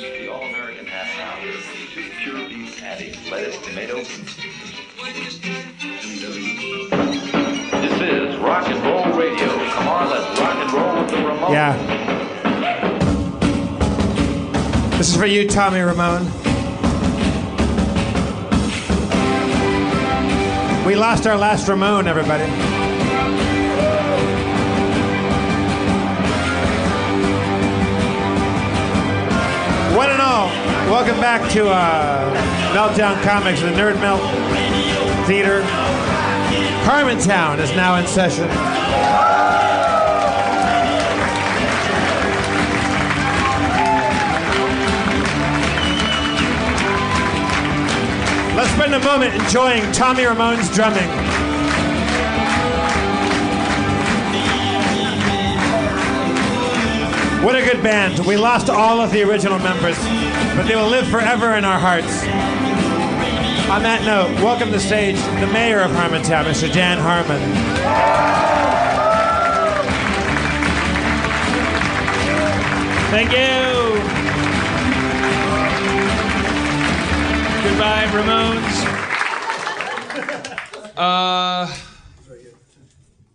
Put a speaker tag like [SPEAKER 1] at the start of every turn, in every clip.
[SPEAKER 1] The All American Half Pound. Two pure beef patties, lettuce, tomatoes. This is rock and roll radio. Come on, let's rock and roll with the remote.
[SPEAKER 2] Yeah. This is for you, Tommy Ramone. We lost our last Ramone, everybody. One and all, welcome back to uh, Meltdown Comics, the Nerd Melt Theater. Harmontown is now in session. Let's spend a moment enjoying Tommy Ramone's drumming. What a good band. We lost all of the original members, but they will live forever in our hearts. On that note, welcome to stage the mayor of Harmontown, Mr. Dan Harmon.
[SPEAKER 3] Thank you. Goodbye, Ramones. Uh,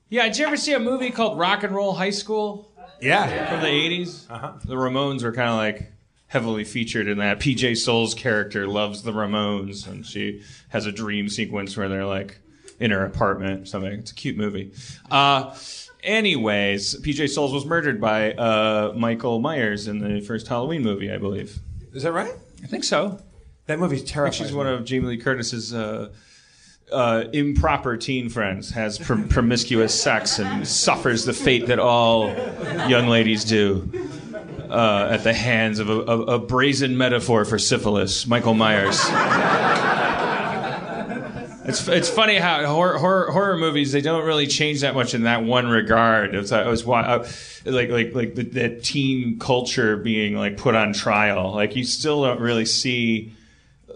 [SPEAKER 3] yeah, did you ever see a movie called Rock and Roll High School
[SPEAKER 2] Yeah.
[SPEAKER 3] from the 80s? Uh-huh. The Ramones were kind of like heavily featured in that. PJ Soul's character loves the Ramones, and she has a dream sequence where they're like in her apartment or something. It's a cute movie. Uh, anyways, PJ Souls was murdered by uh, Michael Myers in the first Halloween movie, I believe.
[SPEAKER 2] Is that right?
[SPEAKER 3] I think so.
[SPEAKER 2] That movie's terrifying.
[SPEAKER 3] She's one of Jamie Lee Curtis's uh, uh, improper teen friends, has prom- promiscuous sex, and suffers the fate that all young ladies do uh, at the hands of a, a, a brazen metaphor for syphilis, Michael Myers. It's, it's funny how horror, horror, horror movies they don't really change that much in that one regard. It's, I was wa- uh, like like like the, the teen culture being like put on trial. Like you still don't really see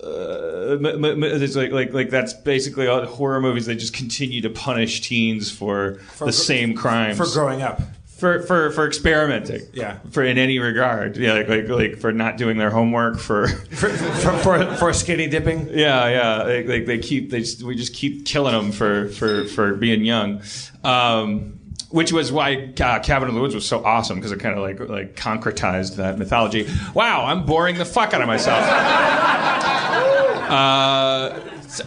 [SPEAKER 3] uh, m- m- m- it's like like like that's basically all horror movies. They just continue to punish teens for,
[SPEAKER 2] gr-
[SPEAKER 3] the same crimes
[SPEAKER 2] for growing up.
[SPEAKER 3] for for for experimenting.
[SPEAKER 2] Yeah.
[SPEAKER 3] for in any regard. Yeah, like like like for not doing their homework. For
[SPEAKER 2] For, for, for, for skinny dipping.
[SPEAKER 3] yeah, yeah. Like, like they keep they just, we just keep killing them for for for being young. Um, which was why uh, Cabin in the Woods was so awesome because it kind of like like concretized that mythology. Wow, I'm boring the fuck out of myself. Uh,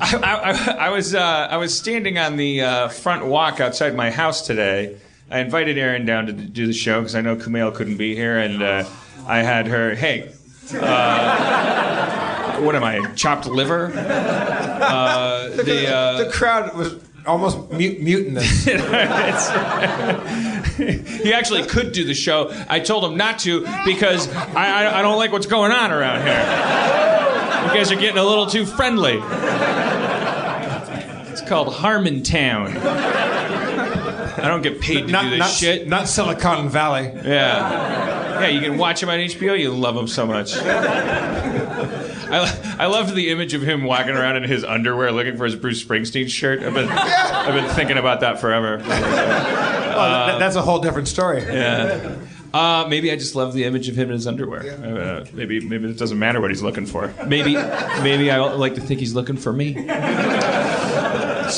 [SPEAKER 3] I, I, I was uh, I was standing on the uh, front walk outside my house today. I invited Erin down to do the show because I know Kumail couldn't be here, and uh, I had her. Hey, uh, what am I? Chopped liver? Uh, the uh,
[SPEAKER 2] the crowd was almost mu- mutinous.
[SPEAKER 3] he actually could do the show. I told him not to because I, I, I don't like what's going on around here. You guys are getting a little too friendly. It's called Harmontown. I don't get paid to do
[SPEAKER 2] not,
[SPEAKER 3] this
[SPEAKER 2] not,
[SPEAKER 3] shit.
[SPEAKER 2] not Silicon Valley.
[SPEAKER 3] Yeah. Yeah, you can watch him on HBO. You love him so much. I, I loved the image of him walking around in his underwear looking for his Bruce Springsteen shirt. I've been, I've been thinking about that forever.
[SPEAKER 2] Oh, that, that's a whole different story.
[SPEAKER 3] Yeah. Uh, maybe I just love the image of him in his underwear. Uh, maybe maybe it doesn't matter what he's looking for. Maybe maybe I like to think he's looking for me. So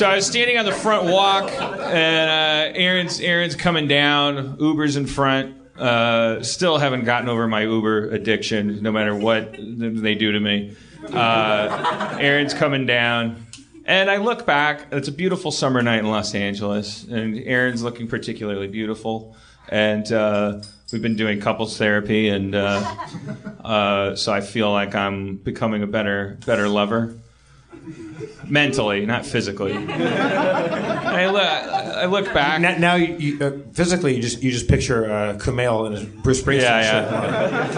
[SPEAKER 3] I was standing on the front walk, and uh, Aaron's Aaron's coming down. Uber's in front. Uh, still haven't gotten over my Uber addiction, no matter what they do to me. Uh, Aaron's coming down, and I look back. It's a beautiful summer night in Los Angeles, and Aaron's looking particularly beautiful. And uh, we've been doing couples therapy, and uh, uh, so I feel like I'm becoming a better better lover mentally, not physically. I, lo- I I look back.
[SPEAKER 2] Now, now you, you, uh, physically, you just you just picture uh, Kumail and his Bruce Springsteen.
[SPEAKER 3] Yeah,
[SPEAKER 2] shit.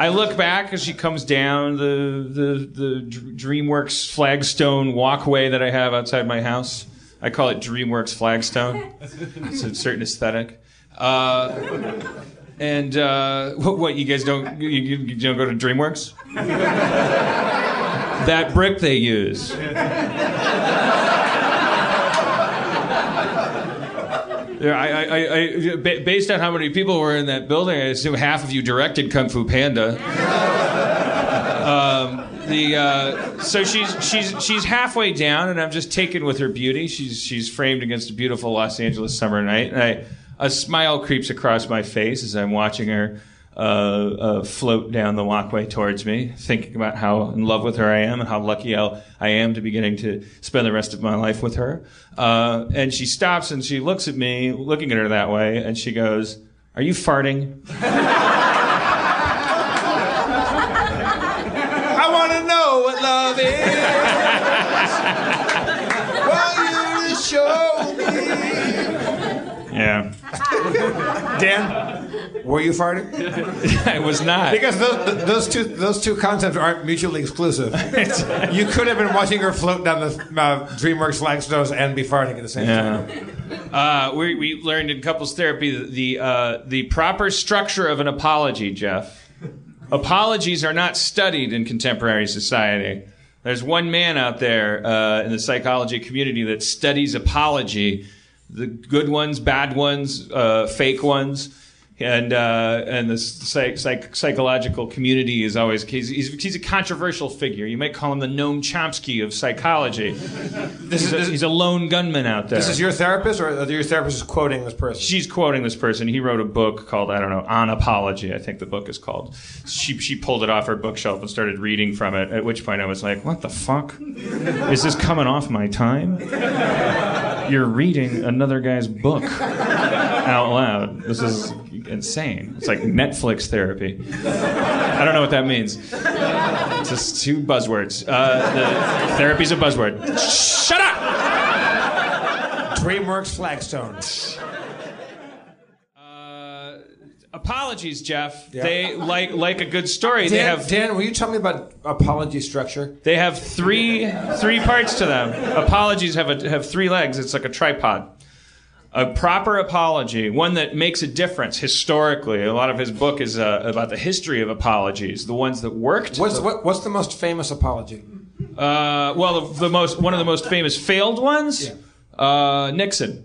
[SPEAKER 3] I look back as she comes down the the the Dr- DreamWorks flagstone walkway that I have outside my house. I call it DreamWorks flagstone. It's a certain aesthetic. Uh, and uh, what, what you guys don't you, you, you don't go to DreamWorks? that brick they use. Yeah, I, I, I, I, ba- based on how many people were in that building, I assume half of you directed Kung Fu Panda. Um, the uh, so she's she's she's halfway down, and I'm just taken with her beauty. She's she's framed against a beautiful Los Angeles summer night, and I, a smile creeps across my face as I'm watching her uh, uh, float down the walkway towards me, thinking about how in love with her I am and how lucky I'll, I am to be getting to spend the rest of my life with her. Uh, and she stops and she looks at me, looking at her that way, and she goes, "Are you farting?"
[SPEAKER 2] I want to know what love is. Want you to show
[SPEAKER 3] Yeah,
[SPEAKER 2] me. Dan, were you farting?
[SPEAKER 3] I was not.
[SPEAKER 2] Because those, those two those two concepts aren't mutually exclusive. you could have been watching her float down the uh, DreamWorks flagstones and be farting at the same time.
[SPEAKER 3] Uh, we, we learned in couples therapy that the, uh, the proper structure of an apology, Jeff. Apologies are not studied in contemporary society. There's one man out there uh, in the psychology community that studies apology the good ones, bad ones, uh, fake ones. And uh, and the psych, psych, psychological community is always he's, he's he's a controversial figure. You might call him the Noam Chomsky of psychology. This is he's a lone gunman out there.
[SPEAKER 2] This is your therapist, or your therapist is quoting this person?
[SPEAKER 3] she's quoting this person. He wrote a book called I don't know on apology. I think the book is called. She she pulled it off her bookshelf and started reading from it. At which point I was like, what the fuck is this coming off my time? You're reading another guy's book out loud. This is insane. It's like Netflix therapy. I don't know what that means. It's just two buzzwords. Uh, the, therapy's a buzzword. Shut up.
[SPEAKER 2] DreamWorks flagstone.
[SPEAKER 3] Apologies, Jeff. They like like a good story. they have
[SPEAKER 2] Dan, will you tell me about apology structure?
[SPEAKER 3] they have three three parts to them. Apologies have a, have three legs. It's like a tripod. A proper apology, one that makes a difference historically. A lot of his book is uh, about the history of apologies, the ones that worked.
[SPEAKER 2] What's what, what's the most famous apology?
[SPEAKER 3] Uh, well, the, the most one of the most famous failed ones, uh, Nixon.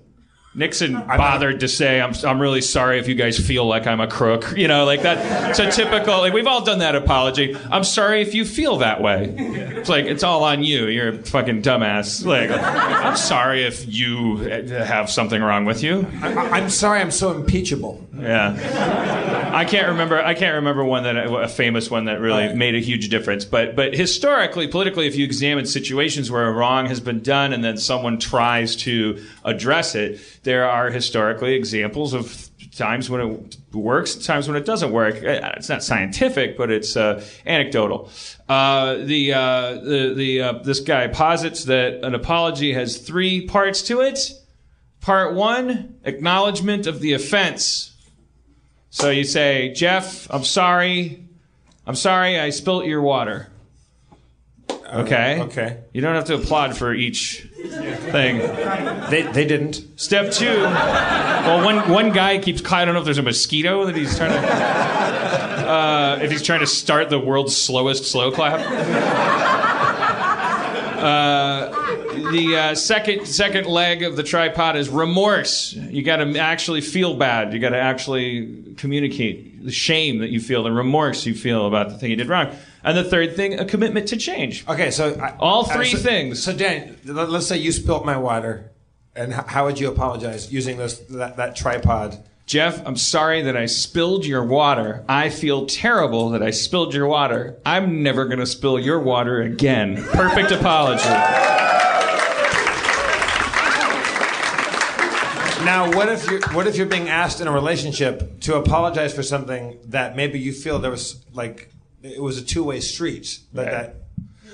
[SPEAKER 3] Nixon bothered to say, "I'm I'm really sorry if you guys feel like I'm a crook." You know, like that. It's a typical. Like we've all done that apology. I'm sorry if you feel that way. It's like it's all on you. You're a fucking dumbass. Like I'm sorry if you have something wrong with you.
[SPEAKER 2] I, am sorry, I'm so impeachable.
[SPEAKER 3] Yeah. I can't remember. I can't remember one that a famous one that really made a huge difference. But but historically, politically, if you examine situations where a wrong has been done and then someone tries to address it, there are historically examples of times when it works, times when it doesn't work. Uh, It's not scientific, but it's uh, anecdotal. Uh, the uh, the the uh, this guy posits that an apology has three parts to it. Part one: acknowledgement of the offense. So you say, Jeff, I'm sorry. I'm sorry I spilt your water. Okay.
[SPEAKER 2] Uh, okay.
[SPEAKER 3] You don't have to applaud for each thing.
[SPEAKER 2] They they didn't.
[SPEAKER 3] Step two. Well, one one guy keeps. I don't know if there's a mosquito that he's trying to. Uh, if he's trying to start the world's slowest slow clap. the uh, second second leg of the tripod is remorse. You got to actually feel bad. You got to actually communicate the shame that you feel, the remorse you feel about the thing you did wrong. And the third thing, a commitment to change.
[SPEAKER 2] Okay, so I,
[SPEAKER 3] All
[SPEAKER 2] uh,
[SPEAKER 3] three
[SPEAKER 2] so-
[SPEAKER 3] things.
[SPEAKER 2] So Dan, let- let's say you spilt my water, and h- how would you apologize using this that, that tripod?
[SPEAKER 3] Jeff, I'm sorry that I spilled your water. I feel terrible that I spilled your water. I'm never going to spill your water again. Perfect apology.
[SPEAKER 2] Now, what if you are what if you're being asked in a relationship to apologize for something that maybe you feel there was like it was a two way street that,
[SPEAKER 3] Right.
[SPEAKER 2] that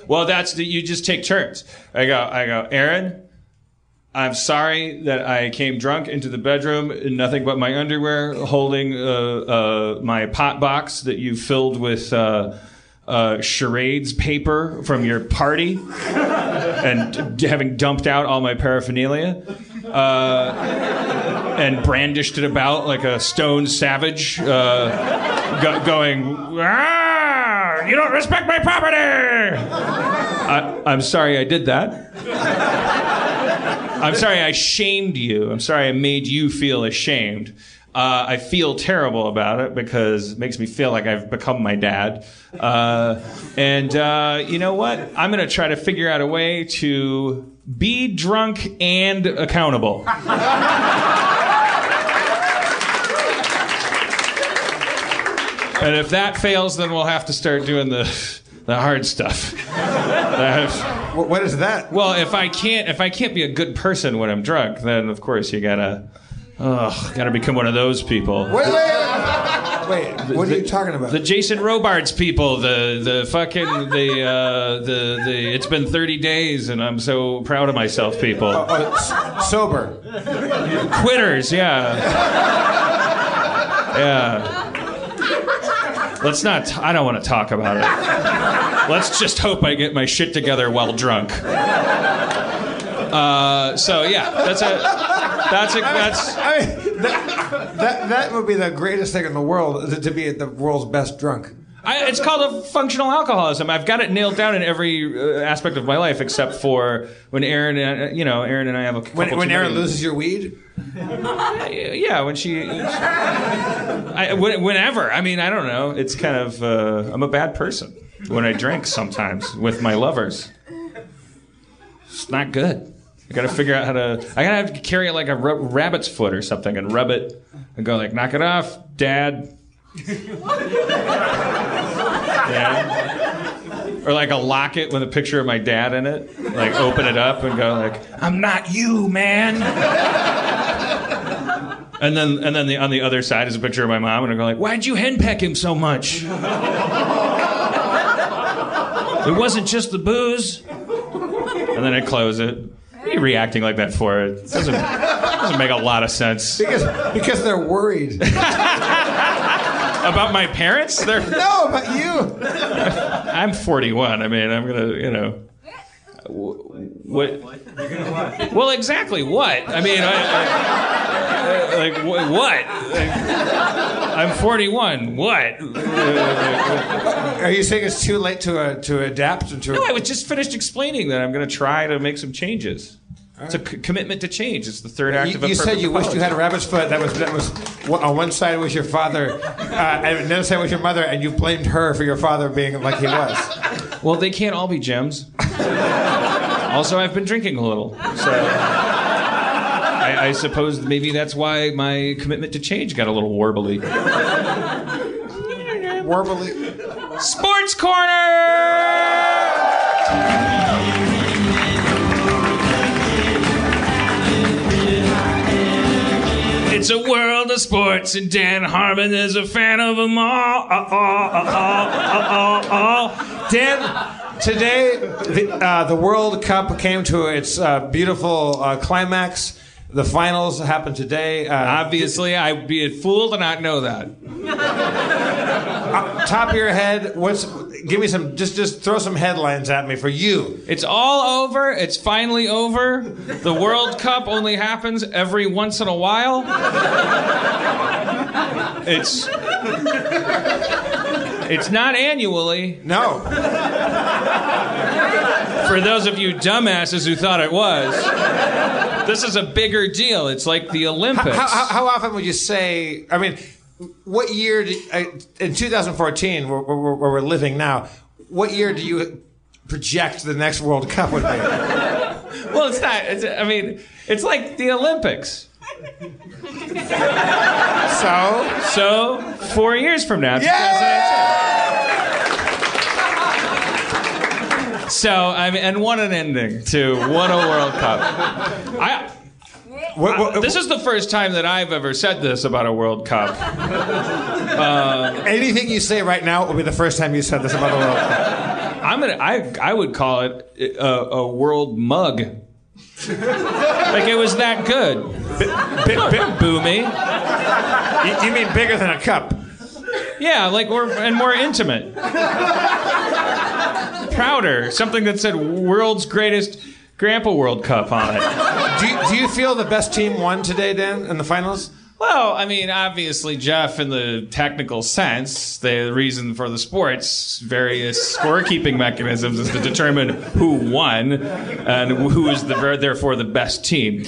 [SPEAKER 3] Well, that's the, you just take turns. I go, I go, Aaron, I'm sorry that I came drunk into the bedroom in nothing but my underwear, holding uh, uh, my pot box that you filled with uh, uh, charades paper from your party, and d- having dumped out all my paraphernalia, uh, and brandished it about like a stone savage, uh, go- going, "Ah, "You don't respect my property." I- I'm sorry I did that. I'm sorry I shamed you. I'm sorry I made you feel ashamed. Uh, I feel terrible about it because it makes me feel like I've become my dad. Uh, and uh, you know what? I'm going to try to figure out a way to be drunk and accountable. and if that fails, then we'll have to start doing the, the hard stuff.
[SPEAKER 4] Wh- what is that?
[SPEAKER 3] Well, if I can't if I can't be a good person when I'm drunk, then of course you gotta, oh, gotta become one of those people.
[SPEAKER 4] Wait, wait, wait. Wait, what are you talking about?
[SPEAKER 3] The Jason Robards people, the the fucking the uh, the the. It's been 30 days and I'm so proud of myself. People,
[SPEAKER 4] Oh, s- sober.
[SPEAKER 3] quitters, yeah, yeah. Let's not. T- I don't want to talk about it. Let's just hope I get my shit together while drunk. Uh, so yeah, that's a that's a that's.
[SPEAKER 4] I mean, that, that, that would be the greatest thing in the world is to be at the world's best drunk.
[SPEAKER 3] I, it's called a functional alcoholism. I've got it nailed down in every uh, aspect of my life except for when Aaron, and, uh, you know, Aaron and I have a couple
[SPEAKER 4] When, when
[SPEAKER 3] too
[SPEAKER 4] Aaron
[SPEAKER 3] many.
[SPEAKER 4] loses your weed,
[SPEAKER 3] yeah, when she, I, when, whenever. I mean, I don't know. It's kind of uh, I'm a bad person when I drink sometimes with my lovers. It's not good. I gotta figure out how to. I gotta have to carry it like a rub, rabbit's foot or something and rub it and go like, knock it off, Dad. yeah. Or like a locket with a picture of my dad in it. Like open it up and go like, I'm not you, man. And then, and then the, on the other side is a picture of my mom, and I go like, "Why'd you henpeck him so much? it wasn't just the booze." And then I close it. Why are you reacting like that for it? Doesn't, doesn't make a lot of sense
[SPEAKER 4] because because they're worried.
[SPEAKER 3] about my parents. They're,
[SPEAKER 4] No, about you.
[SPEAKER 3] I'm 41. I mean, I'm gonna, you know, wh- what? Well, exactly what? I mean, I, I, like wh- what? I'm 41. What?
[SPEAKER 4] Are you saying it's too late to uh, to adapt and to?
[SPEAKER 3] No, I was just finished explaining that I'm going to try to make some changes. It's a c- commitment to change. It's the third act
[SPEAKER 4] You,
[SPEAKER 3] of a
[SPEAKER 4] you said
[SPEAKER 3] perfect
[SPEAKER 4] you wished you had a
[SPEAKER 3] apology.
[SPEAKER 4] rabbit's foot. That was that was one- on one side was your father, uh, and another side was your mother, and you blamed her for your father being like he was.
[SPEAKER 3] Well, they can't all be gems. also, I've been drinking a little, so I, I suppose maybe that's why my commitment to change got a little warbly.
[SPEAKER 4] Warbly.
[SPEAKER 3] Sports Corner. It's a world of sports, and Dan Harmon is a fan of them all. Uh, uh, uh, uh, uh, uh.
[SPEAKER 4] Dan, today the, uh, the World Cup came to its uh, beautiful uh, climax. The finals happened today. Uh,
[SPEAKER 3] Obviously, I'd be a fool to not know that.
[SPEAKER 4] Uh, top of your head, what's? Give me some. Just just throw some headlines at me for you.
[SPEAKER 3] It's all over. It's finally over. The World Cup only happens every once in a while. It's It's not annually
[SPEAKER 4] No,
[SPEAKER 3] for those of you dumbasses who thought it was. This is a bigger deal. It's like the Olympics.
[SPEAKER 4] how, how, how often would you say? I mean, what year? Did, uh, in 2014, where, where, where we're living now, what year do you project the next World Cup would be?
[SPEAKER 3] Well, it's not. It's, I mean, it's like the Olympics.
[SPEAKER 4] So,
[SPEAKER 3] So, 4 years from now.
[SPEAKER 4] yeah.
[SPEAKER 3] So, I mean, and what an ending to what a World Cup. I
[SPEAKER 4] What, what,
[SPEAKER 3] This is the first time that I've ever said this about a World Cup. Um,
[SPEAKER 4] anything you say right now will be the first time you said this about the World Cup.
[SPEAKER 3] I'm gonna, I, I would call it a, a uh, world mug. like it was that good.
[SPEAKER 4] Bi- bi-
[SPEAKER 3] Boomy.
[SPEAKER 4] you- you mean bigger than a cup?
[SPEAKER 3] Yeah, like or and more intimate. Prouder. Something that said world's greatest grandpa world cup on it.
[SPEAKER 4] Do you, do you feel the best team won today, Dan, in the finals?
[SPEAKER 3] Well, I mean, obviously Jeff in the technical sense, the reason for the sports various scorekeeping mechanisms is to determine who won and who is the ver- therefore the best team.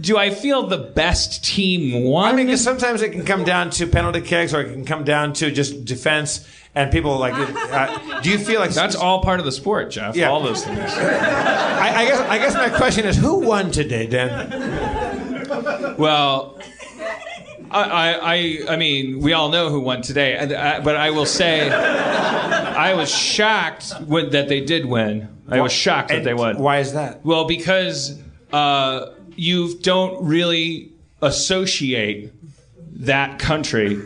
[SPEAKER 3] Do I feel the best team won?
[SPEAKER 4] I mean, 'cause sometimes it can come down to penalty kicks, or it can come down to just defense, and people like. Uh, do you feel like
[SPEAKER 3] That's all part of the sport, Jeff.
[SPEAKER 4] Yeah.
[SPEAKER 3] All those things.
[SPEAKER 4] I, I guess. I guess my question is, who won today, Dan?
[SPEAKER 3] Well, I, I, I, I mean, we all know who won today, and I, but I will say, I was shocked when, that they did win. I was shocked that they won.
[SPEAKER 4] Why is that?
[SPEAKER 3] Well, because uh, you don't really associate that country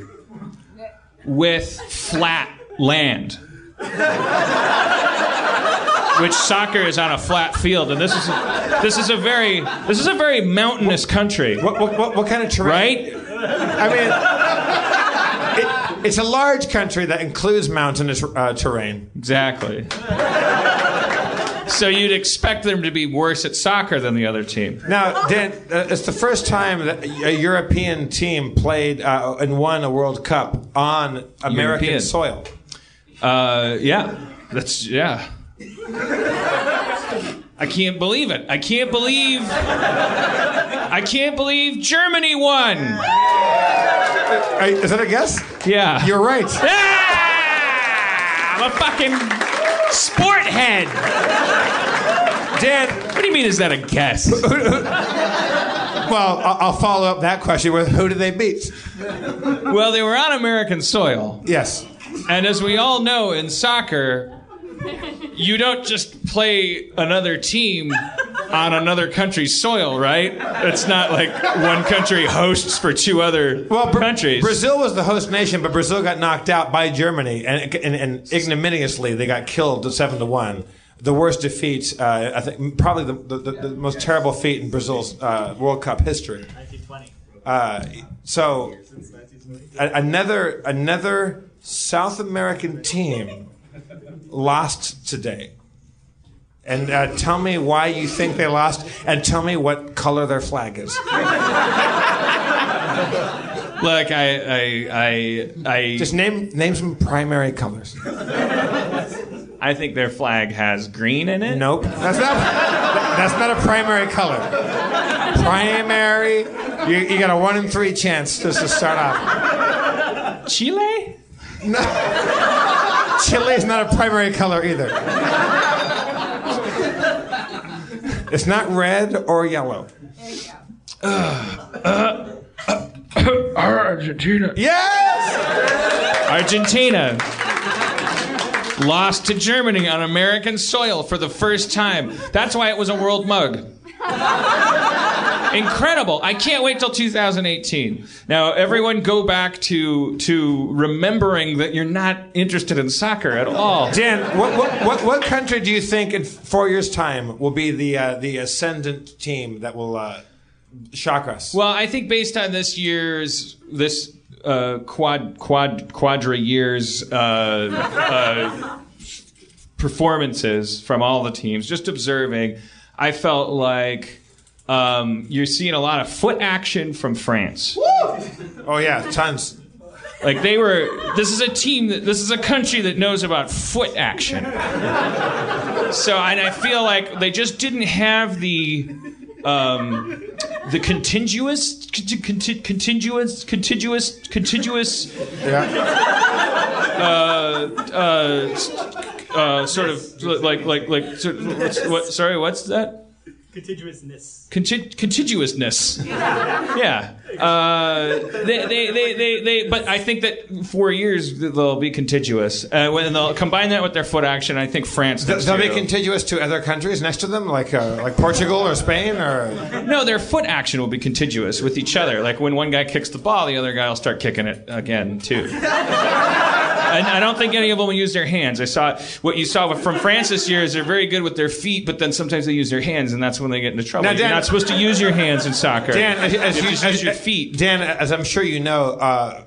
[SPEAKER 3] with flat land. Which soccer is on a flat field, and this is this is a very this is a very mountainous country,
[SPEAKER 4] What, what, what, what kind of terrain?
[SPEAKER 3] right?
[SPEAKER 4] I mean, it, it's a large country that includes mountainous uh, terrain.
[SPEAKER 3] Exactly. so you'd expect them to be worse at soccer than the other team.
[SPEAKER 4] Now, Dan, uh, it's the first time that a European team played uh, and won a World Cup on American
[SPEAKER 3] European.
[SPEAKER 4] soil.
[SPEAKER 3] Uh, yeah, that's yeah. I can't believe it. I can't believe. I can't believe Germany won.
[SPEAKER 4] Uh, Is that a guess?
[SPEAKER 3] Yeah.
[SPEAKER 4] You're right.
[SPEAKER 3] Ah, I'm a fucking sport head. Dad, what do you mean? Is that a guess?
[SPEAKER 4] Well, I'll, I'll follow up that question with who did they beat?
[SPEAKER 3] well, they were on American soil.
[SPEAKER 4] Yes.
[SPEAKER 3] And as we all know in soccer, you don't just play another team on another country's soil, right? It's not like one country hosts for two other
[SPEAKER 4] Well, Bra-
[SPEAKER 3] countries.
[SPEAKER 4] Brazil was the host nation, but Brazil got knocked out by Germany, and, and, and ignominiously they got killed to seven to one. The worst defeat, uh, I think, probably the, the, the, the most terrible feat in Brazil's uh, World Cup history. Uh, so, a- another another South American team lost today. And uh, tell me why you think they lost, and tell me what color their flag is.
[SPEAKER 3] Look, I, I, I, I,
[SPEAKER 4] Just name name some primary colors.
[SPEAKER 3] I think their flag has green in it.
[SPEAKER 4] Nope. That's not. That's not a primary color. Primary. You, you got a one in three chance just to start off.
[SPEAKER 3] Chile?
[SPEAKER 4] Chile is not a primary color either. It's not red or yellow.
[SPEAKER 3] Argentina.
[SPEAKER 4] Yes.
[SPEAKER 3] Argentina lost to Germany on American soil for the first time. That's why it was a world mug. Incredible. I can't wait till 2018. Now, everyone go back to to remembering that you're not interested in soccer at all.
[SPEAKER 4] Dan, what what, what, what country do you think in four years' time will be the uh, the ascendant team that will uh, shock us?
[SPEAKER 3] Well, I think based on this year's this uh, quad quad quadra years uh, uh, performances from all the teams, just observing, I felt like um, you're seeing a lot of foot action from France.
[SPEAKER 4] oh yeah, tons.
[SPEAKER 3] Like they were. This is a team. That, this is a country that knows about foot action. So, and I feel like they just didn't have the. Um, the contiguous, conti- conti- contiguous, contiguous, contiguous
[SPEAKER 4] Yeah.
[SPEAKER 3] uh, sort of like like like sort of- what's, what, sorry what's that
[SPEAKER 5] Contiguousness.
[SPEAKER 3] Conti- contiguousness yeah uh, they, they, they, they, they but I think that for years they'll be contiguous uh, when they'll combine that with their foot action I think France
[SPEAKER 4] Th-
[SPEAKER 3] does
[SPEAKER 4] They'll be
[SPEAKER 3] too.
[SPEAKER 4] contiguous to other countries next to them, like uh, like Portugal or Spain or.
[SPEAKER 3] no their foot action will be contiguous with each other like when one guy kicks the ball the other guy will start kicking it again too And I don't think any of them use their hands. I saw what you saw from France this year is they're very good with their feet, but then sometimes they use their hands, and that's when they get into trouble.
[SPEAKER 4] Now, Dan-
[SPEAKER 3] You're not supposed to use your hands in soccer.
[SPEAKER 4] Dan, as,
[SPEAKER 3] you
[SPEAKER 4] as
[SPEAKER 3] have to
[SPEAKER 4] you,
[SPEAKER 3] just
[SPEAKER 4] as-
[SPEAKER 3] use your feet.
[SPEAKER 4] Dan, as I'm sure you know, uh,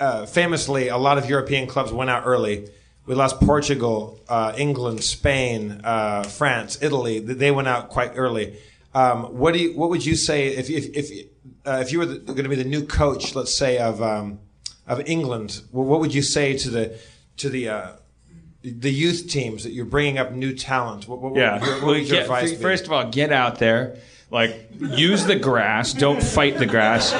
[SPEAKER 4] uh, famously, a lot of European clubs went out early. We lost Portugal, uh, England, Spain, uh, France, Italy. Th- They went out quite early. Um, what do you, What would you say if if if, uh, if you were going to be the new coach, let's say of um, of England? wh- What would you say to the to the uh, the youth teams that you're bringing up new talent. What, what, what
[SPEAKER 3] Yeah.
[SPEAKER 4] would your- what
[SPEAKER 3] Well,
[SPEAKER 4] would your
[SPEAKER 3] get-
[SPEAKER 4] advice be?
[SPEAKER 3] first of all, get out there. Like, use the grass. Don't fight the grass.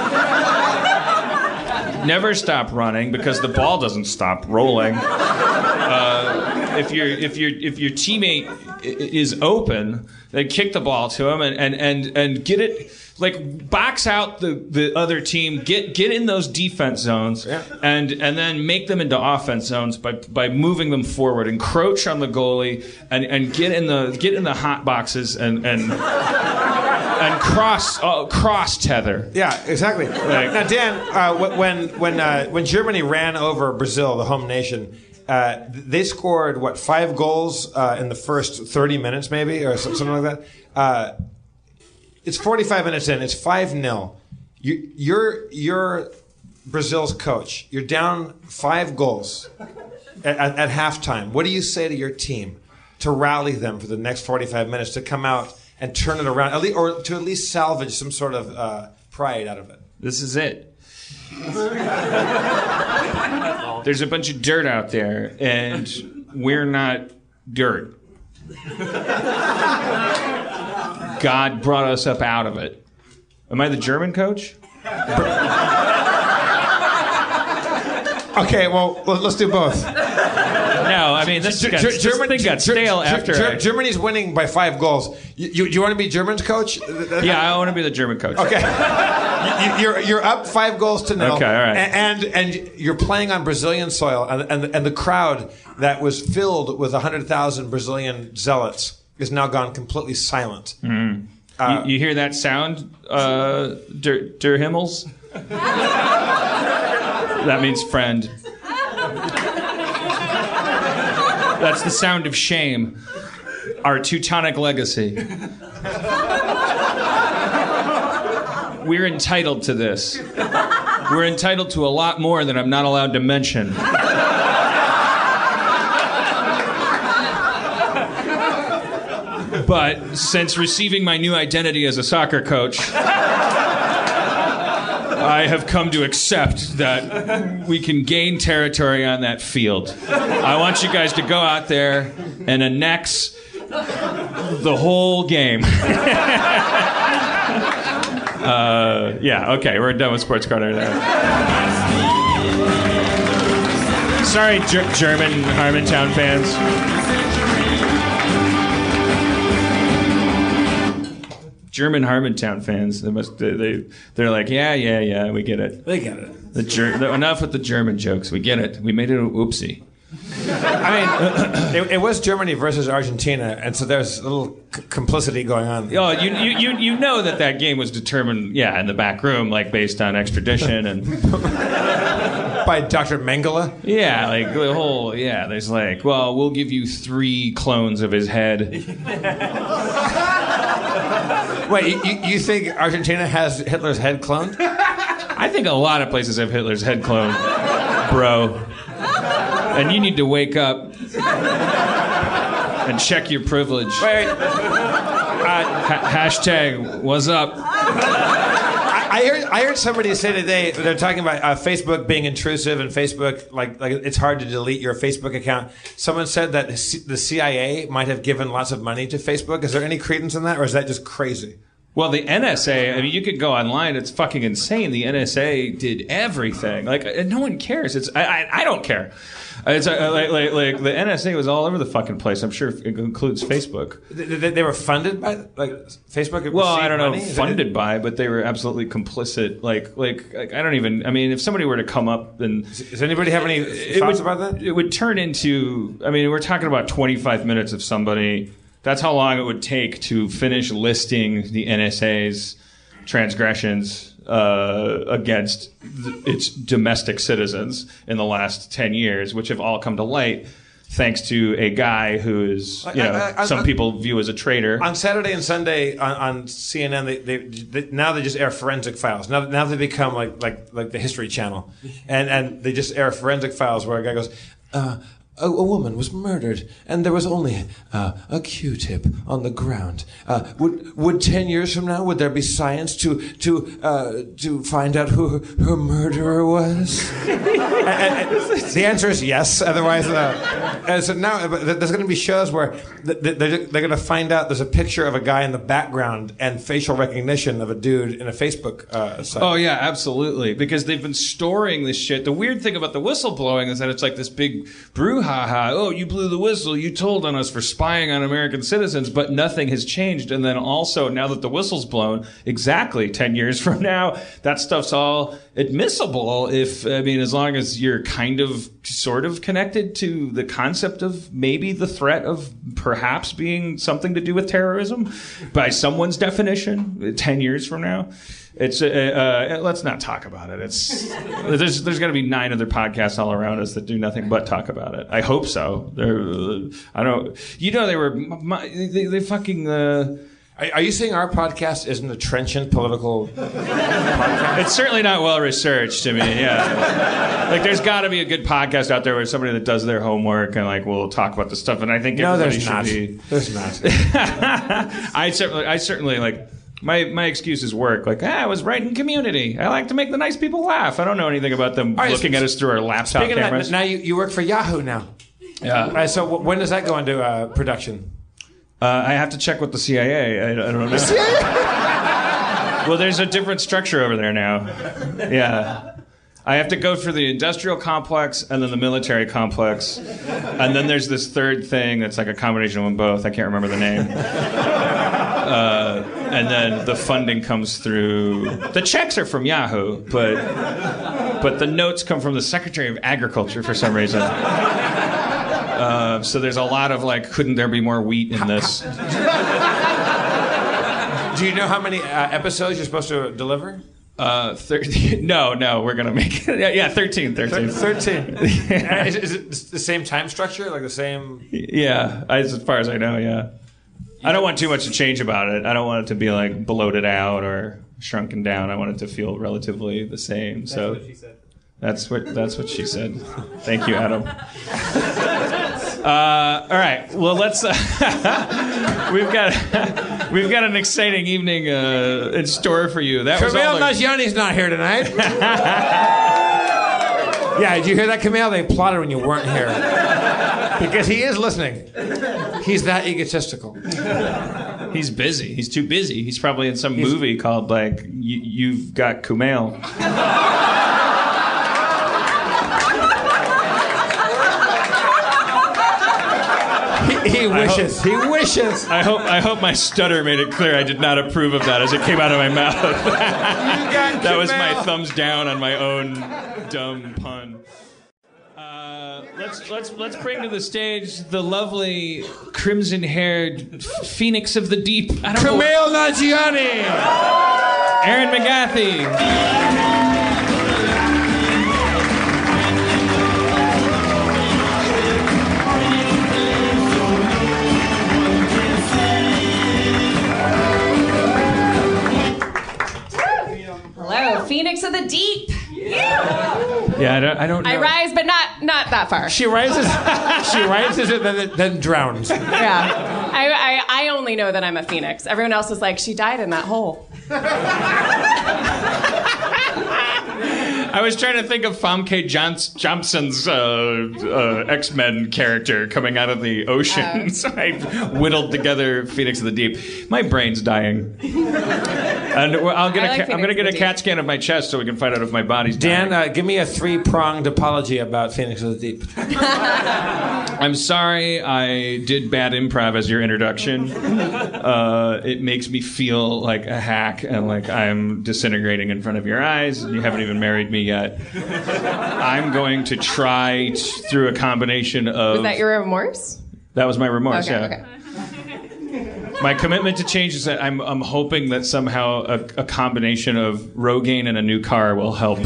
[SPEAKER 3] Never stop running because the ball doesn't stop rolling. Uh, if your if your if your teammate i- is open, then kick the ball to him and and and, and get it. Like box out the, the other team, get get in those defense zones, and and then make them into offense zones by by moving them forward, encroach on the goalie, and, and get in the get in the hot boxes and and and cross uh, cross tether.
[SPEAKER 4] Yeah, exactly.
[SPEAKER 3] Like-
[SPEAKER 4] now, Dan, uh, wh- when when uh, when Germany ran over Brazil, the home nation, uh, th- they scored what five goals uh, in the first thirty minutes, maybe, or some- something like that. Uh, it's forty-five minutes in. It's five 0 you, You're you're Brazil's coach. You're down five goals at, at, at halftime. What do you say to your team to rally them for the next 45 minutes to come out and turn it around, at least, or to at least salvage some sort of uh, pride out of it?
[SPEAKER 3] This is it. There's a bunch of dirt out there, and we're not dirt. God brought us up out of it. Am I the German coach?
[SPEAKER 4] Okay, well, let- let's do both.
[SPEAKER 3] No, I mean this, got,
[SPEAKER 4] Ger-
[SPEAKER 3] this
[SPEAKER 4] German-
[SPEAKER 3] thing got
[SPEAKER 4] Ger-
[SPEAKER 3] stale
[SPEAKER 4] Ger-
[SPEAKER 3] after.
[SPEAKER 4] Ger-
[SPEAKER 3] I-
[SPEAKER 4] Germany's winning by five goals. You, you, you want to be German's coach?
[SPEAKER 3] yeah, I want to be the German coach.
[SPEAKER 4] Okay. You- you, you're you're up five goals to nil.
[SPEAKER 3] Okay, all right.
[SPEAKER 4] A- And and you're playing on Brazilian soil, and and, and the crowd that was filled with hundred thousand Brazilian zealots is now gone completely silent.
[SPEAKER 3] Mm-hmm.
[SPEAKER 4] Uh,
[SPEAKER 3] you, you hear that sound, uh, Der, der Himmels? that means friend. That's the sound of shame, our Teutonic legacy. We're entitled to this. We're entitled to a lot more that I'm not allowed to mention. But since receiving my new identity as a soccer coach, I have come to accept that we can gain territory on that field. I want you guys to go out there and annex the whole game. uh, Uh, yeah, okay, we're done with sports card. art now. Sorry, Ger- German Harmontown fans. German Harmontown fans. They must. They, they they're like, yeah, yeah, yeah. We get it.
[SPEAKER 2] They get it.
[SPEAKER 3] The ger- the- enough with the German jokes. We get it. We made it an oopsie.
[SPEAKER 4] I mean, it, it was Germany versus Argentina, and so there's a little c- complicity going on.
[SPEAKER 3] Oh, you, you you you know that that game was determined, yeah, in the back room, like based on extradition and
[SPEAKER 4] By Dr. Mengele.
[SPEAKER 3] yeah, like the whole yeah. There's like, well, we'll give you three clones of his head.
[SPEAKER 4] Wait, you- you, you think Argentina has Hitler's head cloned?
[SPEAKER 3] I think a lot of places have Hitler's head clone, bro. And you need to wake up and check your privilege.
[SPEAKER 4] Wait, wait.
[SPEAKER 3] Ha- hashtag what's up.
[SPEAKER 4] I heard, I heard somebody say today they're talking about uh, Facebook being intrusive and Facebook like like it's hard to delete your Facebook account. Someone said that the C- the CIA might have given lots of money to Facebook. Is there any credence in that, or is that just crazy?
[SPEAKER 3] Well, the NSA, I mean, you could go online. It's fucking insane. The NSA did everything. Like, uh, no one cares. It's, I, I, I don't care. Uh, It's uh, like, like, like, the NSA was all over the fucking place. I'm sure it includes Facebook.
[SPEAKER 4] They, they- they were funded by like Facebook.
[SPEAKER 3] Well, I
[SPEAKER 4] received
[SPEAKER 3] don't know,
[SPEAKER 4] money? Is that-
[SPEAKER 3] funded by, but they were absolutely complicit. Like, like, like, I don't even, I mean, if somebody were to come up and.
[SPEAKER 4] Does anybody have any
[SPEAKER 3] it
[SPEAKER 4] thoughts
[SPEAKER 3] would,
[SPEAKER 4] about that?
[SPEAKER 3] It would turn into. I mean, we're talking about 25 minutes of somebody. That's how long it would take to finish listing the NSA's transgressions. uh, against th- its domestic citizens in the last 10 years, which have all come to light thanks to a guy who is, you know,
[SPEAKER 4] I- I- I-
[SPEAKER 3] some people view as a traitor.
[SPEAKER 4] on Saturday and Sunday on, on CNN, they, they, they now they just air forensic files. Now, now they become like like like the History Channel, and and they just air forensic files where a guy goes. Uh, a, a woman was murdered, and there was only uh, a Q-tip on the ground. Uh, would would ten years from now would there be science to to uh, to find out who her, her murderer was? the answer is yes. Otherwise, uh, and so now uh, th- there's going to be shows where th- th- they're, they're going to find out there's a picture of a guy in the background and facial recognition of a dude in a Facebook uh, site.
[SPEAKER 3] Oh yeah, absolutely. Because they've been storing this shit. The weird thing about the whistleblowing is that it's like this big brouhaha. Oh, you blew the whistle. You told on us for spying on American citizens, but nothing has changed. And then also now that the whistle's blown, exactly ten years from now, that stuff's all admissible. If I mean, as long as you're kind of, sort of connected to the concept of maybe the threat of perhaps being something to do with terrorism, by someone's definition, ten years from now. It's uh, uh, let's not talk about it. It's there's there's going to be nine other podcasts all around us that do nothing but talk about it. I hope so. They're, uh, I don't. You know they were my, they, they fucking. Uh,
[SPEAKER 4] Are, are you saying our podcast isn't a trenchant political?
[SPEAKER 3] it's certainly not well researched. I mean, yeah. like there's got to be a good podcast out there where somebody that does their homework and like will talk about this stuff. And I think
[SPEAKER 4] No,
[SPEAKER 3] everybody
[SPEAKER 4] there's
[SPEAKER 3] should
[SPEAKER 4] not.
[SPEAKER 3] be.
[SPEAKER 4] There's not.
[SPEAKER 3] I certainly, I certainly like my my excuse is work. Like ah, I was writing community. I like to make the nice people laugh. I don't know anything about them
[SPEAKER 4] right,
[SPEAKER 3] looking
[SPEAKER 4] so-
[SPEAKER 3] at us through our laptop
[SPEAKER 4] Speaking of
[SPEAKER 3] cameras.
[SPEAKER 4] that, now you, you work for Yahoo now.
[SPEAKER 3] Yeah.
[SPEAKER 4] All right, so w- when does that go into uh, production?
[SPEAKER 3] Uh, I have to check with the CIA. I, I don't know. well, there's a different structure over there now. Yeah. I have to go for the industrial complex and then the military complex. And then there's this third thing that's like a combination of them both. I can't remember the name. Uh, and then the funding comes through. The checks are from Yahoo, but, but the notes come from the Secretary of Agriculture for some reason. Uh, so there's a lot of like, couldn't there be more wheat in this?
[SPEAKER 4] Do you know how many uh, episodes you're supposed to deliver?
[SPEAKER 3] Uh, thir- no, no, we're gonna make it. Yeah, yeah 13, 13.
[SPEAKER 4] Thirteen. Uh, is, it- is it the same time structure? Like the same?
[SPEAKER 3] Yeah, as far as I know, yeah. I don't want too much to change about it. I don't want it to be like bloated out or shrunken down. I want it to feel relatively the same. so
[SPEAKER 5] That's what she said.
[SPEAKER 3] that's what that's what she said. Thank you, Adam. Uh, all right. Well, let's. Uh, we've got we've got an exciting evening uh, in store for you. That was all
[SPEAKER 4] Kamel
[SPEAKER 3] the-
[SPEAKER 4] Nanjiani's not here tonight. yeah, did you hear that, Kamel? They applauded when you weren't here. Because he is listening. He's that egotistical.
[SPEAKER 3] He's busy. He's too busy. He's probably in some movie called like y- You've Got Kumail.
[SPEAKER 4] He, he wishes. He wishes.
[SPEAKER 3] I hope I hope my stutter made it clear I did not approve of that as it came out of my mouth. that was my thumbs down on my own dumb pun. Uh, let's let's let's bring to the stage the lovely crimson-haired phoenix of the deep. I don't know-
[SPEAKER 4] Kamel Nanjiani!
[SPEAKER 3] Aaron McGathy.
[SPEAKER 6] Hello, Phoenix of the Deep.
[SPEAKER 3] Yeah, I don't I don't know.
[SPEAKER 6] I rise, but not not that far.
[SPEAKER 4] She rises, she rises and then, then drowns.
[SPEAKER 6] Yeah. I, I, I only know that I'm a phoenix. Everyone else is like, she died in that hole.
[SPEAKER 3] I was trying to think of Famke Johns- Johnson's uh, uh, X Men character coming out of the ocean. so I whittled together Phoenix of the Deep. My brain's dying. and I'll get
[SPEAKER 6] I
[SPEAKER 3] a
[SPEAKER 6] like
[SPEAKER 3] ca- I'm going
[SPEAKER 6] Phoenix
[SPEAKER 3] to
[SPEAKER 6] of
[SPEAKER 3] get
[SPEAKER 6] the
[SPEAKER 3] a
[SPEAKER 6] Deep.
[SPEAKER 3] CAT scan of my chest so we can find out if my body's
[SPEAKER 4] Dan,
[SPEAKER 3] dying.
[SPEAKER 4] uh, give me a three pronged apology about Phoenix of the Deep.
[SPEAKER 3] I'm sorry I did bad improv as your introduction. uh, it makes me feel like a hack and like I'm disintegrating in front of your eyes and you haven't even married me yet. I'm going to try t-
[SPEAKER 4] Oh.
[SPEAKER 3] through a combination of
[SPEAKER 6] Is that your remorse?
[SPEAKER 3] That was my remorse.
[SPEAKER 6] Okay,
[SPEAKER 3] yeah.
[SPEAKER 6] okay.
[SPEAKER 3] My commitment to change is that I'm, I'm hoping that somehow a, a combination of Rogaine and a new car will help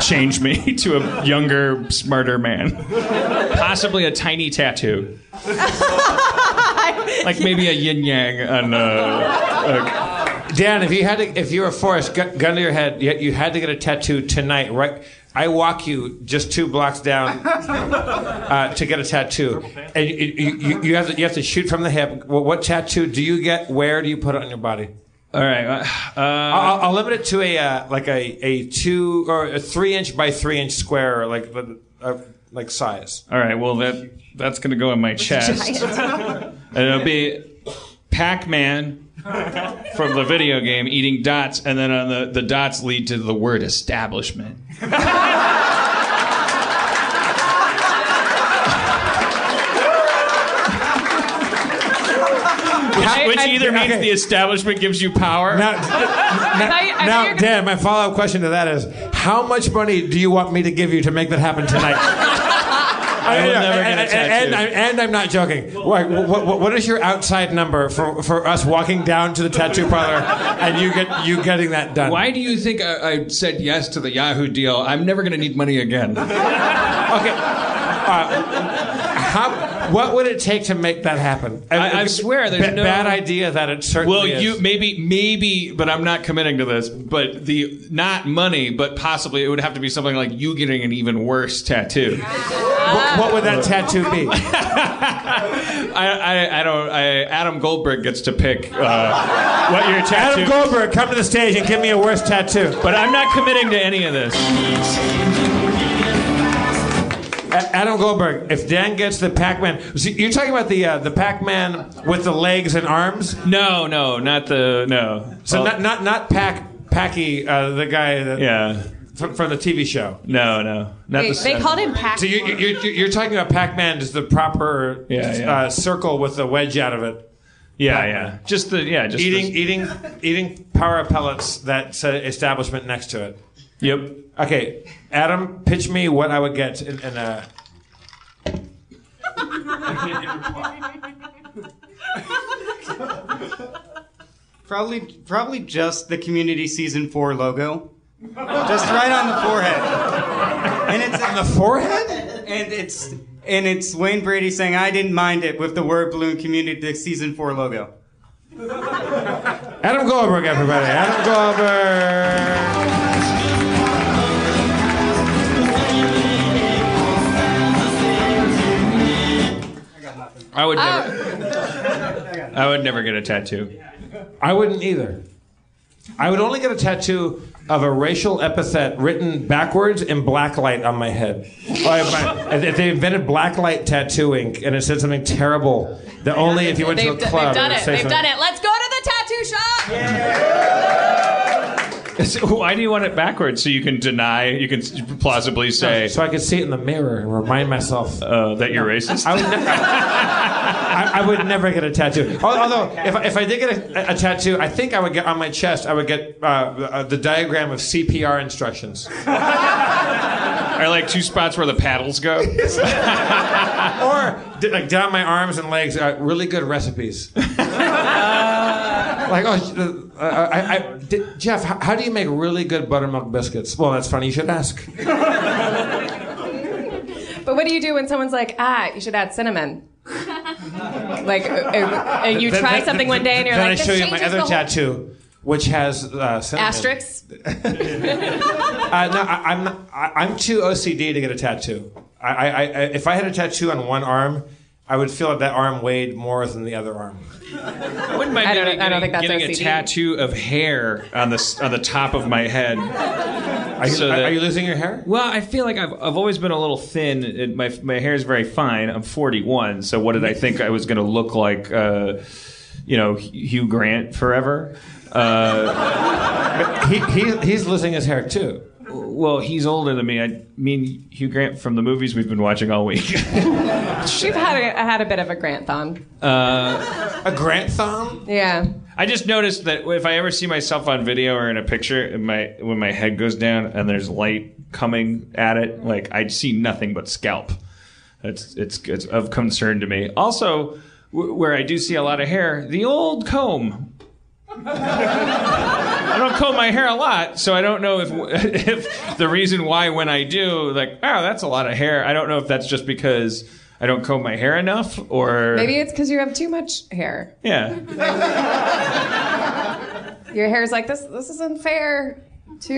[SPEAKER 3] change me to a younger, smarter man. Possibly a tiny tattoo. like maybe a yin yang on a,
[SPEAKER 4] Dan, if you had to, if you were forced, gun, gun to your head, you, you had to get a tattoo tonight, right? I walk you just two blocks down uh, to get a tattoo, and you, you, you, you have to you have to shoot from the hip. Well, what tattoo do you get? Where do you put it on your body?
[SPEAKER 3] a all right. Uh,
[SPEAKER 4] I'll, I'll limit it to a uh, like a, a two or a three inch by three inch square, like uh, like size.
[SPEAKER 3] all right. Well, that that's gonna go in my chest. And it'll be Pac-Man from the video game eating dots, and then on the, the dots lead to the word establishment.
[SPEAKER 6] I-
[SPEAKER 3] Which
[SPEAKER 6] I-
[SPEAKER 3] either means
[SPEAKER 4] okay.
[SPEAKER 3] the establishment gives you power.
[SPEAKER 4] Now,
[SPEAKER 6] I-
[SPEAKER 4] now,
[SPEAKER 6] I
[SPEAKER 4] now,
[SPEAKER 6] figured-
[SPEAKER 4] Dan, my follow up question to that is how much money do you want me to give you to make that happen tonight? I
[SPEAKER 3] will never
[SPEAKER 4] and,
[SPEAKER 3] get a
[SPEAKER 4] and- and I'm, and I'm not joking. Like, what, what, what is your outside number for, for us walking down to the tattoo parlor and you get you getting that done?
[SPEAKER 3] Why do you think I, I said yes to the Yahoo deal? I'm never going to need money again.
[SPEAKER 4] Okay. Uh, how, what would it take to make that happen?
[SPEAKER 3] I- I swear there's
[SPEAKER 4] Ba-
[SPEAKER 3] no-
[SPEAKER 4] bad idea that it certainly
[SPEAKER 3] Well,
[SPEAKER 4] is.
[SPEAKER 3] you maybe, maybe, but I'm not committing to this. But the not money, but possibly it would have to be something like you getting an even worse tattoo.
[SPEAKER 4] what, what would that tattoo be?
[SPEAKER 3] I, I, I don't. I, Adam Goldberg gets to pick uh, what your tattoo.
[SPEAKER 4] Adam Goldberg, come to the stage and give me a worse tattoo.
[SPEAKER 3] but I'm not committing to any of this.
[SPEAKER 4] A- Adam Goldberg, if Dan gets the Pac-Man, see, you're talking about the uh, the Pac-Man with the legs and arms.
[SPEAKER 3] No, no, not the no.
[SPEAKER 4] So
[SPEAKER 3] Well,
[SPEAKER 4] not not not Pac Packy, uh, the guy that,
[SPEAKER 3] yeah,
[SPEAKER 4] from, from the TV show.
[SPEAKER 3] no, no, not the.
[SPEAKER 6] Wait, they
[SPEAKER 3] set.
[SPEAKER 6] called him Pac.
[SPEAKER 4] So you, you, you're, you're talking about Pac-Man is the proper
[SPEAKER 3] Yeah, yeah.
[SPEAKER 4] Uh, circle with the wedge out of it,
[SPEAKER 3] yeah, yeah, just the yeah, just
[SPEAKER 4] eating
[SPEAKER 3] the-
[SPEAKER 4] eating eating power pellets that said establishment next to it.
[SPEAKER 3] Yep.
[SPEAKER 4] Okay, Adam, pitch me what I would get in, in a.
[SPEAKER 7] Probably, probably just the community season four logo, just right on the forehead, and it's on the
[SPEAKER 4] forehead?
[SPEAKER 7] and it's and it's Wayne Brady saying I didn't mind it with the word balloon community the season four logo.
[SPEAKER 4] Adam Goldberg, everybody. Adam Goldberg.
[SPEAKER 3] I would
[SPEAKER 6] Uh,
[SPEAKER 3] never. I would never get a tattoo.
[SPEAKER 4] I wouldn't either. I would only get a tattoo of a racial epithet written backwards in blacklight on my head. Or if I- if they invented blacklight tattoo ink and it said something terrible that only if you went
[SPEAKER 6] They've,
[SPEAKER 4] to a
[SPEAKER 6] d- they've
[SPEAKER 4] club.
[SPEAKER 6] done
[SPEAKER 4] would
[SPEAKER 6] it.
[SPEAKER 4] say
[SPEAKER 6] They've
[SPEAKER 4] something.
[SPEAKER 6] done it. Let's go to the tattoo shop.
[SPEAKER 3] So why do you want it backwards? So you can deny. You can plausibly say
[SPEAKER 4] So I could see it in the mirror and remind myself.
[SPEAKER 3] uh, that you're racist.
[SPEAKER 4] I would, ne- I, I would never get a tattoo. Al- Although, if, I- if I did get a, a tattoo, I think I would get on my chest, I would get uh, uh, the diagram of CPR instructions.
[SPEAKER 3] Are like two spots where the paddles go?
[SPEAKER 4] or d- like down my arms and legs. Uh, really good recipes. like oh, uh, I, I, di- Jeff, how, how do you make really good buttermilk biscuits? Well, that's funny. You should ask.
[SPEAKER 6] But what do you do when someone's like, ah, you should add cinnamon? like, uh, uh, uh, you
[SPEAKER 4] Then-
[SPEAKER 6] try
[SPEAKER 4] then-
[SPEAKER 6] something one day and you're
[SPEAKER 4] then
[SPEAKER 6] like,
[SPEAKER 4] I
[SPEAKER 6] this
[SPEAKER 4] show you my
[SPEAKER 6] changes
[SPEAKER 4] other
[SPEAKER 6] the whole-
[SPEAKER 4] tattoo, which has uh, cinnamon.
[SPEAKER 6] Asterisks.
[SPEAKER 4] Uh, no, I, I'm not, I, I'm too OCD to get a tattoo. I, I, I, if I had a tattoo on one arm, I would feel that that arm weighed more than the other arm.
[SPEAKER 3] I wouldn't mind
[SPEAKER 6] I don't-
[SPEAKER 3] getting,
[SPEAKER 6] I
[SPEAKER 3] getting-
[SPEAKER 6] don't think that's
[SPEAKER 3] getting a
[SPEAKER 6] OCD.
[SPEAKER 3] tattoo of hair on the s- on the top of my head.
[SPEAKER 4] Are you,
[SPEAKER 3] So
[SPEAKER 4] are,
[SPEAKER 3] that-
[SPEAKER 4] are you losing your hair?
[SPEAKER 3] Well, I feel like I've I've always been a little thin. It, my my hair is very fine. I'm 41, so what did I think I was going to look like? Uh, you know, Hugh Grant forever. Uh,
[SPEAKER 4] He, he, he's losing his hair too.
[SPEAKER 3] Well, he's older than me. I mean, Hugh Grant from the movies we've been watching all week.
[SPEAKER 6] She's had a, had a bit of a grant thon.
[SPEAKER 3] Uh,
[SPEAKER 4] A Grant thumb?
[SPEAKER 6] Yeah.
[SPEAKER 3] I just noticed that if I ever see myself on video or in a picture, and my when my head goes down and there's light coming at it, like I see nothing but scalp. It's it's it's of concern to me. Also, w- w- where I do see a lot of hair, the old comb. I don't comb my hair a lot, so I don't know if if the reason why when I do, like, oh, that's a lot of hair. I don't know if that's just because I don't comb my hair enough, or
[SPEAKER 6] Maybe it's because you have too much hair.
[SPEAKER 3] yeah,
[SPEAKER 6] Your hair's like this. This isn't fair. To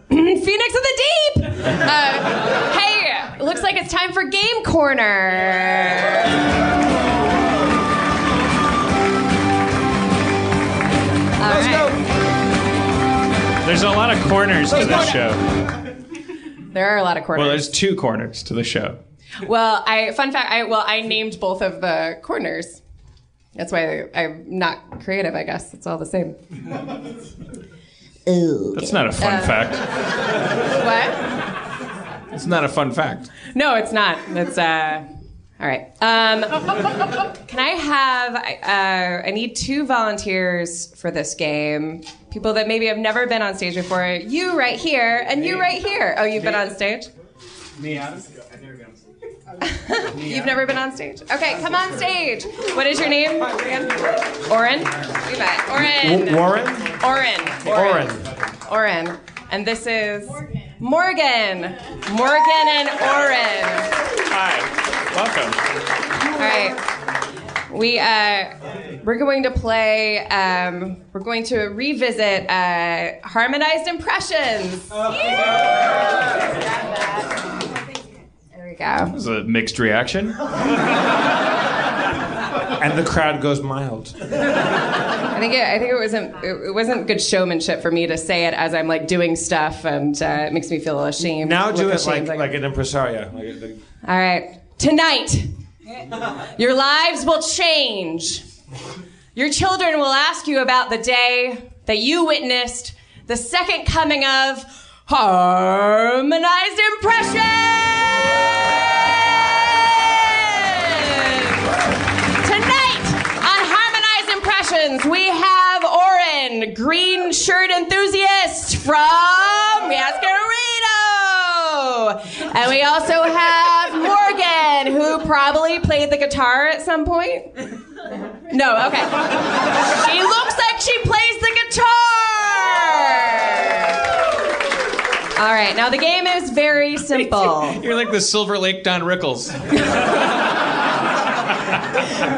[SPEAKER 6] Phoenix of the Deep. Uh, hey, looks like it's time for Game Corner. Let's
[SPEAKER 3] there's a lot of corners to this show.
[SPEAKER 6] There are a lot of corners.
[SPEAKER 3] Well, there's two corners to the show.
[SPEAKER 6] Well, I fun fact. I well, I named both of the corners. That's why I, I'm not creative. I guess it's all the same.
[SPEAKER 3] That's not a fun fact.
[SPEAKER 6] What?
[SPEAKER 3] It's not a fun fact.
[SPEAKER 6] No, it's not. It's uh. All right. Um, can I have? I, Uh, I need two volunteers for this game. People that maybe have never been on stage before. You right here, and you right here. Oh, you've been on stage.
[SPEAKER 7] Me, honestly, I've never been on stage.
[SPEAKER 6] You've never been on stage. Okay, come on stage. What is your name? again? Oren. You bet. Oren.
[SPEAKER 4] Warren?
[SPEAKER 6] Oren.
[SPEAKER 4] Warren.
[SPEAKER 6] Oren. And this is Morgan. Morgan and Oren.
[SPEAKER 3] Hi, welcome.
[SPEAKER 6] All right. We uh, we're going to play. Um, we're going to revisit uh, harmonized impressions. There we go.
[SPEAKER 3] This is a mixed reaction.
[SPEAKER 4] And the crowd goes mild.
[SPEAKER 6] I think it, I think it wasn't it it wasn't good showmanship for me to say it as I'm like doing stuff, and uh, it makes me feel ashamed.
[SPEAKER 4] Now do
[SPEAKER 6] look
[SPEAKER 4] it like,
[SPEAKER 6] ashamed,
[SPEAKER 4] like an impresario. Like, like,
[SPEAKER 6] All right. Tonight, your lives will change. Your children will ask you about the day that you witnessed the second coming of Harmonized Impressions! Tonight on Harmonized Impressions, we have Oren, green shirt enthusiast from Masquerado. And we also have Morgan, who probably played the guitar at some point. No, okay. She looks like she plays the guitar. All right, now the game is very simple.
[SPEAKER 3] You're like the Silver Lake Don Rickles.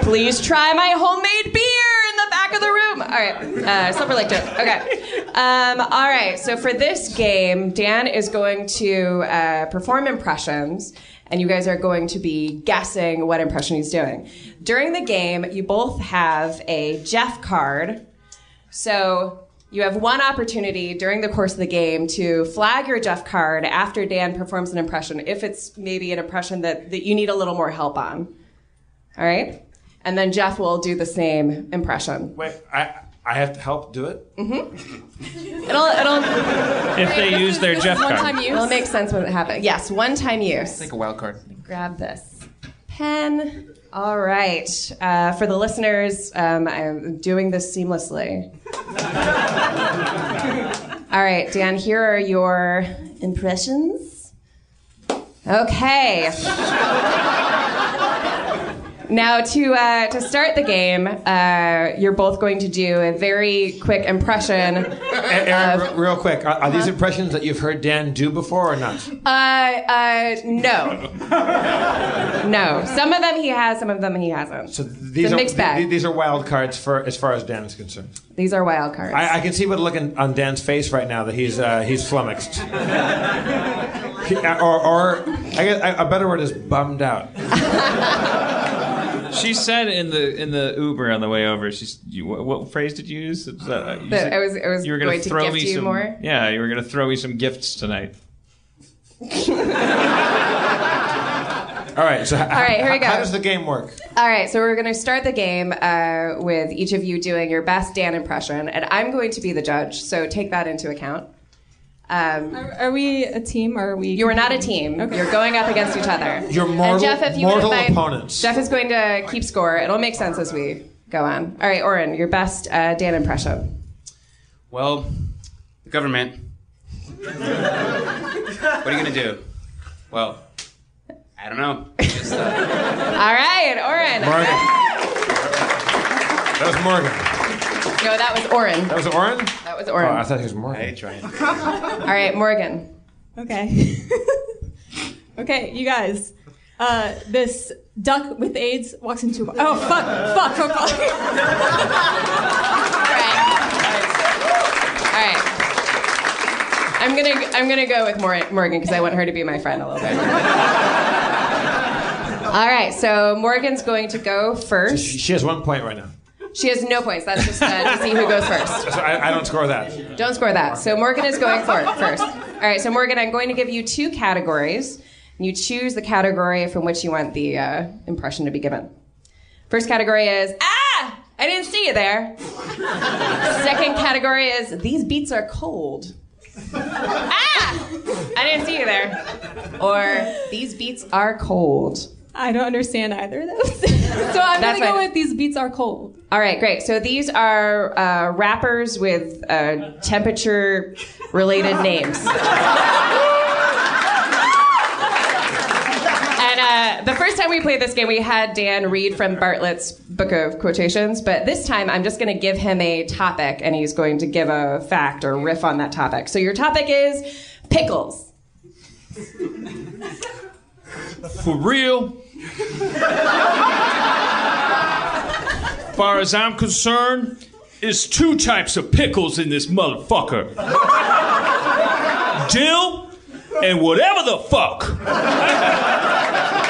[SPEAKER 6] Please try my homemade beer in the back of the room. All right, uh, Silver Lake joke. Okay. Um, all right, so for this game, Dan is going to uh, perform impressions, and you guys are going to be guessing what impression he's doing. During the game, you both have a Jeff card. So you have one opportunity during the course of the game to flag your Jeff card after Dan performs an impression, if it's maybe an impression that, that you need a little more help on. All right? And then Jeff will do the same impression.
[SPEAKER 4] wait, I, I have to help do it?
[SPEAKER 6] Mm-hmm. It'll, it'll,
[SPEAKER 3] If they use their Jeff card.
[SPEAKER 6] it'll make sense when it happens. Yes, one time use.
[SPEAKER 8] Take a wild card.
[SPEAKER 6] grab this pen. All right. Uh, for the listeners, um, I'm doing this seamlessly. All right, Dan, here are your impressions. Okay. Now, to, uh, to start the game, uh, you're both going to do a very quick impression
[SPEAKER 4] A- Aaron,
[SPEAKER 6] Uh,
[SPEAKER 4] r- real quick, are, are these impressions that you've heard Dan do before or not?
[SPEAKER 6] Uh, uh, no. no. Some of them he has, some of them he hasn't.
[SPEAKER 4] So these
[SPEAKER 6] It's a
[SPEAKER 4] are
[SPEAKER 6] mixed bag.
[SPEAKER 4] th- these are wild cards for as far as Dan is concerned.
[SPEAKER 6] These are wild cards.
[SPEAKER 4] I, I can see what looking on Dan's face right now that he's uh, he's flummoxed, He- uh, or, or I guess a a better word is bummed out.
[SPEAKER 3] She said in the in the Uber on the way over. She's you, what, what phrase did you use? Was that, uh, you
[SPEAKER 6] That
[SPEAKER 3] said-
[SPEAKER 6] I was- I was
[SPEAKER 3] gonna
[SPEAKER 6] going to gift you
[SPEAKER 3] some,
[SPEAKER 6] more?
[SPEAKER 3] Yeah, you were gonna throw me some gifts tonight.
[SPEAKER 4] All right, so all
[SPEAKER 6] right, here we go.
[SPEAKER 4] How does the game work?
[SPEAKER 6] All right, so we're going to start the game uh, with each of you doing your best Dan impression, and I'm going to be the judge, so take that into account. Um,
[SPEAKER 9] Are, are we a team? Or are we?
[SPEAKER 6] you are not a team. You're going up against each other.
[SPEAKER 4] You're mortal,
[SPEAKER 6] and Jeff, if you would
[SPEAKER 4] mortal
[SPEAKER 6] invite-
[SPEAKER 4] opponents.
[SPEAKER 6] Jeff is going to keep score. It'll make sense as we go on. All right, Oren, your best uh, Dan impression.
[SPEAKER 8] Well, the government. what are you gonna do? Well, I don't know.
[SPEAKER 6] All right, Oren.
[SPEAKER 4] Morgan, That was Morgan.
[SPEAKER 6] No, that was Oren.
[SPEAKER 4] That was Oren?
[SPEAKER 6] That was Oren.
[SPEAKER 4] Oh, I thought he was Morgan. Hey,
[SPEAKER 8] Ryan.
[SPEAKER 6] All right, Morgan.
[SPEAKER 9] Okay. okay, you guys. Uh, this duck with AIDS walks into. Oh, fuck, fuck, fuck, fuck.
[SPEAKER 6] All right. I'm gonna I'm gonna go with Mor- Morgan because I want her to be my friend a little bit. All right, so Morgan's going to go first.
[SPEAKER 4] She has one point right now.
[SPEAKER 6] She has no points. That's just uh, to see who goes first.
[SPEAKER 4] So I, I don't score that.
[SPEAKER 6] Don't score that. So Morgan is going for it first. All right, so Morgan, I'm going to give you two categories. You choose the category from which you want the uh, impression to be given. First category is ah, I didn't see you there. Second category is these beats are cold. ah, I didn't see you there. Or these beats are cold.
[SPEAKER 9] I don't understand either of those. so I'm
[SPEAKER 6] That's
[SPEAKER 9] going to go
[SPEAKER 6] fine.
[SPEAKER 9] with these beats are cold.
[SPEAKER 6] All right, great. So these are uh, rappers with uh, temperature related names. and uh, the first time we played this game, we had Dan read from Bartlett's book of quotations, but this time I'm just going to give him a topic and he's going to give a fact or riff on that topic. So your topic is pickles.
[SPEAKER 3] For real. Far as I'm concerned, it's two types of pickles in this motherfucker. Dill and whatever the fuck.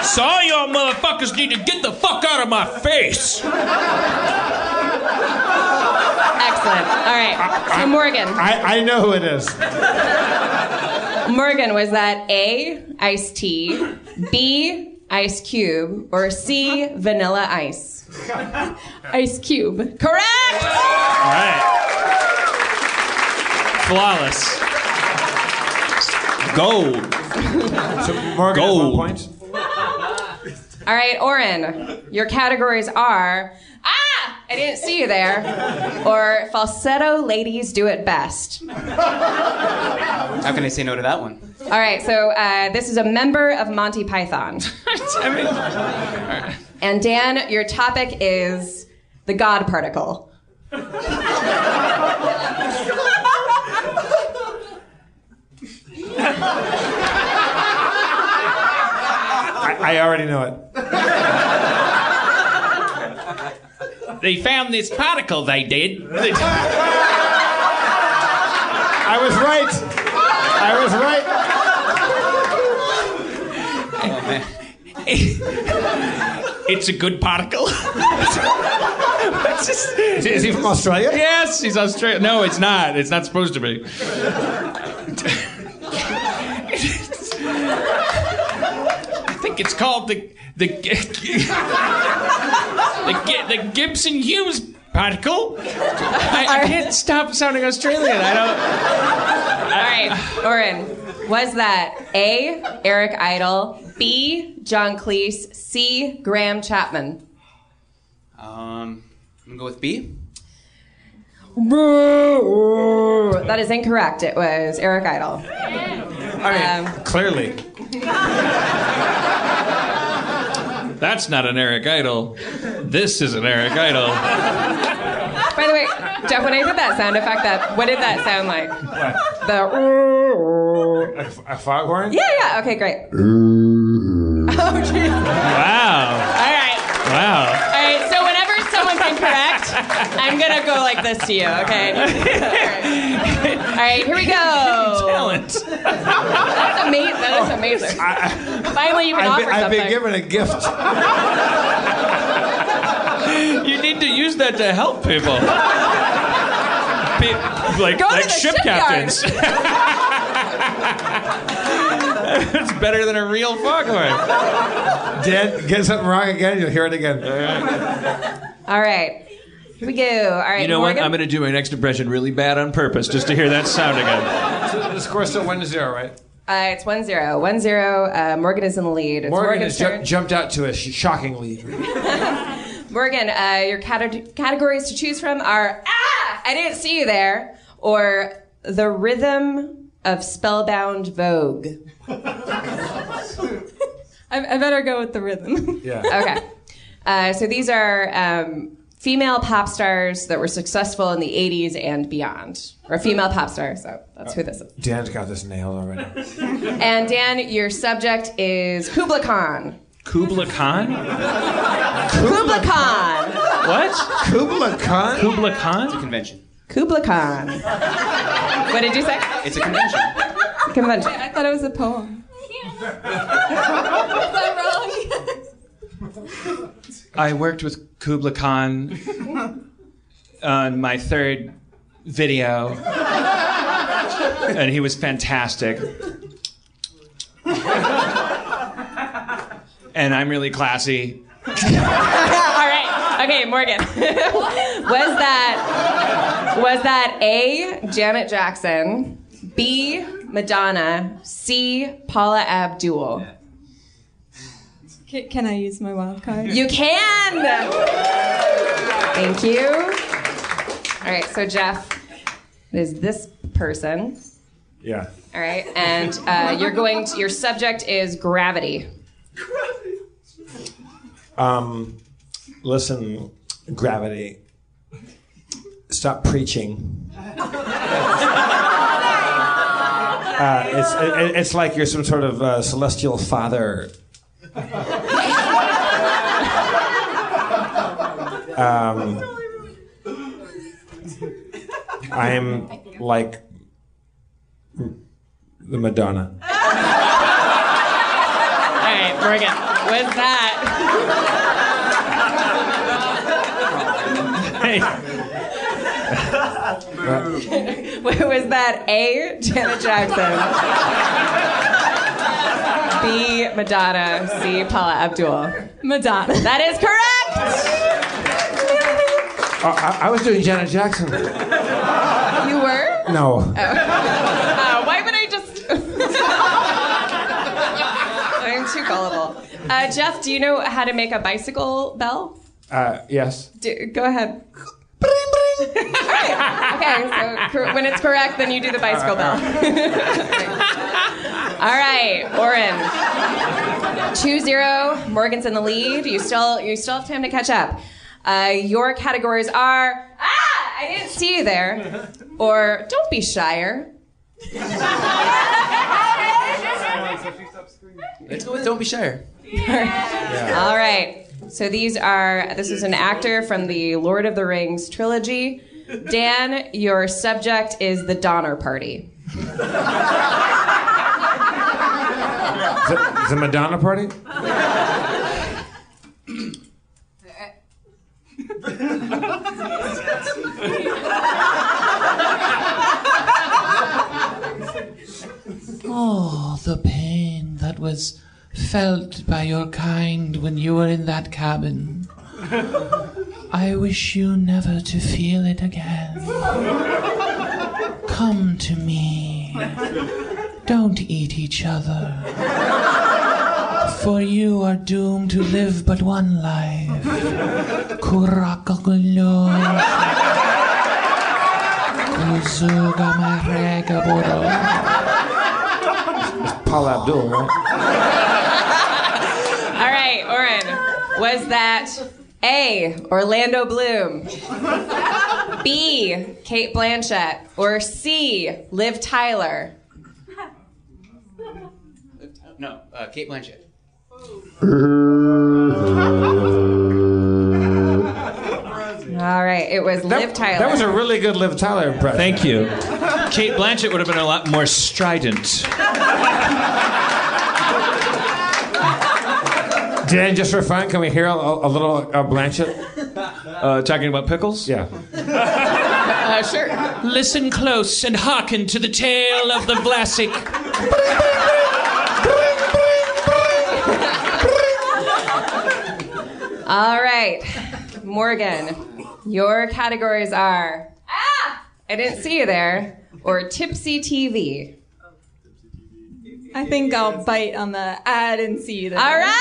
[SPEAKER 3] So all y'all motherfuckers need to get the fuck out of my face.
[SPEAKER 6] Excellent. All right. So Morgan.
[SPEAKER 4] I, I know who it is.
[SPEAKER 6] Morgan, was that A, iced tea, B, ice cube, or C, vanilla ice?
[SPEAKER 9] Ice Cube.
[SPEAKER 6] Correct!
[SPEAKER 3] All right. Flawless. Gold.
[SPEAKER 4] Morgan has
[SPEAKER 3] Gold.
[SPEAKER 4] one point.
[SPEAKER 6] All right, Oren, your categories are Ah! I didn't see you there, or falsetto ladies do it best.
[SPEAKER 8] How can I say no to that one?
[SPEAKER 6] All right, so uh, this is a member of Monty Python.
[SPEAKER 8] I mean,
[SPEAKER 6] And Dan, your topic is the God particle.
[SPEAKER 4] I, I already know it.
[SPEAKER 3] They found this particle they did.
[SPEAKER 4] I was right. I was right.
[SPEAKER 3] It's a good particle. That's just-
[SPEAKER 4] Is he from Australia?
[SPEAKER 3] yes, he's Australian. No, it's not. It's not supposed to be. I think it's called the the Gi- the, Gi- the Gibson Hughes particle. I, I can't stop sounding Australian. I don't.
[SPEAKER 6] All right, Oren, was that A, Eric Idle, B, John Cleese, C, Graham Chapman?
[SPEAKER 8] um, I'm gonna go with B.
[SPEAKER 6] That is incorrect. It was Eric Idle. Um,
[SPEAKER 4] Clearly.
[SPEAKER 3] That's not an Eric Idle. This is an Eric Idle.
[SPEAKER 6] by the way, Jeff, when I did that sound effect, that what did that sound like? The.
[SPEAKER 4] A, a foghorn?
[SPEAKER 6] Yeah, yeah. Okay, great. Oh, geez. All
[SPEAKER 3] Wow.
[SPEAKER 6] right,
[SPEAKER 3] Wow.
[SPEAKER 6] all right. So whenever someone's incorrect, I'm gonna go like this to you. Okay. All right, here we go.
[SPEAKER 3] Talent.
[SPEAKER 6] That's amazing. That is amazing. Finally, you can
[SPEAKER 4] I've
[SPEAKER 6] offer
[SPEAKER 4] been, I've
[SPEAKER 6] something.
[SPEAKER 4] been given a gift.
[SPEAKER 3] You need to use that to help people. Be- like
[SPEAKER 6] Go to
[SPEAKER 3] like
[SPEAKER 6] the
[SPEAKER 3] ship
[SPEAKER 6] shipyard.
[SPEAKER 3] captains. It's better than a real foghorn.
[SPEAKER 4] Dan, get something wrong again, you'll hear it again.
[SPEAKER 6] All right, here we go. All right,
[SPEAKER 3] You know what?
[SPEAKER 6] Morgan?
[SPEAKER 3] I'm going to do my next impression really bad on purpose just to hear that sound again.
[SPEAKER 4] The score's still 1 to 0, right?
[SPEAKER 6] Uh, it's 1 0. 1 0. Uh, Morgan is in the lead. It's
[SPEAKER 4] Morgan
[SPEAKER 6] Morgan's
[SPEAKER 4] has ju-
[SPEAKER 6] turn.
[SPEAKER 4] jumped out to a sh- shocking lead.
[SPEAKER 6] Morgan, uh, your cate- categories to choose from are Ah! I didn't see you there. Or The Rhythm of Spellbound Vogue.
[SPEAKER 9] I, I better go with the rhythm.
[SPEAKER 4] Yeah.
[SPEAKER 6] Okay. uh, so these are um, female pop stars that were successful in the 80s and beyond. Or female pop stars, so that's who this is.
[SPEAKER 4] Dan's got this nailed already.
[SPEAKER 6] And Dan, your subject is Kubla Khan.
[SPEAKER 3] Kubla Khan?
[SPEAKER 6] Kubla Khan.
[SPEAKER 3] What?
[SPEAKER 4] Kubla Khan?
[SPEAKER 3] Kubla Khan?
[SPEAKER 8] Convention.
[SPEAKER 6] Kubla Khan. What did you say?
[SPEAKER 8] It's a convention.
[SPEAKER 6] Convention.
[SPEAKER 9] I thought it was a poem. Is that wrong?
[SPEAKER 3] I worked with Kubla Khan on my third video, and he was fantastic. and I'm really classy.
[SPEAKER 6] All right. Okay, Morgan. was that was that A. Janet Jackson, B. Madonna, C. Paula Abdul?
[SPEAKER 9] Can, can I use my wild card?
[SPEAKER 6] You can. Thank you. All right. So Jeff is this person.
[SPEAKER 4] Yeah.
[SPEAKER 6] All right, and uh, you're going. To, your subject is gravity.
[SPEAKER 4] Um, listen, gravity. Stop preaching. Uh, it's it, it's like you're some sort of uh, celestial father. um, I'm like the Madonna.
[SPEAKER 6] All right, Morgan, what's that? was that A. Janet Jackson, B. Madonna, C. Paula Abdul?
[SPEAKER 9] Madonna.
[SPEAKER 6] That is correct.
[SPEAKER 4] Oh, I, I was doing Janet Jackson.
[SPEAKER 6] You were.
[SPEAKER 4] No.
[SPEAKER 6] Uh, why would I just? I'm too gullible. Uh, Jeff, do you know how to make a bicycle bell?
[SPEAKER 4] Uh, yes.
[SPEAKER 6] Do, go ahead. All right. Okay. So cor- when it's correct, then you do the bicycle bell. All right, Oren. Two zero. Morgan's in the lead. You still you still have time to catch up. Uh, your categories are ah, I didn't see you there, or don't be shyer.
[SPEAKER 8] Let's go with Don't Be Shire.
[SPEAKER 6] All right. So these are this is an actor from the Lord of the Rings trilogy. Dan, your subject is the Donner Party.
[SPEAKER 4] The, the Madonna party?
[SPEAKER 10] Oh, the pain that was felt by your kind when you were in that cabin. I wish you never to feel it again. Come to me. Don't eat each other. For you are doomed to live but one life. Kurakakulyo. Kuzugamaragaboro.
[SPEAKER 4] Paula Abdul, right?
[SPEAKER 6] All right, Oren, was that A. Orlando Bloom, B. Kate Blanchett, or C. Liv Tyler?
[SPEAKER 8] No, uh, Kate Blanchett.
[SPEAKER 6] All right, it was Liv Tyler.
[SPEAKER 4] That was a really good Liv Tyler impression.
[SPEAKER 3] Thank you. Kate Blanchett would have been a lot more strident.
[SPEAKER 4] Dan, just for fun, can we hear a, a little uh, Blanchett?
[SPEAKER 3] Uh, talking about pickles?
[SPEAKER 4] Yeah.
[SPEAKER 6] uh, sure.
[SPEAKER 10] Listen close and hearken to the tale of the Vlasic.
[SPEAKER 6] All right, Morgan, your categories are Ah, I didn't see you there, or Tipsy TV.
[SPEAKER 9] I think I'll bite on the ad and see you there.
[SPEAKER 6] All right.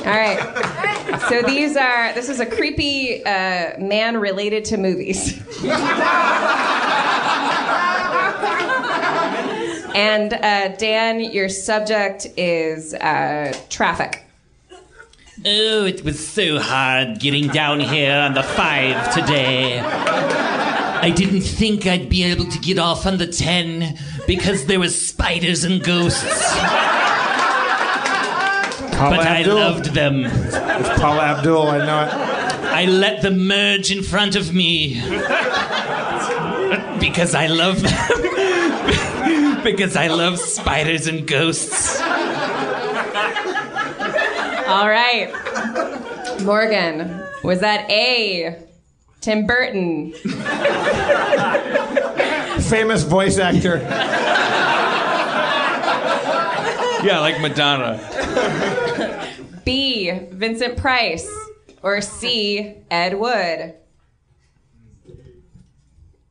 [SPEAKER 6] All right. So these are this is a creepy uh, man related to movies. and uh, Dan, your subject is uh, traffic.
[SPEAKER 10] Oh, it was so hard getting down here on the five today. I didn't think I'd be able to get off on the ten because there was spiders and ghosts. but
[SPEAKER 4] Abdul.
[SPEAKER 10] I loved them.
[SPEAKER 4] It's Paula Abdul, I know it.
[SPEAKER 10] I let them merge in front of me because I love them. because I love spiders and ghosts.
[SPEAKER 6] All right. Morgan, was that A, Tim Burton?
[SPEAKER 4] Famous voice actor.
[SPEAKER 11] Yeah, like Madonna.
[SPEAKER 6] B, Vincent Price? Or C, Ed Wood?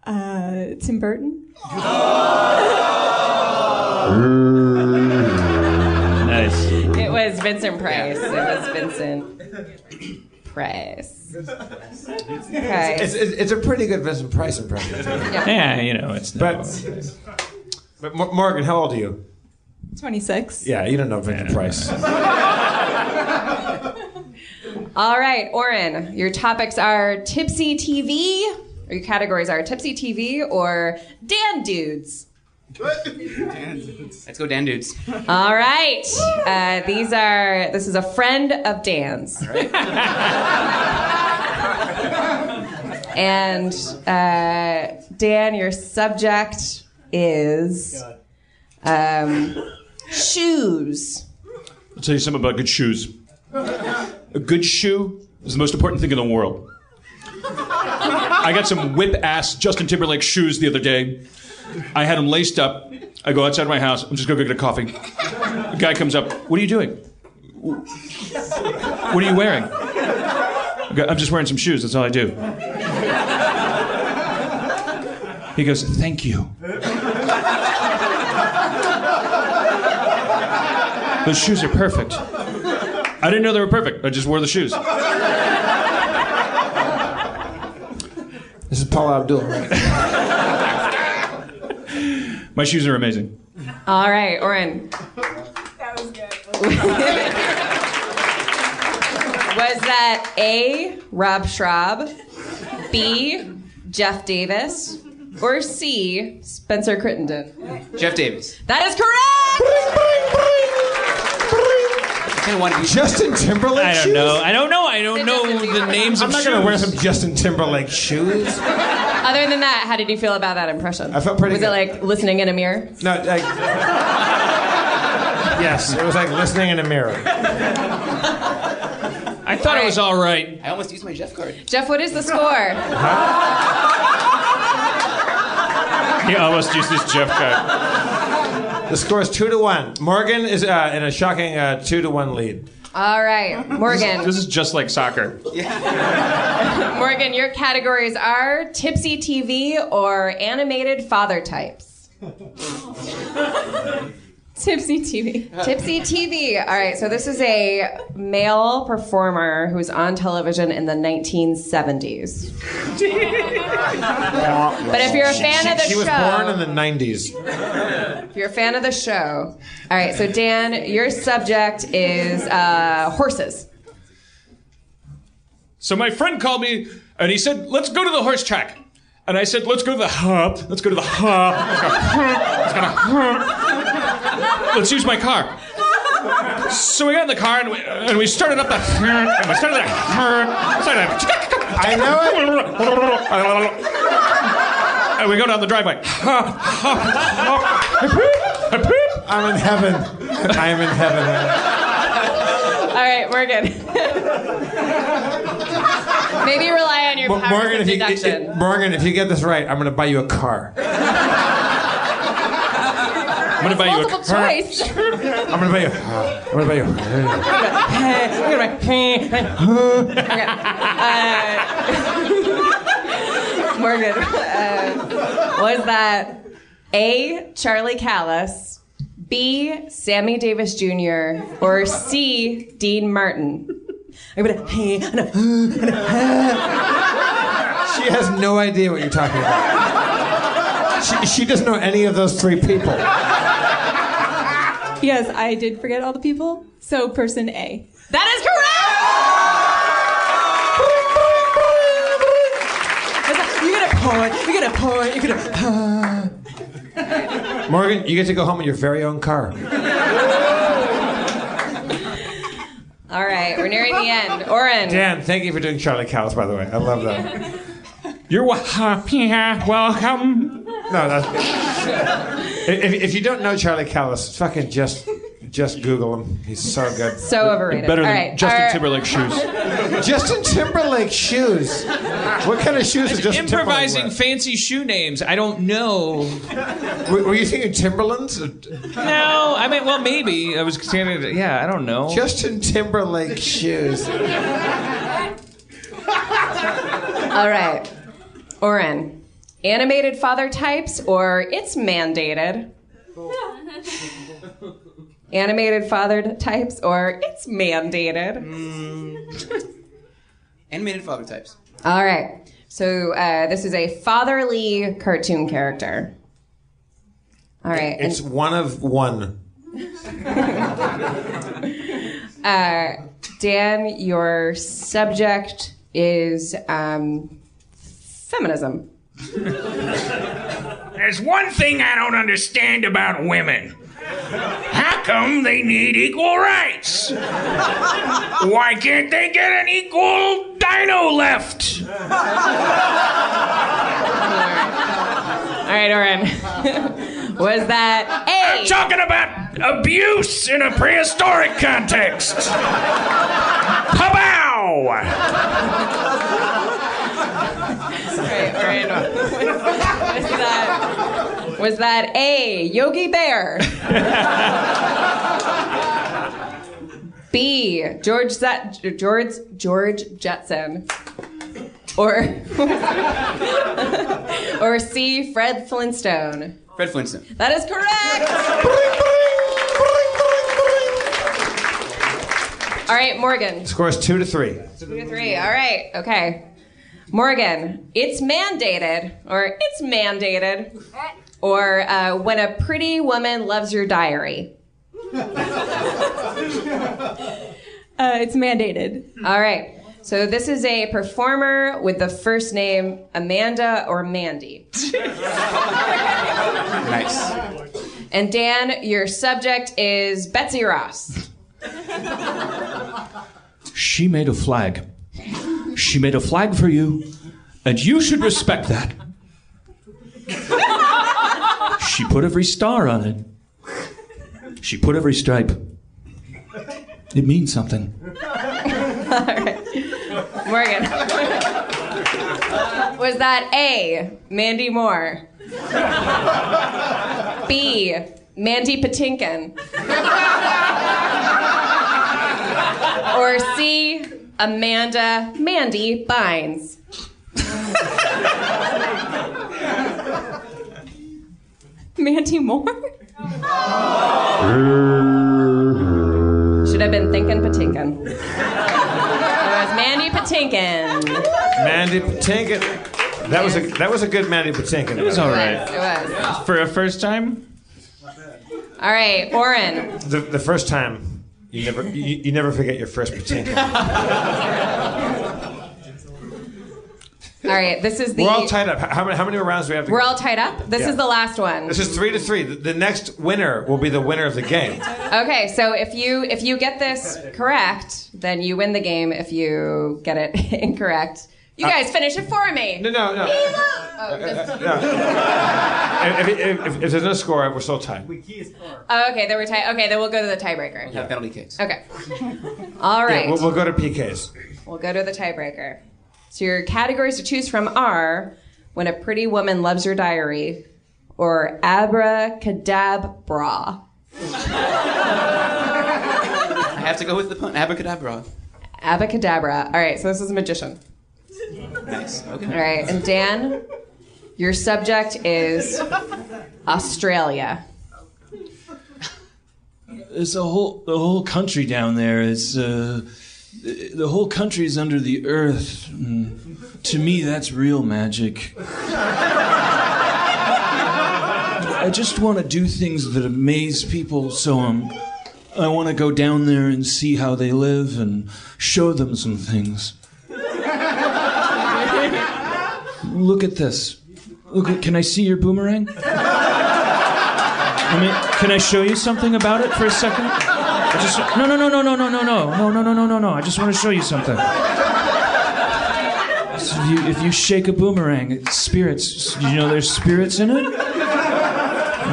[SPEAKER 9] Uh, Tim Burton.
[SPEAKER 10] nice.
[SPEAKER 6] It was Vincent Price. It was Vincent Price. Okay.
[SPEAKER 4] It's, it's, it's a pretty good Vincent Price impression.
[SPEAKER 11] Yeah, you know, it's
[SPEAKER 4] But, but Mo- Morgan, how old are you?
[SPEAKER 9] 26.
[SPEAKER 4] Yeah, you don't know Vincent Price.
[SPEAKER 6] All right, Oren, your topics are tipsy TV, or your categories are tipsy TV or Dan Dudes.
[SPEAKER 8] Let's go, Dan dudes.
[SPEAKER 6] All right, uh, these are, this is a friend of Dan's. and uh, Dan, your subject is um, shoes.
[SPEAKER 3] I'll tell you something about good shoes. A good shoe is the most important thing in the world. I got some whip ass Justin Timberlake shoes the other day. I had them laced up. I go outside my house. I'm just going to go get a coffee. The guy comes up. What are you doing? What are you wearing? I go, I'm just wearing some shoes. That's all I do. He goes, Thank you. Those shoes are perfect. I didn't know they were perfect. I just wore the shoes.
[SPEAKER 4] This is Paula Abdul, right?
[SPEAKER 3] My shoes are amazing.
[SPEAKER 6] All right, Oren. That was good. was that A, Rob Schraub, B, Jeff Davis, or C, Spencer Crittenden?
[SPEAKER 8] Jeff Davis.
[SPEAKER 6] That is correct!
[SPEAKER 4] Justin Timberlake
[SPEAKER 11] I don't
[SPEAKER 4] shoes?
[SPEAKER 11] know. I don't know. I don't know the names
[SPEAKER 4] I'm
[SPEAKER 11] of
[SPEAKER 4] not
[SPEAKER 11] shoes.
[SPEAKER 4] gonna wear some Justin Timberlake shoes.
[SPEAKER 6] Other than that, how did you feel about that impression?
[SPEAKER 4] I felt pretty
[SPEAKER 6] Was it like listening in a mirror?
[SPEAKER 4] No, like. yes, it was like listening in a mirror.
[SPEAKER 11] I thought it was all right.
[SPEAKER 8] I almost used my Jeff card.
[SPEAKER 6] Jeff, what is the score?
[SPEAKER 4] He almost used his Jeff card. The score is two to one. Morgan is uh, in a shocking uh, two to one lead.
[SPEAKER 6] All right, Morgan.
[SPEAKER 3] This is just like soccer.
[SPEAKER 6] Morgan, your categories are tipsy TV or animated father types.
[SPEAKER 9] Tipsy TV.
[SPEAKER 6] Tipsy TV. All right, so this is a male performer who's on television in the 1970s. But if you're a fan
[SPEAKER 4] She-
[SPEAKER 6] of the
[SPEAKER 4] she was
[SPEAKER 6] show-
[SPEAKER 4] born in the '90s.
[SPEAKER 6] If you're a fan of the show. All right, so Dan, your subject is uh, horses.
[SPEAKER 3] So my friend called me and he said, "Let's go to the horse track." And I said, "Let's go to the hop. Let's go to the hop. Let's go hop. Let's, go hop. Let's use my car." So we got in the car and we, and we started up the and we started the started
[SPEAKER 4] I
[SPEAKER 3] know it. And we go down the driveway.
[SPEAKER 4] I'm in heaven. I am in heaven.
[SPEAKER 6] All right, Morgan. Maybe rely on your
[SPEAKER 4] Mo-
[SPEAKER 6] powers
[SPEAKER 4] Morgan,
[SPEAKER 6] of
[SPEAKER 4] if you, i-
[SPEAKER 6] deduction.
[SPEAKER 4] i- Morgan, if you get this right, I'm going to buy you a car.
[SPEAKER 3] I'm gonna buy you a
[SPEAKER 6] Multiple choice.
[SPEAKER 4] I'm going to buy you. I'm going to buy you.
[SPEAKER 6] Okay. Uh, Morgan, uh, was that A, Charlie Callis, B, Sammy Davis Jr., or C, Dean Martin?
[SPEAKER 4] She has no idea what you're talking about. She, she doesn't know any of those three people.
[SPEAKER 9] Yes, I did forget all the people. So person A.
[SPEAKER 6] That is correct! point. You're gonna point. You're gonna.
[SPEAKER 4] Morgan, you get to go home in your very own car.
[SPEAKER 6] All right, we're nearing the end. Oren.
[SPEAKER 4] Dan, thank you for doing Charlie Cows, by the way. I love that.
[SPEAKER 12] You're happy. Welcome.
[SPEAKER 4] No, that's. If, if you don't know Charlie Callis, fucking just just Google him. He's so good.
[SPEAKER 6] So overrated. Better than All right, Justin our- Timberlake
[SPEAKER 4] shoes. Justin Timberlake shoes. What kind of shoes is Justin
[SPEAKER 3] Improvising
[SPEAKER 4] Timberlake?
[SPEAKER 3] fancy shoe names. I don't know.
[SPEAKER 4] Were, were you thinking Timberlands?
[SPEAKER 3] No, I mean, well, maybe. I was standing. Yeah, I don't know.
[SPEAKER 4] Justin Timberlake shoes.
[SPEAKER 6] All right, Oren. Animated father types, or it's mandated. Animated father types, or it's mandated.
[SPEAKER 8] Animated father types.
[SPEAKER 6] All right. So uh, this is a fatherly cartoon character. All right.
[SPEAKER 4] It's one of one.
[SPEAKER 6] And, uh, Dan, your subject is um, feminism.
[SPEAKER 13] There's one thing I don't understand about women. How come they need equal rights? Why can't they get an equal dino left?
[SPEAKER 6] All right, Oren. Was that A?
[SPEAKER 13] I'm talking about abuse in a prehistoric context. Pow!
[SPEAKER 6] was that was that A Yogi Bear? B George Zet, George George Jetson. Or or C Fred Flintstone.
[SPEAKER 8] Fred Flintstone.
[SPEAKER 6] That is correct. All right, Morgan.
[SPEAKER 4] Scores two to three.
[SPEAKER 6] Two to three. All right. Okay. Morgan, it's mandated, or it's mandated, or uh, when a pretty woman loves your diary.
[SPEAKER 9] Uh, it's mandated.
[SPEAKER 6] All right. So this is a performer with the first name Amanda or Mandy.
[SPEAKER 8] Nice.
[SPEAKER 6] And Dan, your subject is Betsy Ross.
[SPEAKER 3] She made a flag. She made a flag for you, and you should respect that. She put every star on it. She put every stripe. It means something.
[SPEAKER 6] Morgan. Was that A, Mandy Moore? B, Mandy Patinkin? or C, Amanda Mandy Bynes?
[SPEAKER 9] Mandy Moore?
[SPEAKER 6] Should have been thinking Patinkin. it was Mandy Patinkin.
[SPEAKER 4] Mandy Patinkin. That was a that was a good Mandy Patinkin. It
[SPEAKER 3] was all right.
[SPEAKER 6] It was.
[SPEAKER 3] For a first time?
[SPEAKER 6] All right, Oren.
[SPEAKER 4] The, the first time, you never you, you never forget your first Patinkin.
[SPEAKER 6] All right, this is the.
[SPEAKER 4] We're all tied up. How- How many how many more rounds do we have to?
[SPEAKER 6] We're
[SPEAKER 4] go?
[SPEAKER 6] all tied up. This
[SPEAKER 4] Yeah.
[SPEAKER 6] is the last one.
[SPEAKER 4] This is three to three. The, the next winner will be the winner of the game.
[SPEAKER 6] Okay, so if you if you get this correct, then you win the game. If you get it incorrect, you
[SPEAKER 4] Uh,
[SPEAKER 6] guys finish it for me.
[SPEAKER 4] No, no, no.
[SPEAKER 6] Oh, this-
[SPEAKER 4] If, if, if, if there's no score, we're still tied.
[SPEAKER 6] oh, okay, then we're tied. Okay, then we'll go to the tiebreaker.
[SPEAKER 4] have
[SPEAKER 8] penalty kicks.
[SPEAKER 6] Okay. All right.
[SPEAKER 4] we'll, we'll go to PKs.
[SPEAKER 6] We'll go to the tiebreaker. So your categories to choose from are When a Pretty Woman Loves Your Diary or Abracadabra.
[SPEAKER 8] I have to go with the pun. Abracadabra.
[SPEAKER 6] Abacadabra. All right, so this is a magician.
[SPEAKER 8] Nice. Okay.
[SPEAKER 6] All right, and Dan, your subject is Australia.
[SPEAKER 3] It's a whole the whole country down there is uh, the the whole country is under the earth. Mm. To me, that's real magic. I just want to do things that amaze people, so um, I want to go down there and see how they live and show them some things. Look at this. Look at, can I see your boomerang? I mean, can I show you something about it for a second? I just, no, no, no, no, no, no, no, no, no, no, no, no, no, no. I just want to show you something. So if, you, if you shake a boomerang, it's spirits. You know there's spirits in it?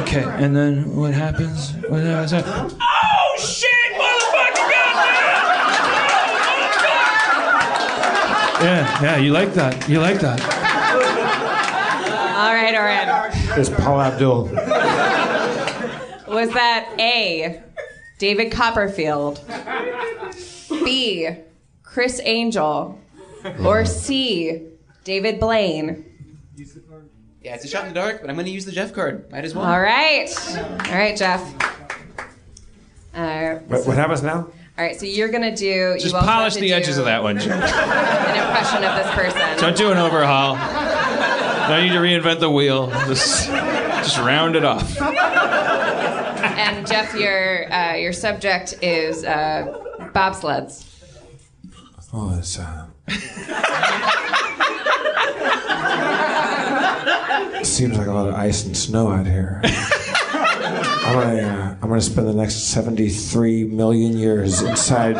[SPEAKER 3] Okay, and then what happens? What happens?
[SPEAKER 13] Oh shit, motherfucker!
[SPEAKER 3] Yeah, yeah, you like that. You like that.
[SPEAKER 6] All right, all right.
[SPEAKER 4] It's Paul Abdul.
[SPEAKER 6] Was that A, David Copperfield, B, Chris Angel, or C, David Blaine?
[SPEAKER 8] Yeah, it's a shot in the dark, but I'm going to use the Jeff card. Might as well.
[SPEAKER 6] All right. All right, Jeff. Uh,
[SPEAKER 4] What, what happens now?
[SPEAKER 6] all right, so you're going to do.
[SPEAKER 3] Just
[SPEAKER 6] you also have
[SPEAKER 3] polish
[SPEAKER 6] to
[SPEAKER 3] the
[SPEAKER 6] do
[SPEAKER 3] edges of that one.
[SPEAKER 6] An impression of this person.
[SPEAKER 3] Don't do an overhaul. No need to reinvent the wheel. Just, just round it off.
[SPEAKER 6] and Jeff, your uh, your subject is uh, bobsleds.
[SPEAKER 4] Oh, it's uh, seems like a lot of ice and snow out here. I'm gonna, uh, I'm gonna spend the next 73 million years inside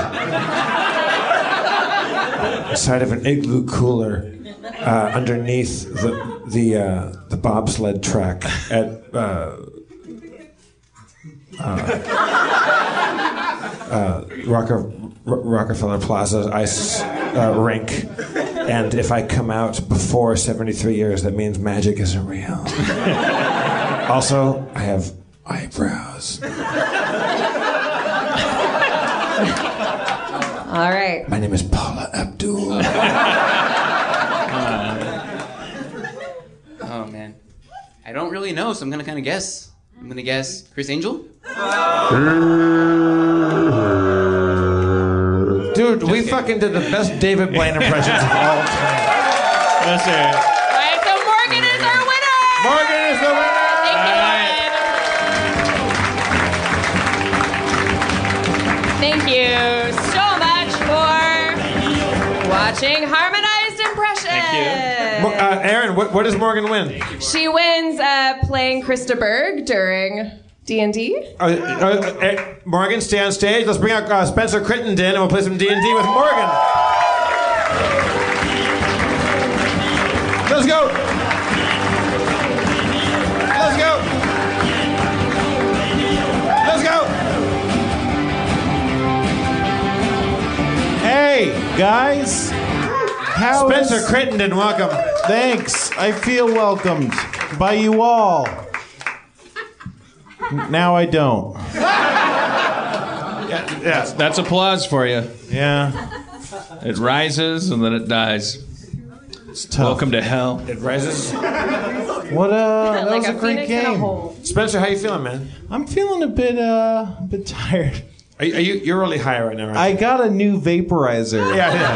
[SPEAKER 4] inside of an igloo cooler uh, underneath the the uh, the bobsled track at uh, uh, Rocker, R- Rockefeller Plaza ice uh, rink. And if I come out before 73 years, that means magic isn't real. also, I have eyebrows.
[SPEAKER 6] All right.
[SPEAKER 4] My name is Paula Abdul.
[SPEAKER 8] Oh man, I don't really know, so I'm gonna kind of guess. I'm gonna guess Chris Angel.
[SPEAKER 4] Dude, we fucking did the best David Blaine impressions of all time. That's it.
[SPEAKER 6] All right, so Morgan is our winner.
[SPEAKER 4] Morgan is the winner.
[SPEAKER 6] Thank you, Morgan. Thank you so much for watching Harmonized Impression.
[SPEAKER 4] Mo- uh, Aaron, what, what does Morgan win?
[SPEAKER 6] She wins uh, playing Krista Berg during D and D.
[SPEAKER 4] Uh, uh, uh, eh, Morgan, stay on stage. Let's bring out uh, Spencer Crittenden, and we'll play some D and D with Morgan. Let's go. Let's go. Let's go.
[SPEAKER 14] Hey, guys. How
[SPEAKER 4] Spencer Crittenden, welcome.
[SPEAKER 14] Thanks. I feel welcomed by you all. Now I don't.
[SPEAKER 3] Yeah, that's, that's applause for you.
[SPEAKER 14] Yeah.
[SPEAKER 3] It rises and then it dies. It's
[SPEAKER 14] tough.
[SPEAKER 3] Welcome to hell.
[SPEAKER 4] It rises.
[SPEAKER 14] What uh that was a, great
[SPEAKER 4] phoenix in a
[SPEAKER 14] game.
[SPEAKER 4] Spencer, how you feeling, man?
[SPEAKER 14] I'm feeling a bit uh a bit tired.
[SPEAKER 4] Are, you- are you? You're really high right now. Right?
[SPEAKER 14] I got a new vaporizer.
[SPEAKER 4] Yeah, yeah.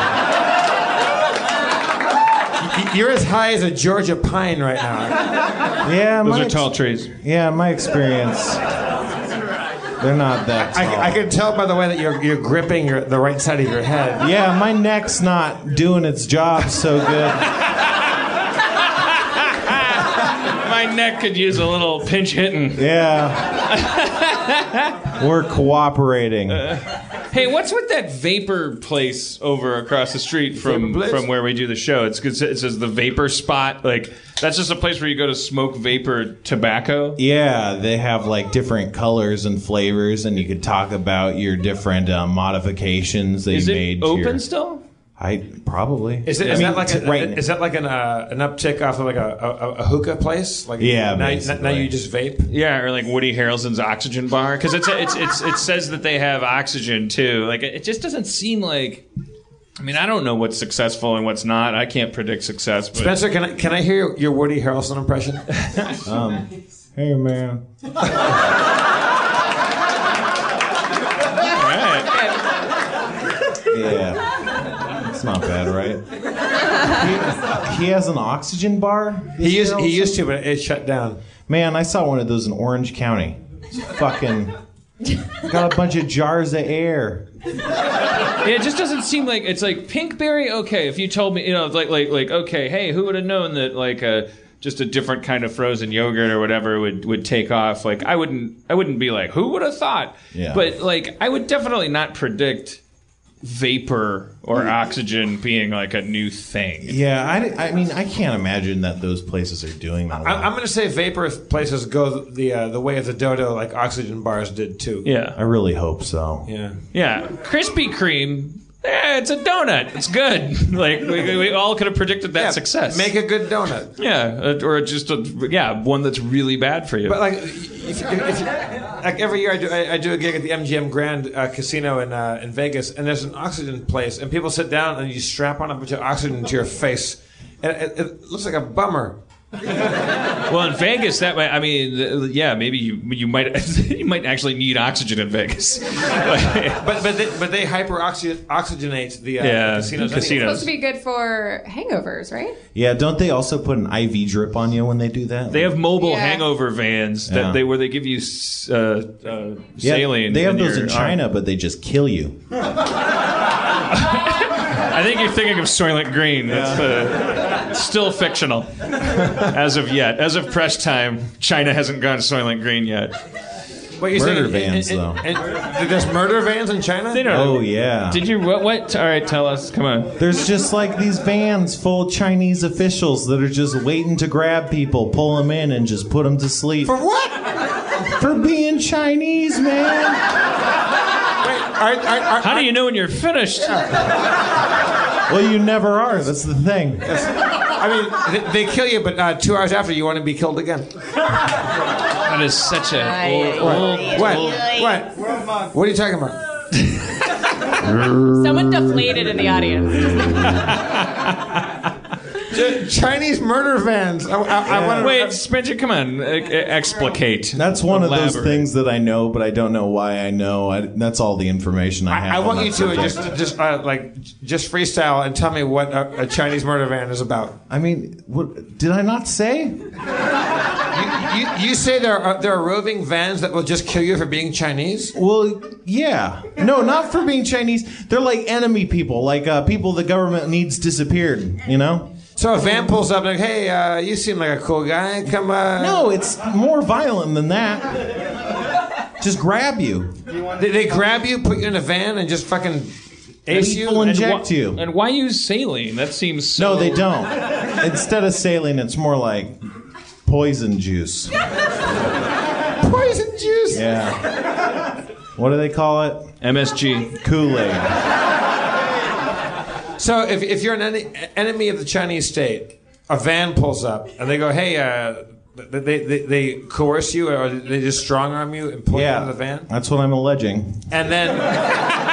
[SPEAKER 4] Y- You're as high as a Georgia pine right now.
[SPEAKER 14] Yeah,
[SPEAKER 3] Those
[SPEAKER 14] my
[SPEAKER 3] are
[SPEAKER 14] ex-
[SPEAKER 3] tall trees.
[SPEAKER 14] Yeah, my experience. They're not that tall.
[SPEAKER 4] I, I can tell by the way that you're, you're gripping your, the right side of your head.
[SPEAKER 14] yeah, my neck's not doing its job so good.
[SPEAKER 3] My neck could use a little pinch hitting.
[SPEAKER 14] Yeah. We're cooperating.
[SPEAKER 4] Uh,
[SPEAKER 3] Hey, what's with that vapor place over across the street from
[SPEAKER 14] Vapor place?
[SPEAKER 3] from where we do the show? It's it says the vapor spot. Like that's just a place where you go to smoke vapor tobacco.
[SPEAKER 14] Yeah, they have like different colors and flavors, and you could talk about your different uh, modifications that
[SPEAKER 3] Is
[SPEAKER 14] you
[SPEAKER 3] it
[SPEAKER 14] made.
[SPEAKER 3] open
[SPEAKER 14] to your,
[SPEAKER 3] still?
[SPEAKER 14] I probably.
[SPEAKER 4] Is, it, is that like
[SPEAKER 14] t-
[SPEAKER 4] a, is that like an uh, an uptick off of like a, a, a hookah place? Like now,
[SPEAKER 14] Yeah,
[SPEAKER 4] now- now
[SPEAKER 14] basically.
[SPEAKER 4] you just vape.
[SPEAKER 3] Yeah, or like Woody Harrelson's oxygen bar because it's it's it's it says that they have oxygen too. Like it it just doesn't seem like. I mean, I don't know what's successful and what's not. I can't predict success. But
[SPEAKER 4] Spencer, can I can I hear your, your Woody Harrelson impression?
[SPEAKER 14] um, hey man, yeah, it's not bad, right? He, he has an oxygen bar.
[SPEAKER 4] He used he used to, but it shut down.
[SPEAKER 14] Man, I saw one of those in Orange County. It's fucking Got a bunch of jars of air.
[SPEAKER 3] Yeah, it just doesn't seem like it's like Pinkberry. Okay, if you told me, you know, like like like okay, hey, who would have known that like uh, just a different kind of frozen yogurt or whatever would would take off? Like I wouldn't I wouldn't be like who would have thought?
[SPEAKER 14] Yeah.
[SPEAKER 3] But like I would definitely not predict vapor or
[SPEAKER 4] Mm.
[SPEAKER 3] oxygen being like a new thing.
[SPEAKER 14] Yeah, I, I mean, I can't imagine that those places are doing that.
[SPEAKER 4] I, I'm going to say vapor places go the uh, the way of the dodo, like oxygen bars did too.
[SPEAKER 3] Yeah.
[SPEAKER 14] I really hope so.
[SPEAKER 4] Yeah.
[SPEAKER 3] Yeah, Krispy Kreme. Eh, it's a donut. It's good. Like we, we all could have predicted that success.
[SPEAKER 4] Make a good donut.
[SPEAKER 3] yeah, uh, or just a yeah one that's really bad for you.
[SPEAKER 4] But like, if, if, if, like every year I do, I, I do a gig at the MGM Grand uh, Casino in uh, in Vegas, and there's an oxygen place, and people sit down and you strap on a bunch of oxygen to your face, and it, it looks like a bummer.
[SPEAKER 3] well, in Vegas, that might. I mean, th- yeah, maybe you you might you might actually need oxygen in Vegas.
[SPEAKER 4] but but they, but they hyper oxygenate the uh,
[SPEAKER 3] Yeah,
[SPEAKER 4] casinos.
[SPEAKER 3] casinos.
[SPEAKER 4] anyway.
[SPEAKER 6] supposed to be good for hangovers, right?
[SPEAKER 14] Yeah, don't they also put an IV drip on you when they do that?
[SPEAKER 3] They have mobile
[SPEAKER 6] Yeah.
[SPEAKER 3] hangover vans that
[SPEAKER 14] Yeah.
[SPEAKER 3] they where they give you s- uh, uh,
[SPEAKER 14] Yeah,
[SPEAKER 3] saline.
[SPEAKER 14] They have those
[SPEAKER 3] your
[SPEAKER 14] in China, but they just kill you.
[SPEAKER 3] arm. I think you're thinking of Soylent Green. That's uh, still fictional, as of yet. As of press time, China hasn't gone Soylent Green yet.
[SPEAKER 4] What you
[SPEAKER 14] Murder
[SPEAKER 4] saying?
[SPEAKER 14] vans,
[SPEAKER 4] And-
[SPEAKER 14] though.
[SPEAKER 4] and- and there's murder vans in China.
[SPEAKER 3] They don't.
[SPEAKER 14] Oh, yeah.
[SPEAKER 3] Did you what? What? All right, tell us. Come on.
[SPEAKER 14] There's just like these vans full of Chinese officials that are just waiting to grab people, pull them in, and just put them to sleep. For
[SPEAKER 4] what?
[SPEAKER 14] For being Chinese, man.
[SPEAKER 3] How do you know when you're finished?
[SPEAKER 14] Well, you never are. That's the thing.
[SPEAKER 4] I mean, they, they kill you, but uh, two hours after, you want to be killed again.
[SPEAKER 3] That is such a
[SPEAKER 4] what? What? What? What are you talking about?
[SPEAKER 9] Someone deflated in the audience.
[SPEAKER 4] Chinese murder vans. I, I, I want to
[SPEAKER 3] Wait, Spencer, come on, e- e- explicate.
[SPEAKER 14] That's one of those
[SPEAKER 3] Elaborate.
[SPEAKER 14] things that I know, but I don't know why I know. I, that's all the information I have.
[SPEAKER 4] I
[SPEAKER 14] on
[SPEAKER 4] want
[SPEAKER 14] that
[SPEAKER 4] you to
[SPEAKER 14] subject.
[SPEAKER 4] just just uh, like just freestyle and tell me what a, a Chinese murder van is about.
[SPEAKER 14] I mean, what did I not say?
[SPEAKER 4] You, you say there are there are roving vans that will just kill you for being Chinese.
[SPEAKER 14] Well, yeah. No, not for being Chinese. They're like enemy people, like uh, people the government needs disappeared, you know?
[SPEAKER 4] So a van pulls up like, hey, uh, you seem like a cool guy. Come uh, on.
[SPEAKER 14] No, it's more violent than that. Just grab you.
[SPEAKER 4] They, they grab you, put you in a van, and just fucking ace you.
[SPEAKER 14] People inject you.
[SPEAKER 3] And why use saline? That seems so...
[SPEAKER 14] No, they don't. Instead of saline, it's more like poison juice.
[SPEAKER 4] Poison juice.
[SPEAKER 14] Yeah. What do they call it?
[SPEAKER 3] MSG.
[SPEAKER 14] Kool Aid.
[SPEAKER 4] So if, if you're an en- enemy of the Chinese state, a van pulls up and they go, hey, uh, they, they, they coerce you or they just strong arm you and pull you out
[SPEAKER 14] Yeah.
[SPEAKER 4] of the van.
[SPEAKER 14] That's what I'm alleging.
[SPEAKER 4] And then.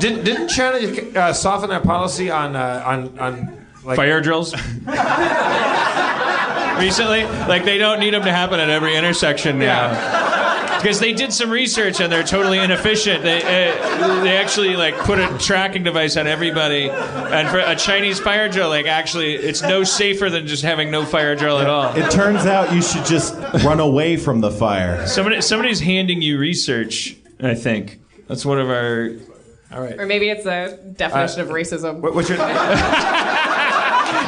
[SPEAKER 4] Did, didn't China uh, soften their policy on uh, on on like
[SPEAKER 3] Fire drills? Recently? Like, they don't need them to happen at every intersection now. Because they did some research and they're totally inefficient. They, uh, they actually, like, put a tracking device on everybody. And for a Chinese fire drill, like, actually, it's no safer than just having no fire drill at all.
[SPEAKER 14] It turns out you should just run away from the fire.
[SPEAKER 3] Somebody, somebody's handing you research, I think. That's one of our...
[SPEAKER 4] All right.
[SPEAKER 6] Or maybe it's a definition of racism.
[SPEAKER 4] what's your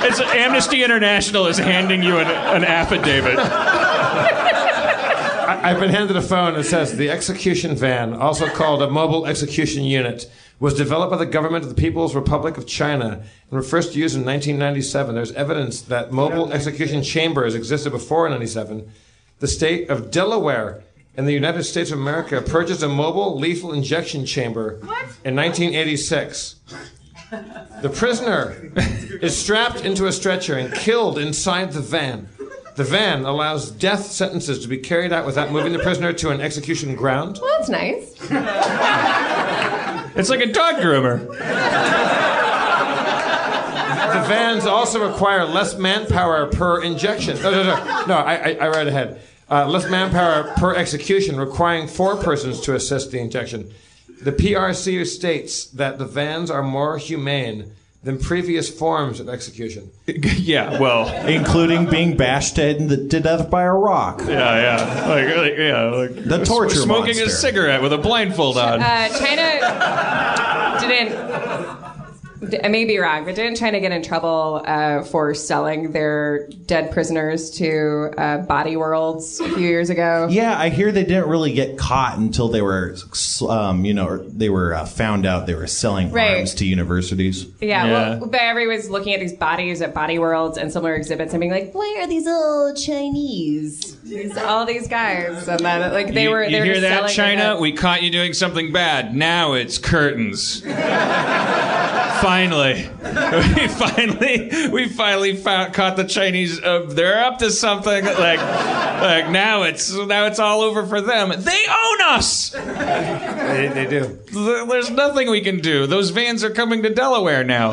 [SPEAKER 3] It's Amnesty International is handing you an, an affidavit.
[SPEAKER 4] I, I've been handed a phone that says the execution van, also called a mobile execution unit, was developed by the government of the People's Republic of China and were first used in 1997. There's evidence that mobile execution chambers existed before 97. The state of Delaware in the United States of America purchased a mobile lethal injection chamber in 1986. The prisoner is strapped into a stretcher and killed inside the van. The van allows death sentences to be carried out without moving the prisoner to an execution ground.
[SPEAKER 6] Well, that's nice.
[SPEAKER 3] It's like a dog groomer.
[SPEAKER 4] The vans also require less manpower per injection. No, no, no. No, I, I, I read ahead. Uh, less manpower per execution, requiring four persons to assist the injection. The PRC states that the vans are more humane than previous forms of execution.
[SPEAKER 3] yeah, well,
[SPEAKER 14] including being bashed to to death by a rock.
[SPEAKER 3] yeah, yeah, like, like yeah, like
[SPEAKER 14] The torture
[SPEAKER 3] smoking
[SPEAKER 14] monster.
[SPEAKER 3] a cigarette with a blindfold on.
[SPEAKER 6] Uh, China didn't. d- I may be wrong, but didn't China get in trouble uh, for selling their dead prisoners to uh, Body Worlds a few years ago?
[SPEAKER 14] Yeah, I hear they didn't really get caught until they were, um, you know, they were uh, found out they were selling
[SPEAKER 6] Right.
[SPEAKER 14] arms to universities.
[SPEAKER 6] Yeah, well, but everyone's looking at these bodies at Body Worlds and similar exhibits and being like, "Why are these all Chinese? These, all these guys?" And then, like, they
[SPEAKER 3] You-
[SPEAKER 6] were
[SPEAKER 3] You
[SPEAKER 6] they were
[SPEAKER 3] hear
[SPEAKER 6] just
[SPEAKER 3] that,
[SPEAKER 6] selling
[SPEAKER 3] China? We caught you doing something bad. Now it's curtains. finally, we finally, we finally found, caught the Chinese. Uh, they're up to something. Like, like now it's now it's all over for them. They own us.
[SPEAKER 4] They, they do.
[SPEAKER 3] Th- There's nothing we can do. Those vans are coming to Delaware now.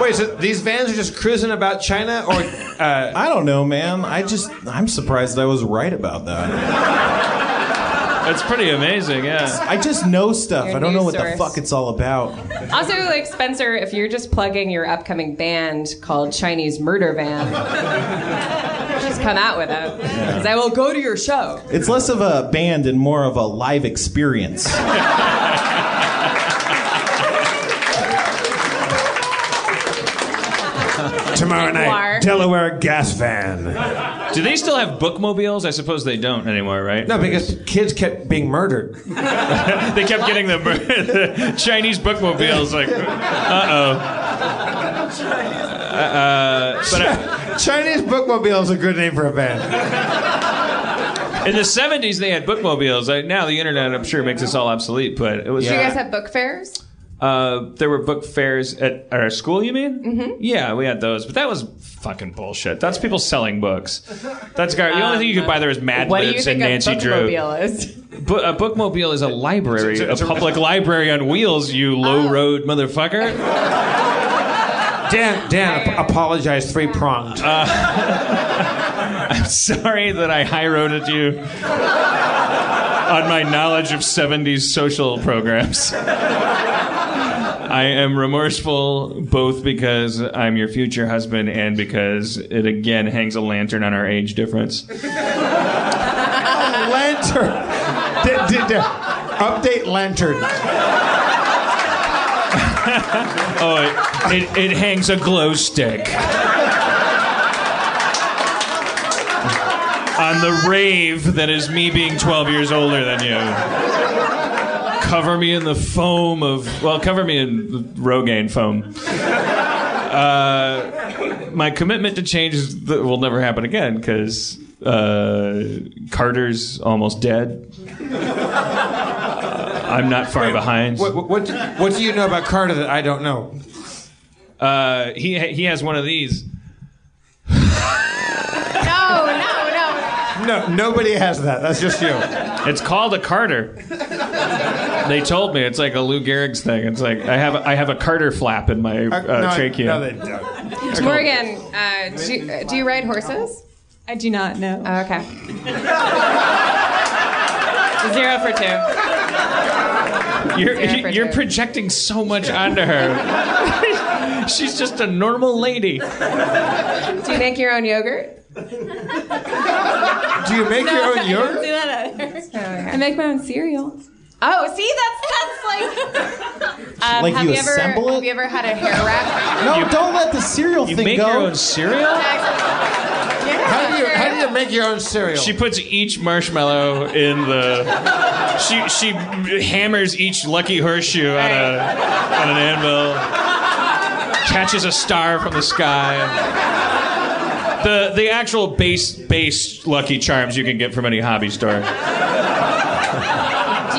[SPEAKER 4] Wait, so these vans are just cruising about China, or uh,
[SPEAKER 14] I don't know, man. I just I'm surprised I was right about that.
[SPEAKER 3] That's pretty amazing, yeah.
[SPEAKER 14] I just know stuff.
[SPEAKER 6] Your
[SPEAKER 14] I don't know
[SPEAKER 6] news
[SPEAKER 14] what
[SPEAKER 6] source.
[SPEAKER 14] the fuck it's all about.
[SPEAKER 6] it. Also, like Spencer, if you're just plugging your upcoming band called Chinese Murder Van, just come out with it. 'Cause I will go to your show.
[SPEAKER 14] It's less of a band and more of a live experience.
[SPEAKER 4] Tomorrow
[SPEAKER 6] Delaware.
[SPEAKER 4] night, Delaware gas van.
[SPEAKER 3] Do they still have bookmobiles? I suppose they don't anymore, right?
[SPEAKER 4] No, because kids kept being murdered.
[SPEAKER 3] they kept getting the, the Chinese bookmobiles. Like, uh oh. Uh, but I-
[SPEAKER 4] Chinese bookmobile is a good name for a van.
[SPEAKER 3] in the '70s, they had bookmobiles. I, now the internet, I'm sure, makes us all obsolete. But it was.
[SPEAKER 6] Do you guys have book fairs?
[SPEAKER 3] uh, there were book fairs at our school. You mean?
[SPEAKER 6] Mm-hmm.
[SPEAKER 3] Yeah, we had those, but that was fucking bullshit. That's people selling books. That's gar- the only thing you could buy there is Mad
[SPEAKER 6] What do you
[SPEAKER 3] Libs and
[SPEAKER 6] think a
[SPEAKER 3] Nancy Drew.
[SPEAKER 6] bookmobile is?
[SPEAKER 3] Bu- a bookmobile is a library, a, Oh. public library on wheels. You low road motherfucker.
[SPEAKER 4] Dan, Dan, ap- apologize three pronged.
[SPEAKER 3] Uh, I'm sorry that I high roaded you on my knowledge of 70s social programs. I am remorseful both because I'm your future husband and because it again hangs a lantern on our age difference.
[SPEAKER 4] lantern. D- d- d- update lantern.
[SPEAKER 3] Oh, it, it, it hangs a glow stick. On the rave that is me being 12 years older than you. Cover me in the foam of, well, cover me in Rogaine foam. Uh, my commitment to change is that will never happen again because uh, Carter's almost dead. I'm not far behind.
[SPEAKER 4] What, what, what, do- what do you know about Carter that I don't know?
[SPEAKER 3] Uh, he he has one of these.
[SPEAKER 6] No, Oh, no, no.
[SPEAKER 4] No, nobody has that. That's just you.
[SPEAKER 3] It's called a Carter. They told me it's like a Lou Gehrig's thing. It's like I have I have a Carter flap in my uh,
[SPEAKER 4] no, I-
[SPEAKER 3] trachea.
[SPEAKER 4] no, they don't.
[SPEAKER 6] Morgan, uh, do, uh, do you ride horses?
[SPEAKER 9] I do not know.
[SPEAKER 6] Oh, okay. Zero for two.
[SPEAKER 3] you're
[SPEAKER 6] Sarah
[SPEAKER 3] you- you're
[SPEAKER 6] Bridger.
[SPEAKER 3] projecting so much onto her. She's just a normal lady.
[SPEAKER 6] Do you make your own yogurt?
[SPEAKER 4] Do you make
[SPEAKER 9] No,
[SPEAKER 4] your
[SPEAKER 9] I
[SPEAKER 4] own
[SPEAKER 9] don't
[SPEAKER 4] yogurt?
[SPEAKER 9] do that either. I
[SPEAKER 6] Okay.
[SPEAKER 9] make my own cereal.
[SPEAKER 6] Oh, see, that's that's like. Um,
[SPEAKER 14] Like
[SPEAKER 6] have
[SPEAKER 14] you
[SPEAKER 6] ever
[SPEAKER 14] assemble it?
[SPEAKER 6] have you ever had a hair wrap?
[SPEAKER 14] No, don't let the cereal
[SPEAKER 3] You
[SPEAKER 14] thing
[SPEAKER 3] make
[SPEAKER 14] go.
[SPEAKER 3] your own cereal.
[SPEAKER 6] Yeah.
[SPEAKER 4] How do you how do you make your own cereal?
[SPEAKER 3] She puts each marshmallow in the. She she hammers each lucky horseshoe on a on an anvil. Catches a star from the sky. The the actual base base lucky charms you can get from any hobby store.
[SPEAKER 6] do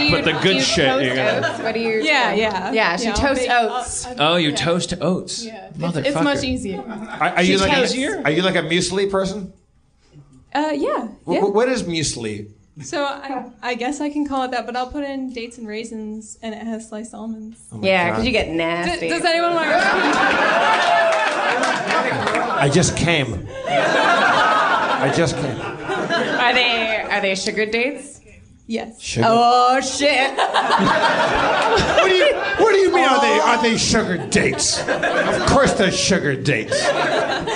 [SPEAKER 6] you,
[SPEAKER 3] but the
[SPEAKER 6] do
[SPEAKER 3] good
[SPEAKER 6] you
[SPEAKER 3] shit
[SPEAKER 6] Toast
[SPEAKER 3] you gotta-
[SPEAKER 6] oats? What do you?
[SPEAKER 9] Yeah, yeah.
[SPEAKER 6] Yeah, she
[SPEAKER 9] Yeah, I'll
[SPEAKER 6] toasts
[SPEAKER 9] make-
[SPEAKER 6] oats.
[SPEAKER 3] Oh, you toast oats. Yeah.
[SPEAKER 9] It's, it's much easier.
[SPEAKER 4] Are, are you
[SPEAKER 9] She
[SPEAKER 4] like
[SPEAKER 9] takes-
[SPEAKER 4] a, are you like a muesli person?
[SPEAKER 9] Uh, yeah,
[SPEAKER 4] Wh-
[SPEAKER 9] yeah.
[SPEAKER 4] wh- what is muesli?
[SPEAKER 9] So I, I guess I can call it that, but I'll put in dates and raisins, and it has sliced almonds.
[SPEAKER 6] Yeah,
[SPEAKER 4] Oh God.
[SPEAKER 6] because you get
[SPEAKER 9] Does,
[SPEAKER 6] nasty.
[SPEAKER 9] does anyone want to?
[SPEAKER 4] I just came. I just came.
[SPEAKER 6] Are they are they sugar dates?
[SPEAKER 9] Yes.
[SPEAKER 4] Sugar.
[SPEAKER 6] Oh shit.
[SPEAKER 4] what do you What do you mean? Are they Are they sugar dates? Of course, they're sugar dates.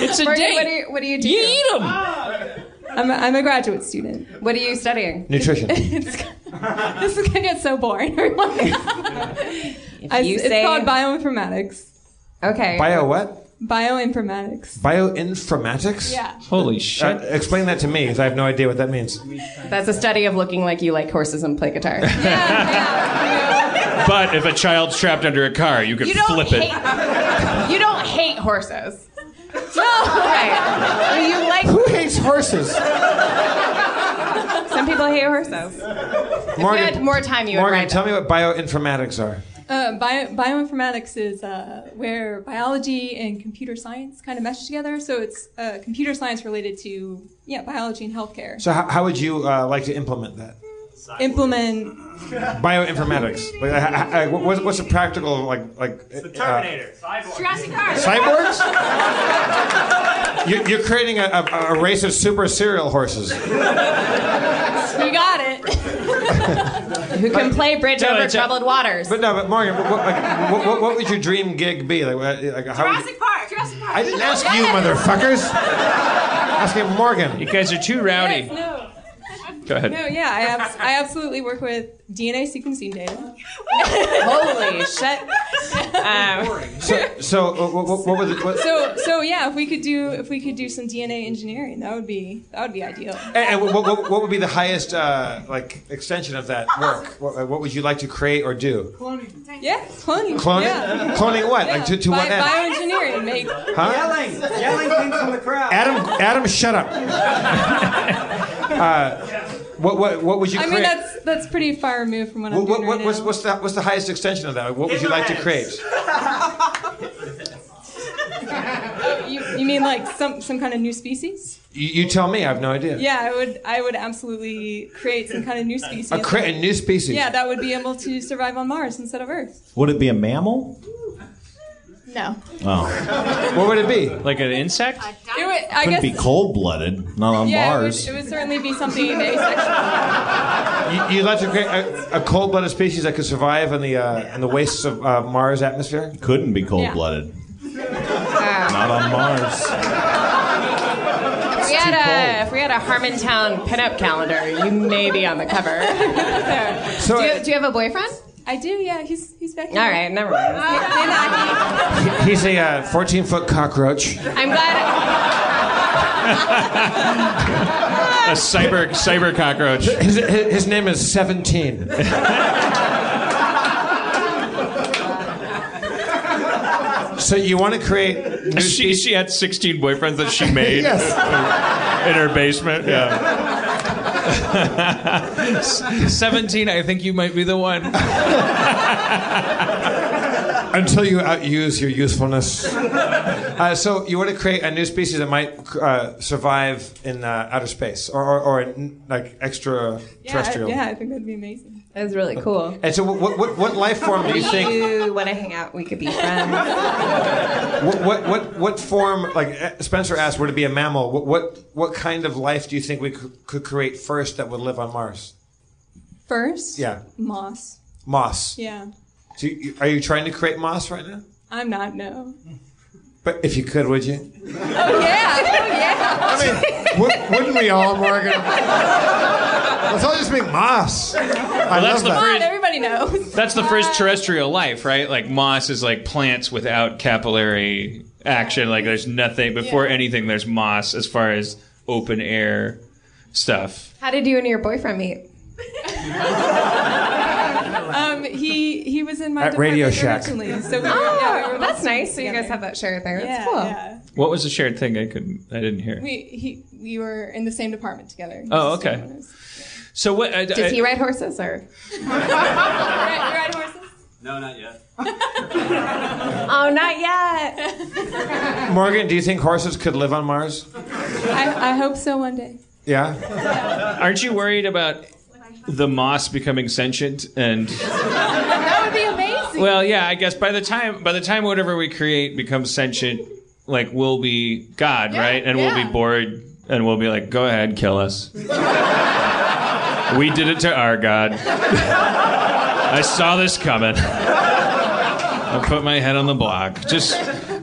[SPEAKER 6] It's
[SPEAKER 9] a
[SPEAKER 6] Marty,
[SPEAKER 9] date.
[SPEAKER 6] What do you, what do you do? Ah.
[SPEAKER 9] You eat 'em.
[SPEAKER 6] I'm a, I'm a graduate student. What are you studying?
[SPEAKER 4] Nutrition.
[SPEAKER 9] it's, this is gonna get so boring. everyone. I-
[SPEAKER 6] you
[SPEAKER 9] it's
[SPEAKER 6] say-
[SPEAKER 9] called bioinformatics.
[SPEAKER 6] Okay.
[SPEAKER 4] Bio what?
[SPEAKER 9] Bioinformatics.
[SPEAKER 4] Bioinformatics.
[SPEAKER 9] Yeah.
[SPEAKER 4] Holy shit! explain that to me, because I have no idea what that means.
[SPEAKER 6] That's a study of looking like you like horses and play guitar.
[SPEAKER 3] But if a child's trapped under a car, you could
[SPEAKER 6] you don't
[SPEAKER 3] flip it.
[SPEAKER 6] hate. You don't hate horses. No. Right. You like.
[SPEAKER 4] Who hates horses?
[SPEAKER 6] Some people hate horses.
[SPEAKER 4] Morgan,
[SPEAKER 6] had more time, you would
[SPEAKER 4] Morgan,
[SPEAKER 6] write
[SPEAKER 4] tell me what bioinformatics are.
[SPEAKER 9] Uh, bio, bioinformatics is uh, where biology and computer science kind of mesh together. So it's uh, computer science related to yeah biology and healthcare.
[SPEAKER 4] So, how, how would you uh, like to implement that?
[SPEAKER 9] Implement
[SPEAKER 4] Bioinformatics. Like, h- h- h- what's, what's a practical like like? It's the
[SPEAKER 15] Terminator.
[SPEAKER 9] Jurassic Park.
[SPEAKER 4] Cyborgs? uh, You're, you're creating a, a, a race of super serial horses.
[SPEAKER 6] You got it. Who can play bridge
[SPEAKER 4] No,
[SPEAKER 6] over
[SPEAKER 4] it's a-
[SPEAKER 6] troubled waters?
[SPEAKER 4] But no, but Morgan, what, what, like, what- what, what would your dream gig be? Like, what- like how? would you-
[SPEAKER 9] Park. Jurassic Park.
[SPEAKER 4] I didn't ask you, motherfuckers. Asking Morgan.
[SPEAKER 3] You guys are too rowdy.
[SPEAKER 9] No.
[SPEAKER 3] Go ahead.
[SPEAKER 9] No, yeah, I, abs- I absolutely work with DNA sequencing data.
[SPEAKER 6] Holy shit. Um,
[SPEAKER 4] So, so uh, what, what, what was it? What,
[SPEAKER 9] so so yeah, if we could do if we could do some DNA engineering, that would be that would be ideal.
[SPEAKER 4] and, and what, what, what would be the highest uh, like extension of that work? What, what would you like to create or do?
[SPEAKER 9] Cloning. Yeah, cloning.
[SPEAKER 4] Cloning?
[SPEAKER 9] Yeah.
[SPEAKER 4] Cloning what? Like, to- to what
[SPEAKER 9] Bi-
[SPEAKER 4] end?
[SPEAKER 9] Bioengineering. Make.
[SPEAKER 4] Huh? Yelling.
[SPEAKER 16] Yelling things from the crowd.
[SPEAKER 4] Adam, Adam, shut up. uh, what, what, what would you
[SPEAKER 9] I
[SPEAKER 4] create?
[SPEAKER 9] mean, that's that's pretty far removed from what I'm
[SPEAKER 4] what, what,
[SPEAKER 9] doing
[SPEAKER 4] what,
[SPEAKER 9] right
[SPEAKER 4] what's,
[SPEAKER 9] now.
[SPEAKER 4] what's, the, what's the highest extension of that? Like, What would you like to create?
[SPEAKER 9] You, you mean like some some kind of new species?
[SPEAKER 4] You, you tell me. I have no idea.
[SPEAKER 9] Yeah, I would I would absolutely create some kind of new species.
[SPEAKER 4] A, cre- a new species.
[SPEAKER 9] Yeah, that would be able to survive on Mars instead of Earth.
[SPEAKER 14] Would it be a mammal?
[SPEAKER 9] No,
[SPEAKER 14] Oh.
[SPEAKER 4] what would it be?
[SPEAKER 3] Like an insect?
[SPEAKER 9] it would. I
[SPEAKER 14] Could
[SPEAKER 9] guess.
[SPEAKER 14] be cold blooded, not on
[SPEAKER 9] yeah, it would-
[SPEAKER 14] Mars.
[SPEAKER 9] It, would, certainly be something asexual.
[SPEAKER 4] You, you'd like to create a, a cold-blooded species that could survive in the uh, in the wastes of uh, Mars atmosphere.
[SPEAKER 14] Couldn't be cold blooded.
[SPEAKER 9] Ah.
[SPEAKER 14] Not on Mars.
[SPEAKER 6] if, we had a, if we had uh, a Harmontown pinup calendar, you may be on the cover.
[SPEAKER 4] So-
[SPEAKER 6] do, you, do you have a boyfriend?
[SPEAKER 9] I do. Yeah, he's he's back.
[SPEAKER 6] All right, never mind.
[SPEAKER 4] He- He's a uh, 14-foot cockroach.
[SPEAKER 6] I'm glad.
[SPEAKER 3] A cyber cyber cockroach.
[SPEAKER 4] His, his, his name is 17. so you want to create new
[SPEAKER 3] She, she had 16 boyfriends that she made
[SPEAKER 4] Yes.
[SPEAKER 3] in her basement. Yeah. S- 17, I think you might be the one.
[SPEAKER 4] until you outuse your usefulness. Uh, so you want to create a new species that might uh, survive in uh, outer space or, or, or in, like extraterrestrial.
[SPEAKER 9] Yeah, I think that'd be amazing.
[SPEAKER 6] That's really cool.
[SPEAKER 4] And so, what, what, what life form do you think?
[SPEAKER 6] want to hang out? We could be friends.
[SPEAKER 4] What, what, what, what form? Like eh, Spencer asked, would it be a mammal? What, what, what kind of life do you think we could, could create first that would live on Mars?
[SPEAKER 9] First.
[SPEAKER 4] Yeah.
[SPEAKER 9] Moss.
[SPEAKER 4] Moss.
[SPEAKER 9] Yeah.
[SPEAKER 4] So you, are you trying to create moss right now?
[SPEAKER 9] I'm not. No.
[SPEAKER 4] But if you could, would you?
[SPEAKER 9] Oh yeah. Oh yeah.
[SPEAKER 4] Wou- Wouldn't we all, Morgan? Let's all just make moss. I
[SPEAKER 3] Well,
[SPEAKER 4] love
[SPEAKER 3] that's the
[SPEAKER 4] that.
[SPEAKER 3] first-
[SPEAKER 9] But everybody knows.
[SPEAKER 3] That's the first terrestrial life, right? Like moss is like plants without capillary action. Like there's nothing before anything. There's moss as far as open air stuff.
[SPEAKER 6] How did you and your boyfriend meet?
[SPEAKER 9] Um, he he was in my
[SPEAKER 3] At Radio
[SPEAKER 9] department
[SPEAKER 3] Shack.
[SPEAKER 9] originally, so we were,
[SPEAKER 6] Oh,
[SPEAKER 9] yeah, we were
[SPEAKER 6] that's
[SPEAKER 9] both
[SPEAKER 6] nice. So you
[SPEAKER 9] together.
[SPEAKER 6] guys have that shared thing. That's
[SPEAKER 9] Yeah,
[SPEAKER 6] cool.
[SPEAKER 9] yeah.
[SPEAKER 3] What was the shared thing? I couldn't. I didn't hear.
[SPEAKER 9] We he we were in the same department together.
[SPEAKER 3] Oh, okay. So what? I,
[SPEAKER 6] Does he
[SPEAKER 3] I-
[SPEAKER 6] ride horses or?
[SPEAKER 9] Right, you ride horses.
[SPEAKER 17] No, not yet.
[SPEAKER 6] Oh, not yet.
[SPEAKER 4] Morgan, do you think horses could live on Mars?
[SPEAKER 9] I, I hope so one day.
[SPEAKER 4] Yeah.
[SPEAKER 3] Aren't you worried about the moss becoming sentient and?
[SPEAKER 9] that would be amazing.
[SPEAKER 3] Well, yeah, I guess by the time by the time whatever we create becomes sentient, like we'll be God, right? And we'll
[SPEAKER 9] yeah.
[SPEAKER 3] be bored, and we'll be like, "Go ahead, kill us." We did it to our God. I saw this coming. I put my head on the block. Just,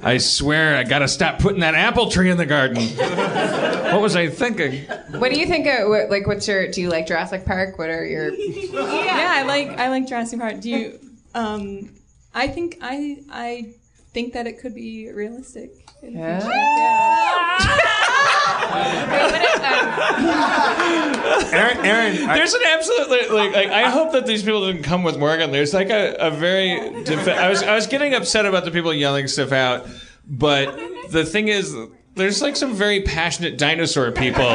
[SPEAKER 3] I swear, I gotta stop putting that apple tree in the garden. What was I thinking?
[SPEAKER 6] What do you think? Of, what, like, what's your? Do you like Jurassic Park? What are your?
[SPEAKER 9] yeah, I like I like Jurassic Park. Do you? Um, I think I I think that it could be realistic. in the
[SPEAKER 6] Yeah.
[SPEAKER 9] future. Yeah.
[SPEAKER 4] Aaron, Aaron
[SPEAKER 3] there's an absolute like, like, like, I hope that these people didn't come with Morgan. There's like a, a very def- I was I was getting upset about the people yelling stuff out, but the thing is, there's like some very passionate dinosaur people.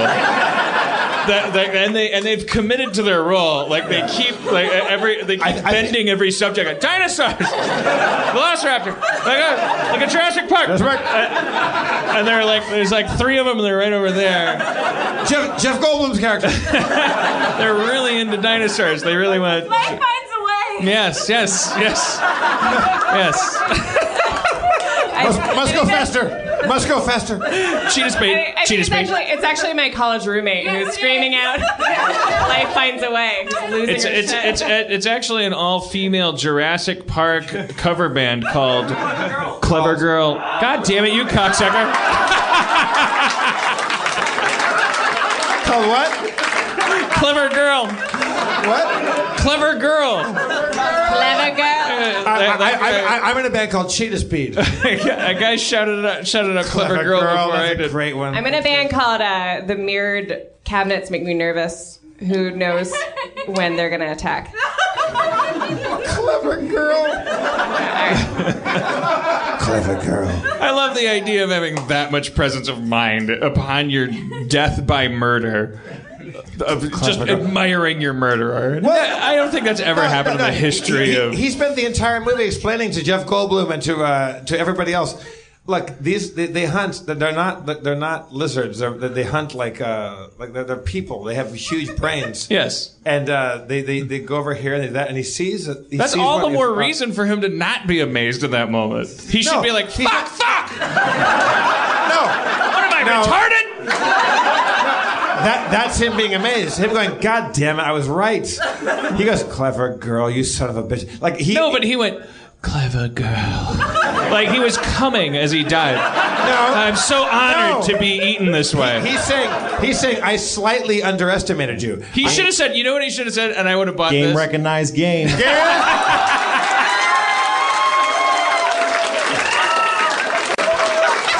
[SPEAKER 3] That, that, and they and they've committed to their role. Like they keep like e, every they keep bending every subject. Like, Dinosaurs, Velociraptor, like a, like a Jurassic Park. Uh, and they're like there's like three of them. and They're right over there.
[SPEAKER 4] Jeff Jeff Goldblum's character.
[SPEAKER 3] they're really into dinosaurs. They really want.
[SPEAKER 18] Life finds a way.
[SPEAKER 3] Yes, yes, yes, yes.
[SPEAKER 4] must, must go faster. Must go faster.
[SPEAKER 3] Cheetah
[SPEAKER 6] I,
[SPEAKER 3] spade.
[SPEAKER 6] I think
[SPEAKER 3] Cheetah
[SPEAKER 6] it's
[SPEAKER 3] spade.
[SPEAKER 6] actually, it's actually my college roommate who's screaming out, "Life finds a way." Just losing
[SPEAKER 3] It's
[SPEAKER 6] her
[SPEAKER 3] it's
[SPEAKER 6] shit.
[SPEAKER 3] it's it's actually an all-female Jurassic Park cover band called Clever Girl. God damn it, you cocksucker!
[SPEAKER 4] Called what?
[SPEAKER 3] Clever Girl.
[SPEAKER 4] What?
[SPEAKER 3] Clever Girl.
[SPEAKER 6] Clever girl.
[SPEAKER 4] I, I, I, I, I'm in a band called Cheetah Speed.
[SPEAKER 3] a guy shouted out, shouted out Clever,
[SPEAKER 4] Clever
[SPEAKER 3] Girl,
[SPEAKER 4] Girl,
[SPEAKER 3] before
[SPEAKER 4] that's
[SPEAKER 3] I
[SPEAKER 4] a
[SPEAKER 3] did.
[SPEAKER 4] Great one.
[SPEAKER 6] I'm in a band called uh, The Mirrored Cabinets Make Me Nervous. Who knows when they're gonna attack?
[SPEAKER 4] Clever girl. Clever girl.
[SPEAKER 3] I love the idea of having that much presence of mind upon your death by murder. Of just admiring your murderer. I don't think that's ever happened in the history
[SPEAKER 4] he,
[SPEAKER 3] of.
[SPEAKER 4] He spent the entire movie explaining to Jeff Goldblum and to uh, to everybody else. Look, these they, they hunt. They're not they're not lizards. They're, they hunt like uh, like they're, they're people. They have huge brains.
[SPEAKER 3] Yes.
[SPEAKER 4] And uh, they, they they go over here and they that and he sees. it- He
[SPEAKER 3] That's
[SPEAKER 4] sees
[SPEAKER 3] all
[SPEAKER 4] one-
[SPEAKER 3] the
[SPEAKER 4] he-
[SPEAKER 3] more
[SPEAKER 4] uh,
[SPEAKER 3] reason for him to not be amazed at that moment. He should
[SPEAKER 4] No,
[SPEAKER 3] be like,
[SPEAKER 4] he-
[SPEAKER 3] "Fuck, fuck!
[SPEAKER 4] No.
[SPEAKER 3] What am I
[SPEAKER 4] No.
[SPEAKER 3] retarded?"
[SPEAKER 4] That that's him being amazed. Him going, God damn it, I was right. He goes, clever girl, you son of a bitch. Like he
[SPEAKER 3] no, but he went, "Clever girl." like he was coming as he died.
[SPEAKER 4] No.
[SPEAKER 3] I'm so honored
[SPEAKER 4] No.
[SPEAKER 3] to be eaten this way.
[SPEAKER 4] he's saying he's saying I slightly underestimated you.
[SPEAKER 3] He should have said, you know what he should have said, and I would have bought
[SPEAKER 14] Game
[SPEAKER 3] this.
[SPEAKER 14] recognized game.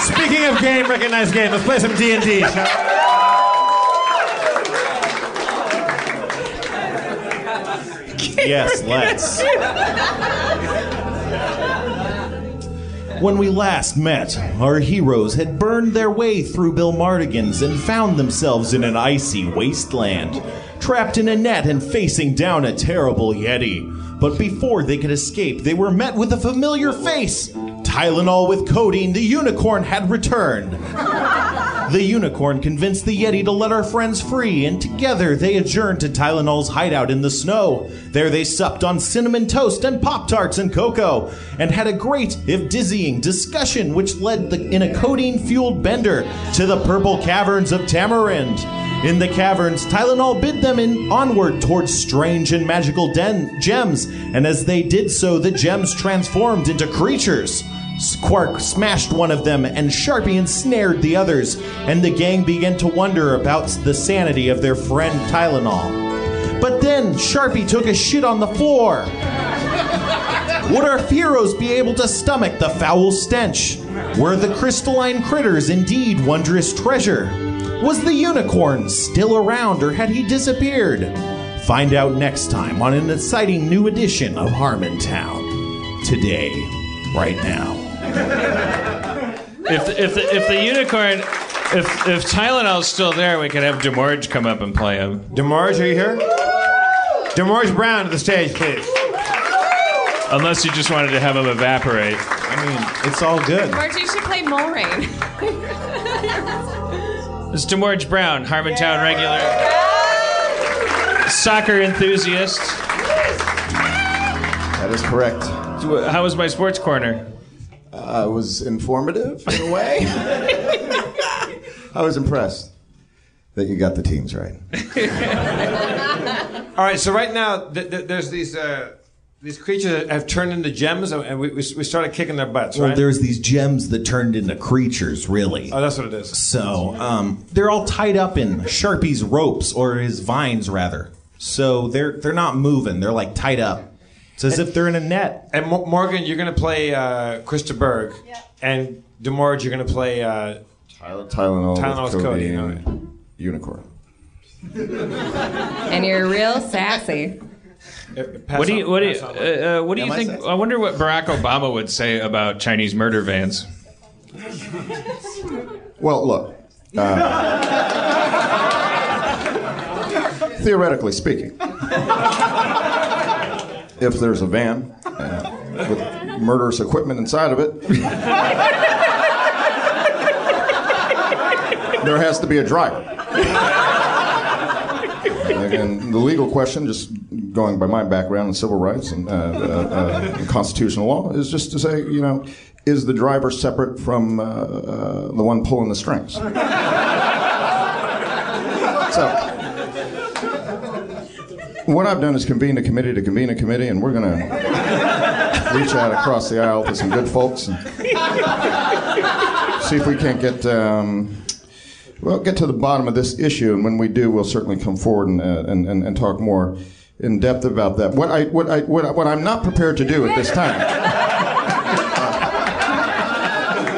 [SPEAKER 4] Speaking of game, recognize game. Let's play some D and D.
[SPEAKER 14] Yes, let's. When we last met, our heroes had burned their way through Bill Mardigan's and found themselves in an icy wasteland, trapped in a net and facing down a terrible Yeti. But before they could escape, they were met with a familiar face. Tylenol with codeine, the unicorn had returned. The unicorn convinced the Yeti to let our friends free, and together they adjourned to Tylenol's hideout in the snow. There they supped on cinnamon toast and Pop Tarts and cocoa, and had a great, if dizzying, discussion which led the, in a codeine fueled bender to the purple caverns of Tamarind. In the caverns, Tylenol bid them in onward towards strange and magical den- gems, and as they did so, the gems transformed into creatures. Squark smashed one of them, and Sharpie ensnared the others, and the gang began to wonder about the sanity of their friend Tylenol. But then Sharpie took a shit on the floor. Would our heroes be able to stomach the foul stench? Were the crystalline critters indeed wondrous treasure? Was the unicorn still around or had he disappeared? Find out next time on an exciting new edition of Harmontown. Today, right now.
[SPEAKER 3] If if the, if the unicorn, if if Tylenol's still there, we could have Demorge come up and play him.
[SPEAKER 4] Demorge, are you here? Demorge Brown to the stage, please.
[SPEAKER 3] Unless you just wanted to have him evaporate.
[SPEAKER 14] I mean, it's all good.
[SPEAKER 6] Marge, you should play Mulrain.
[SPEAKER 3] It's Demorge Brown, Harmontown regular, soccer enthusiast.
[SPEAKER 19] That is correct.
[SPEAKER 3] How was my sports corner?
[SPEAKER 19] Uh, it was informative in a way. I was impressed that you got the teams right.
[SPEAKER 4] All right, so right now th- th- there's these uh, these creatures that have turned into gems, and- and we, we, we started kicking their butts,
[SPEAKER 14] Well,
[SPEAKER 4] right?
[SPEAKER 14] there's these gems that turned into creatures, really.
[SPEAKER 4] oh, that's what it is.
[SPEAKER 14] So um, they're all tied up in Sharpie's ropes or his vines, rather. So they're they're not moving. They're like tied up. It's as if they're in a net.
[SPEAKER 4] And Mo- Morgan, you're going to play uh, Krista Berg, and Demorge, you're going to play uh,
[SPEAKER 19] Tyler Tylenol.
[SPEAKER 4] Tylenol's
[SPEAKER 19] with
[SPEAKER 4] Cody,
[SPEAKER 19] codeine, Unicorn.
[SPEAKER 6] And you're real sassy.
[SPEAKER 3] What do you what do you,
[SPEAKER 6] pass on.
[SPEAKER 3] uh, uh, what do you
[SPEAKER 6] Am I
[SPEAKER 3] think?
[SPEAKER 6] sexy?
[SPEAKER 3] I wonder what Barack Obama would say about Chinese murder vans.
[SPEAKER 19] Well, look. uh, theoretically speaking, if there's a van uh, with murderous equipment inside of it, there has to be a driver. And the legal question, just going by my background in civil rights and uh, uh, uh, and constitutional law, is just to say, you know, is the driver separate from uh, uh, the one pulling the strings? So, what I've done is convene a committee to convene a committee, and we're going to reach out across the aisle to some good folks and see if we can't get um, well get to the bottom of this issue, and when we do, we'll certainly come forward and uh, and, and, and talk more in depth about that. What I what I what, I, what I'm not prepared to do at this time. uh,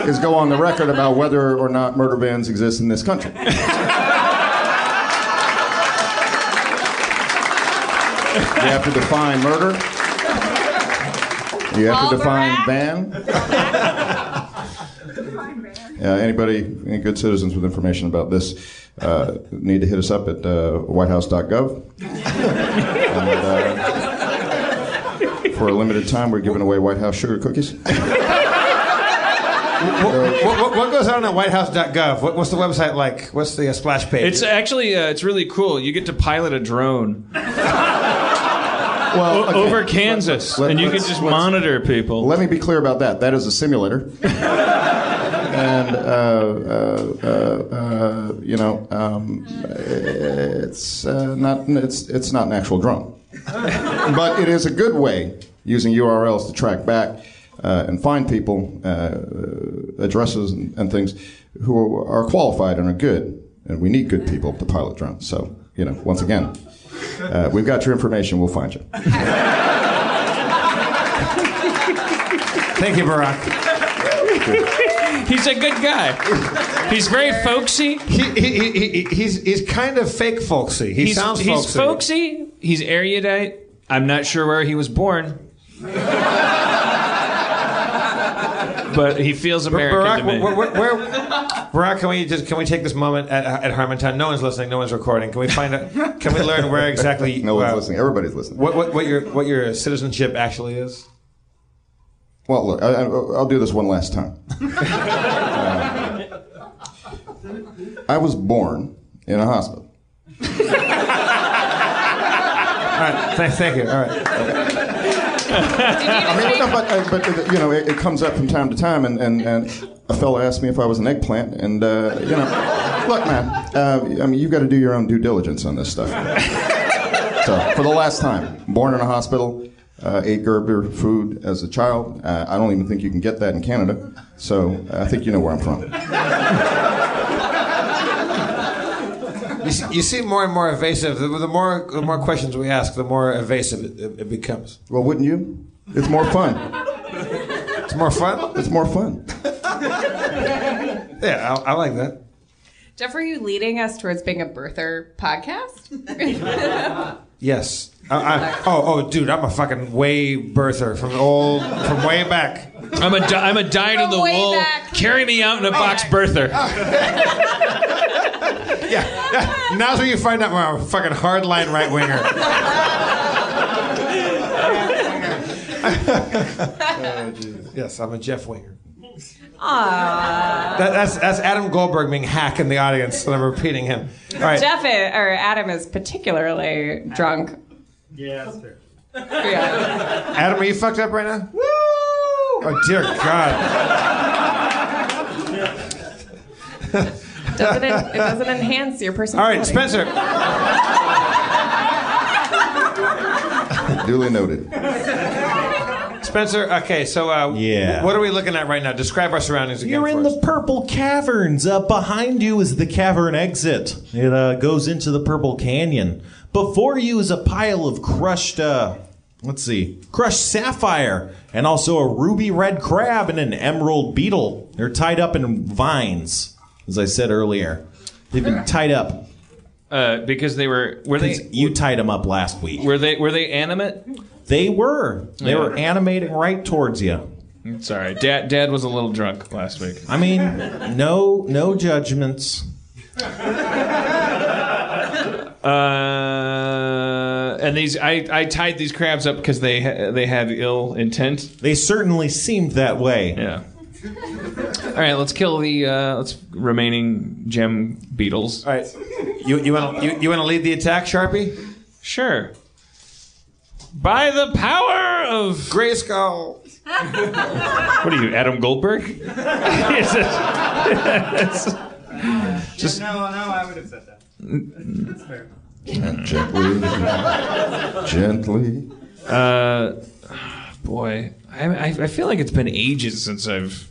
[SPEAKER 19] Is go on the record about whether or not murder bans exist in this country. You have to define murder. You have to define ban. Uh, anybody, any good citizens with information about this, uh, need to hit us up at uh, whitehouse.gov. and, uh, for a limited time, we're giving away White House sugar cookies.
[SPEAKER 4] What, what, what goes on at WhiteHouse.gov? What, what's the website like? What's the uh, splash page?
[SPEAKER 3] It's actually uh, it's really cool. You get to pilot a drone
[SPEAKER 19] Well,
[SPEAKER 3] o-
[SPEAKER 19] okay.
[SPEAKER 3] over Kansas,
[SPEAKER 19] Let-
[SPEAKER 3] and you can
[SPEAKER 19] let's-
[SPEAKER 3] just
[SPEAKER 19] let's-
[SPEAKER 3] monitor people.
[SPEAKER 19] Let me be clear about that. That is a simulator. and, uh, uh, uh, uh, you know, um, it's, uh, not, it's, it's not an actual drone. but it is a good way, using URLs to track back uh, and find people, uh, addresses, and, and things who are qualified and are good. And we need good people to pilot drones. So, you know, once again, uh, we've got your information. We'll find you.
[SPEAKER 4] Thank you, Barack.
[SPEAKER 3] He's a good guy. He's very folksy.
[SPEAKER 4] He, he, he, he, he's, he's kind of fake folksy. He
[SPEAKER 3] he's,
[SPEAKER 4] sounds
[SPEAKER 3] he's
[SPEAKER 4] folksy.
[SPEAKER 3] folksy. He's erudite. I'm not sure where he was born. but he feels American to me.
[SPEAKER 4] Barack, where, where, where, Barack, can we just can we take this moment at, at Harmontown? No one's listening. No one's recording. Can we find out? Can we learn where exactly?
[SPEAKER 19] No one's
[SPEAKER 4] uh,
[SPEAKER 19] listening. Everybody's listening.
[SPEAKER 4] What, what, what your what your citizenship actually is?
[SPEAKER 19] Well, look, I, I, I'll do this one last time. I was born in a hospital.
[SPEAKER 4] All right. Thank, thank you. All right.
[SPEAKER 19] I mean, no, but, uh, but uh, you know, it, it comes up from time to time, and, and, and a fella asked me if I was an eggplant, and uh, you know, look, man, uh, I mean, you've got to do your own due diligence on this stuff. so, for the last time, born in a hospital, uh, ate Gerber food as a child. Uh, I don't even think you can get that in Canada, so uh, I think you know where I'm from.
[SPEAKER 4] You see, you seem more and more evasive. The, the more the more questions we ask, the more evasive it, it, it becomes.
[SPEAKER 19] Well, wouldn't you? It's more fun.
[SPEAKER 4] It's more fun.
[SPEAKER 19] It's more fun.
[SPEAKER 4] Yeah, I, I like that.
[SPEAKER 6] Jeff, are you leading us towards being a birther podcast?
[SPEAKER 4] Yes. I, I, oh, oh, dude, I'm a fucking way birther from old, from way back.
[SPEAKER 3] I'm a, di- I'm a dyed in the
[SPEAKER 6] way
[SPEAKER 3] wool.
[SPEAKER 6] back.
[SPEAKER 3] Carry me out in a box birther.
[SPEAKER 4] Now's where you find out I'm a fucking hardline right winger. Oh, yes, I'm a Jeff winger.
[SPEAKER 20] Ah.
[SPEAKER 6] Aww.
[SPEAKER 4] That, that's that's Adam Goldberg being hack in the audience, and I'm repeating him. All right.
[SPEAKER 6] Jeff i- or Adam is particularly drunk.
[SPEAKER 5] Yeah, that's fair.
[SPEAKER 4] Adam, are you fucked up right now? Woo! Oh dear God.
[SPEAKER 6] Doesn't it, it doesn't enhance your
[SPEAKER 4] All
[SPEAKER 6] personality.
[SPEAKER 4] right, Spencer.
[SPEAKER 19] Duly noted.
[SPEAKER 4] Spencer, okay, so uh, yeah. what are we looking at right now? Describe our surroundings again.
[SPEAKER 14] You're in the purple caverns. Uh, behind you is the cavern exit. It uh, goes into the purple canyon. Before you is a pile of crushed, uh, let's see, crushed sapphire, and also a ruby red crab and an emerald beetle. They're tied up in vines, as I said earlier. They've been tied up.
[SPEAKER 3] Uh, because they were were they
[SPEAKER 14] you tied them up last week.
[SPEAKER 3] were they were they animate?
[SPEAKER 14] They were. They
[SPEAKER 3] Yeah.
[SPEAKER 14] were animating right towards you.
[SPEAKER 3] It's all right. Dad, Dad was a little drunk last week.
[SPEAKER 14] I mean, no, no judgments.
[SPEAKER 3] Uh, and these, I, I tied these crabs up because they ha- they had ill intent.
[SPEAKER 14] They certainly seemed that way.
[SPEAKER 3] Yeah. All right, let's kill the uh, let's remaining gem beetles.
[SPEAKER 4] All right, you you want to you, you want to lead the attack, Sharpie?
[SPEAKER 3] Sure. By the power of
[SPEAKER 4] Grayskull.
[SPEAKER 3] What are you, Adam Goldberg? Is it- Just-
[SPEAKER 7] no, no, I would have said that. That's fair.
[SPEAKER 19] Gently. Gently.
[SPEAKER 3] Uh, boy, I, I I feel like it's been ages since I've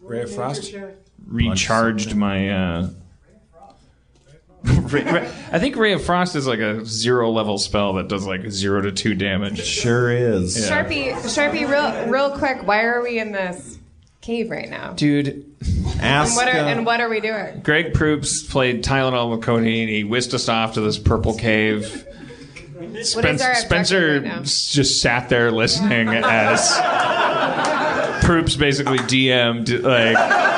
[SPEAKER 4] Ray of Frost.
[SPEAKER 3] recharged my. Uh, Ray- Ray- I think Ray of Frost is like a zero level spell that does like zero to two damage.
[SPEAKER 14] Sure is.
[SPEAKER 6] Sharpie, Sharpie, real, real quick. Why are we in this cave right now?
[SPEAKER 3] Dude,
[SPEAKER 6] and what are
[SPEAKER 14] uh,
[SPEAKER 3] uh,
[SPEAKER 6] and what are we doing?
[SPEAKER 3] Greg Proops played Tylenol with codeine. He whisked us off to this purple cave. Spen-
[SPEAKER 6] our objective
[SPEAKER 3] Spencer
[SPEAKER 6] right now?
[SPEAKER 3] s- just sat there listening as Proops basically DM'd like.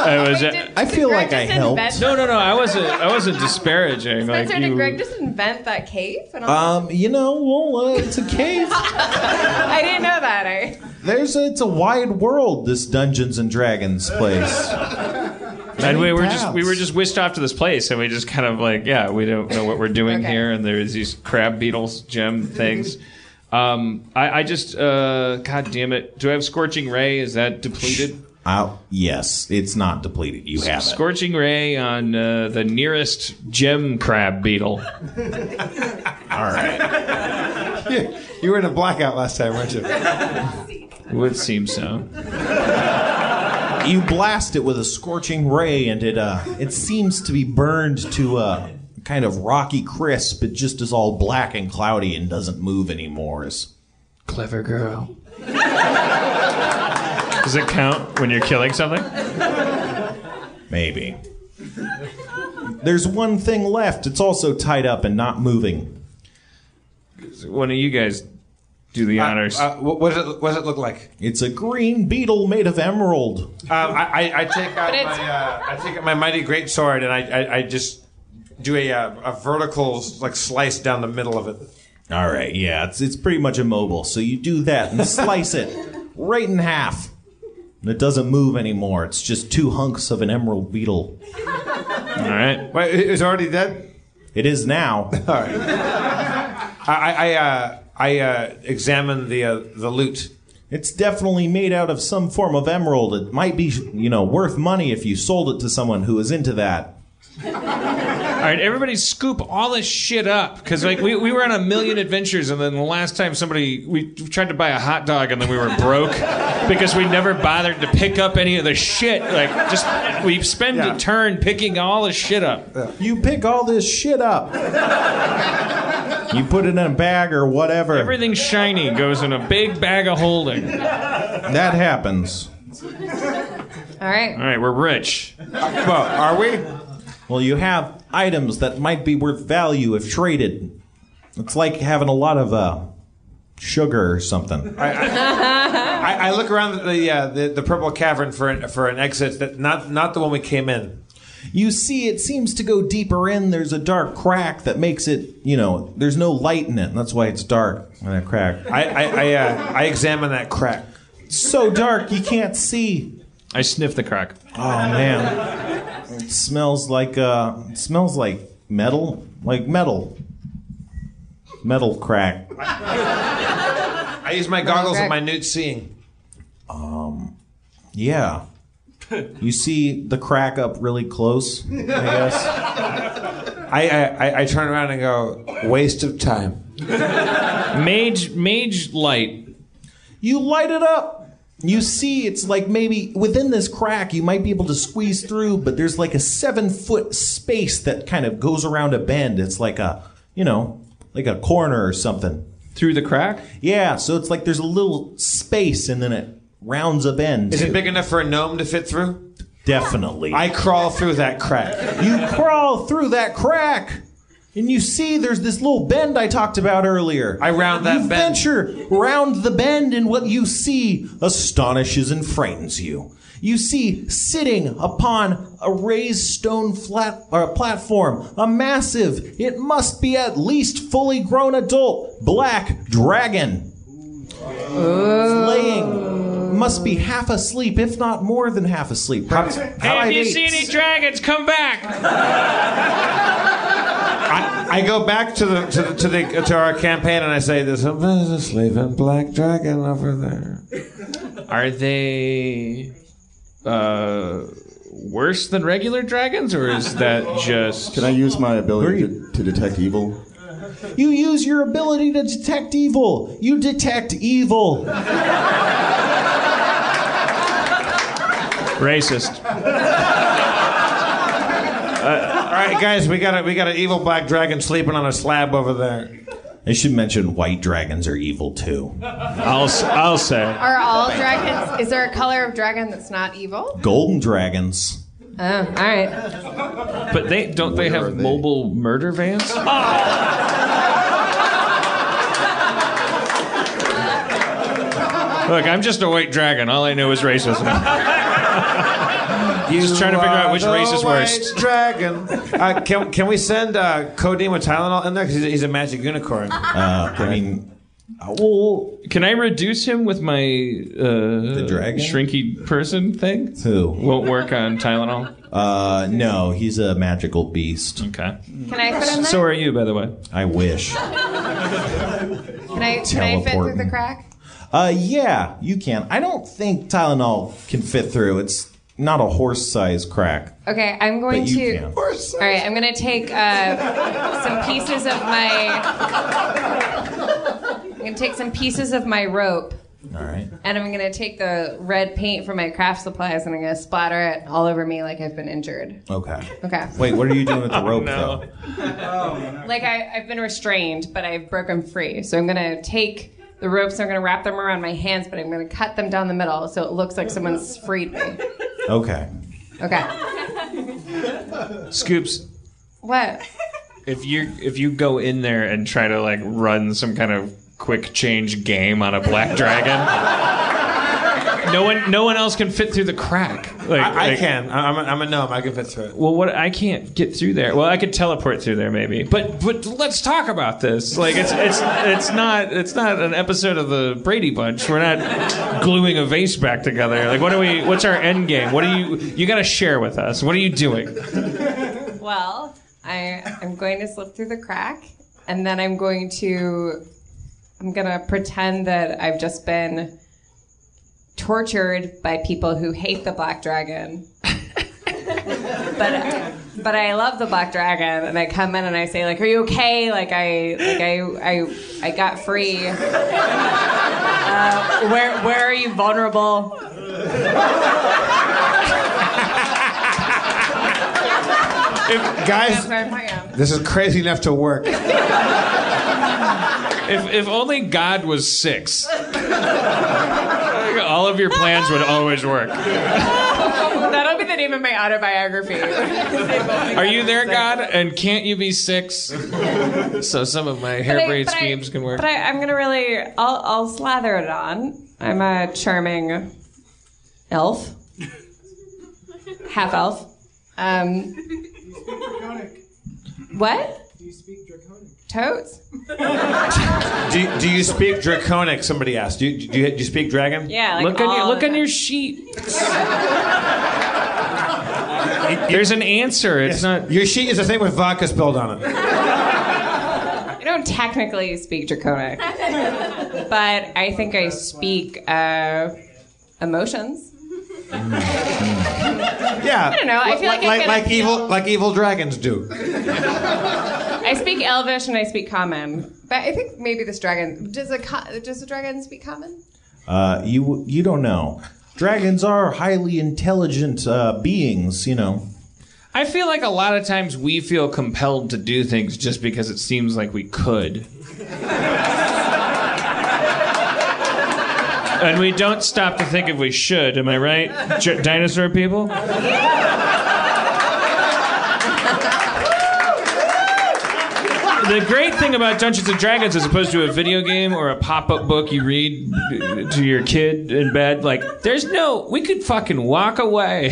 [SPEAKER 3] I was.
[SPEAKER 6] I feel Greg like I just helped. invent-
[SPEAKER 3] No, no, no. I wasn't. I wasn't disparaging.
[SPEAKER 6] Spencer,
[SPEAKER 3] like you,
[SPEAKER 6] did Greg just invent that cave? And all
[SPEAKER 14] Um, you know, well, uh, it's a cave.
[SPEAKER 6] I didn't know that. I,
[SPEAKER 14] There's a, it's a wide world. This Dungeons and Dragons place.
[SPEAKER 3] and we were just
[SPEAKER 14] paths.
[SPEAKER 3] we were just whisked off to this place, and we just kind of like, yeah, we don't know what we're doing here, and there's these crab beetles gem things. Um, I, I just, uh, god damn it, do I have scorching ray? Is that depleted?
[SPEAKER 14] Out. Yes, it's not depleted. You have it.
[SPEAKER 3] Scorching ray on uh, the nearest gem crab beetle.
[SPEAKER 14] All right.
[SPEAKER 4] You, you were in a blackout last time, weren't you?
[SPEAKER 3] Would seem so.
[SPEAKER 14] You blast it with a scorching ray, and it uh, it seems to be burned to a kind of rocky crisp. It just is all black and cloudy and doesn't move anymore. It's
[SPEAKER 21] Clever girl.
[SPEAKER 3] Does it count when you're killing something?
[SPEAKER 14] Maybe. There's one thing left. It's also tied up and not moving.
[SPEAKER 3] One of you guys do the honors.
[SPEAKER 4] Uh, what, what, does it, what does it look like?
[SPEAKER 14] It's a green beetle made of emerald.
[SPEAKER 4] Uh, I, I, I take out my uh, I take out my mighty great sword and I, I, I just do a, uh, a vertical like slice down the middle of it.
[SPEAKER 14] All right, yeah, it's it's pretty much immobile. So you do that and slice it right in half. And it doesn't move anymore. It's just two hunks of an emerald beetle.
[SPEAKER 3] All right.
[SPEAKER 4] Wait, it- it's already dead.
[SPEAKER 14] It is now.
[SPEAKER 4] All right. I I I, uh, I uh, examine the uh, the loot.
[SPEAKER 14] It's definitely made out of some form of emerald. It might be, you know, worth money if you sold it to someone who is into that.
[SPEAKER 3] All right, everybody scoop all this shit up because like we, we were on a million adventures and then the last time somebody we tried to buy a hot dog and then we were broke because we never bothered to pick up any of the shit. Like just we spend a turn picking all the shit up.
[SPEAKER 14] You pick all this shit up. you put it in a bag or whatever.
[SPEAKER 3] Everything shiny goes in a big bag of holding.
[SPEAKER 14] That happens.
[SPEAKER 6] all right.
[SPEAKER 3] All right, we're rich.
[SPEAKER 4] Well, are we?
[SPEAKER 14] Well, you have items that might be worth value if traded. It's like having a lot of uh, sugar or something.
[SPEAKER 4] I, I look around the, uh, the the purple cavern for an, for an exit that not not the one we came in.
[SPEAKER 14] You see, it seems to go deeper in. There's a dark crack that makes it, you know, there's no light in it, and that's why it's dark in that crack.
[SPEAKER 4] I I I, uh, I examine that crack.
[SPEAKER 14] so dark you can't see.
[SPEAKER 3] I sniff the crack.
[SPEAKER 14] Oh man, it smells like uh, it smells like metal, like metal, metal crack.
[SPEAKER 4] I use my goggles of minute seeing. Um,
[SPEAKER 14] Yeah, you see the crack up really close. I guess
[SPEAKER 4] I, I, I- I turn around and go, waste of time.
[SPEAKER 14] Mage Mage light. You light it up. You see, it's like maybe within this crack, you might be able to squeeze through, but there's like a seven foot space that kind of goes around a bend. It's like a, you know, like a corner or something. Through the crack? Yeah, so it's like there's a little space and then it rounds a bend.
[SPEAKER 4] Is it big enough for a gnome to fit through?
[SPEAKER 14] Definitely.
[SPEAKER 4] I crawl through that crack.
[SPEAKER 14] You crawl through that crack, and you see there's this little bend I talked about earlier. I round that you bend. venture round the bend, and what you see astonishes and frightens you. You see sitting upon a raised stone flat or platform, a massive, it must be at least fully grown adult, black dragon. Laying, must be half asleep, if not more than half asleep. Perhaps
[SPEAKER 13] Hey,
[SPEAKER 14] five
[SPEAKER 13] if you
[SPEAKER 14] eighths.
[SPEAKER 13] see any dragons, come back.
[SPEAKER 4] I go back to the to the, to, the, to our campaign and I say, "There's a, there's a sleeping black dragon over there."
[SPEAKER 3] Are they uh, worse than regular dragons, or is that just?
[SPEAKER 19] Can I use my ability to, to detect evil?
[SPEAKER 14] You use your ability to detect evil. You detect evil.
[SPEAKER 4] Uh,
[SPEAKER 3] Racist.
[SPEAKER 4] All right, guys, we got a, we got an evil black dragon sleeping on a slab over there.
[SPEAKER 14] I should mention white dragons are evil too.
[SPEAKER 3] I'll I'll say
[SPEAKER 6] Are all dragons? Is there a color of dragon that's not evil?
[SPEAKER 14] golden dragons.
[SPEAKER 6] Oh, all right.
[SPEAKER 3] But they don't they have mobile murder vans? Look, I'm just a white dragon. All I know is racism. just trying to figure out which
[SPEAKER 4] The
[SPEAKER 3] race is
[SPEAKER 4] white
[SPEAKER 3] worst.
[SPEAKER 4] Dragon. Uh, can can we send uh, codeine with Tylenol in there? 'Cause he's, he's a magic unicorn.
[SPEAKER 14] Uh, I mean,
[SPEAKER 3] Can I reduce him with my uh, the
[SPEAKER 14] dragon?
[SPEAKER 3] shrinky person thing?
[SPEAKER 14] Who
[SPEAKER 3] won't work on Tylenol?
[SPEAKER 14] Uh, no, he's a magical beast.
[SPEAKER 3] Okay.
[SPEAKER 6] Can I fit in there?
[SPEAKER 3] So are you, by the way.
[SPEAKER 14] I wish.
[SPEAKER 6] Can I can I fit through the
[SPEAKER 14] Teleporting.
[SPEAKER 6] crack?
[SPEAKER 14] Uh, yeah, you can. I don't think Tylenol can fit through. It's not a horse-sized crack.
[SPEAKER 6] Okay, I'm going
[SPEAKER 14] But you
[SPEAKER 6] to.
[SPEAKER 14] can. Of
[SPEAKER 6] All right, I'm going to take uh, some pieces of my. I'm going to take some pieces of my rope,
[SPEAKER 14] All right.
[SPEAKER 6] and I'm going to take the red paint from my craft supplies, and I'm going to splatter it all over me like I've been injured.
[SPEAKER 14] Okay.
[SPEAKER 6] Okay.
[SPEAKER 14] Wait, what are you doing with the rope though?
[SPEAKER 6] Like I, I've been restrained, but I've broken free. So I'm gonna take the ropes. I'm gonna wrap them around my hands, but I'm gonna cut them down the middle so it looks like someone's freed me.
[SPEAKER 14] Okay.
[SPEAKER 6] Okay.
[SPEAKER 3] Scoops,
[SPEAKER 6] What?
[SPEAKER 3] if you if you go in there and try to like run some kind of quick change game on a black dragon, no one no one else can fit through the crack. Like,
[SPEAKER 4] I, I
[SPEAKER 3] like-
[SPEAKER 4] can. I- I'm a, I'm a gnome. I can fit through it.
[SPEAKER 3] Well, what I can't get through there. Well, I could teleport through there maybe. But but let's talk about this. Like it's it's it's not it's not an episode of the Brady Bunch. We're not gluing a vase back together. Like what do we? What's our end game? What do you you got to share with us? What are you doing?
[SPEAKER 6] Well, I I'm going to slip through the crack, and then I'm going to I'm gonna pretend that I've just been tortured by people who hate the black dragon. but but I love the black dragon, and I come in and I say like, "Are you okay? Like I like I I I got free. Uh, where where are you vulnerable?
[SPEAKER 4] guys,
[SPEAKER 6] That's where I'm
[SPEAKER 4] this is crazy enough to work.
[SPEAKER 3] If if only God was six, all of your plans would always work.
[SPEAKER 6] That'll be the name of my autobiography.
[SPEAKER 3] Are you there, God? And can't you be six? So some of my hair
[SPEAKER 6] But I-
[SPEAKER 3] braid
[SPEAKER 6] but I-
[SPEAKER 3] schemes can work.
[SPEAKER 6] But I, I'm gonna really, I'll, I'll slather it on. I'm a charming elf, half elf. Um, what?
[SPEAKER 5] Do you speak draconic?
[SPEAKER 6] Totes?
[SPEAKER 4] Do you, do you speak draconic? Somebody asked. Do you, do you, do you speak dragon?
[SPEAKER 6] Yeah, like
[SPEAKER 3] Look on your-
[SPEAKER 6] all
[SPEAKER 3] look
[SPEAKER 6] the
[SPEAKER 3] on your sheet. There's an answer. It's not.
[SPEAKER 4] Your sheet is a thing with vodka spilled on it.
[SPEAKER 6] I don't technically speak draconic, but I think I speak uh, emotions.
[SPEAKER 4] Yeah.
[SPEAKER 6] I don't know. I feel like,
[SPEAKER 4] like,
[SPEAKER 6] I'm
[SPEAKER 4] like
[SPEAKER 6] gonna
[SPEAKER 4] evil like evil dragons do.
[SPEAKER 6] I speak Elvish and I speak Common, but I think maybe this dragon does a co- does the dragon speak Common?
[SPEAKER 14] Uh, you you don't know. Dragons are highly intelligent uh, beings, you know.
[SPEAKER 3] I feel like a lot of times we feel compelled to do things just because it seems like we could. and we don't stop to think if we should. Am I right? J- dinosaur people? The great thing about Dungeons and Dragons, as opposed to a video game or a pop-up book you read to your kid in bed, like there's no, we could fucking walk away.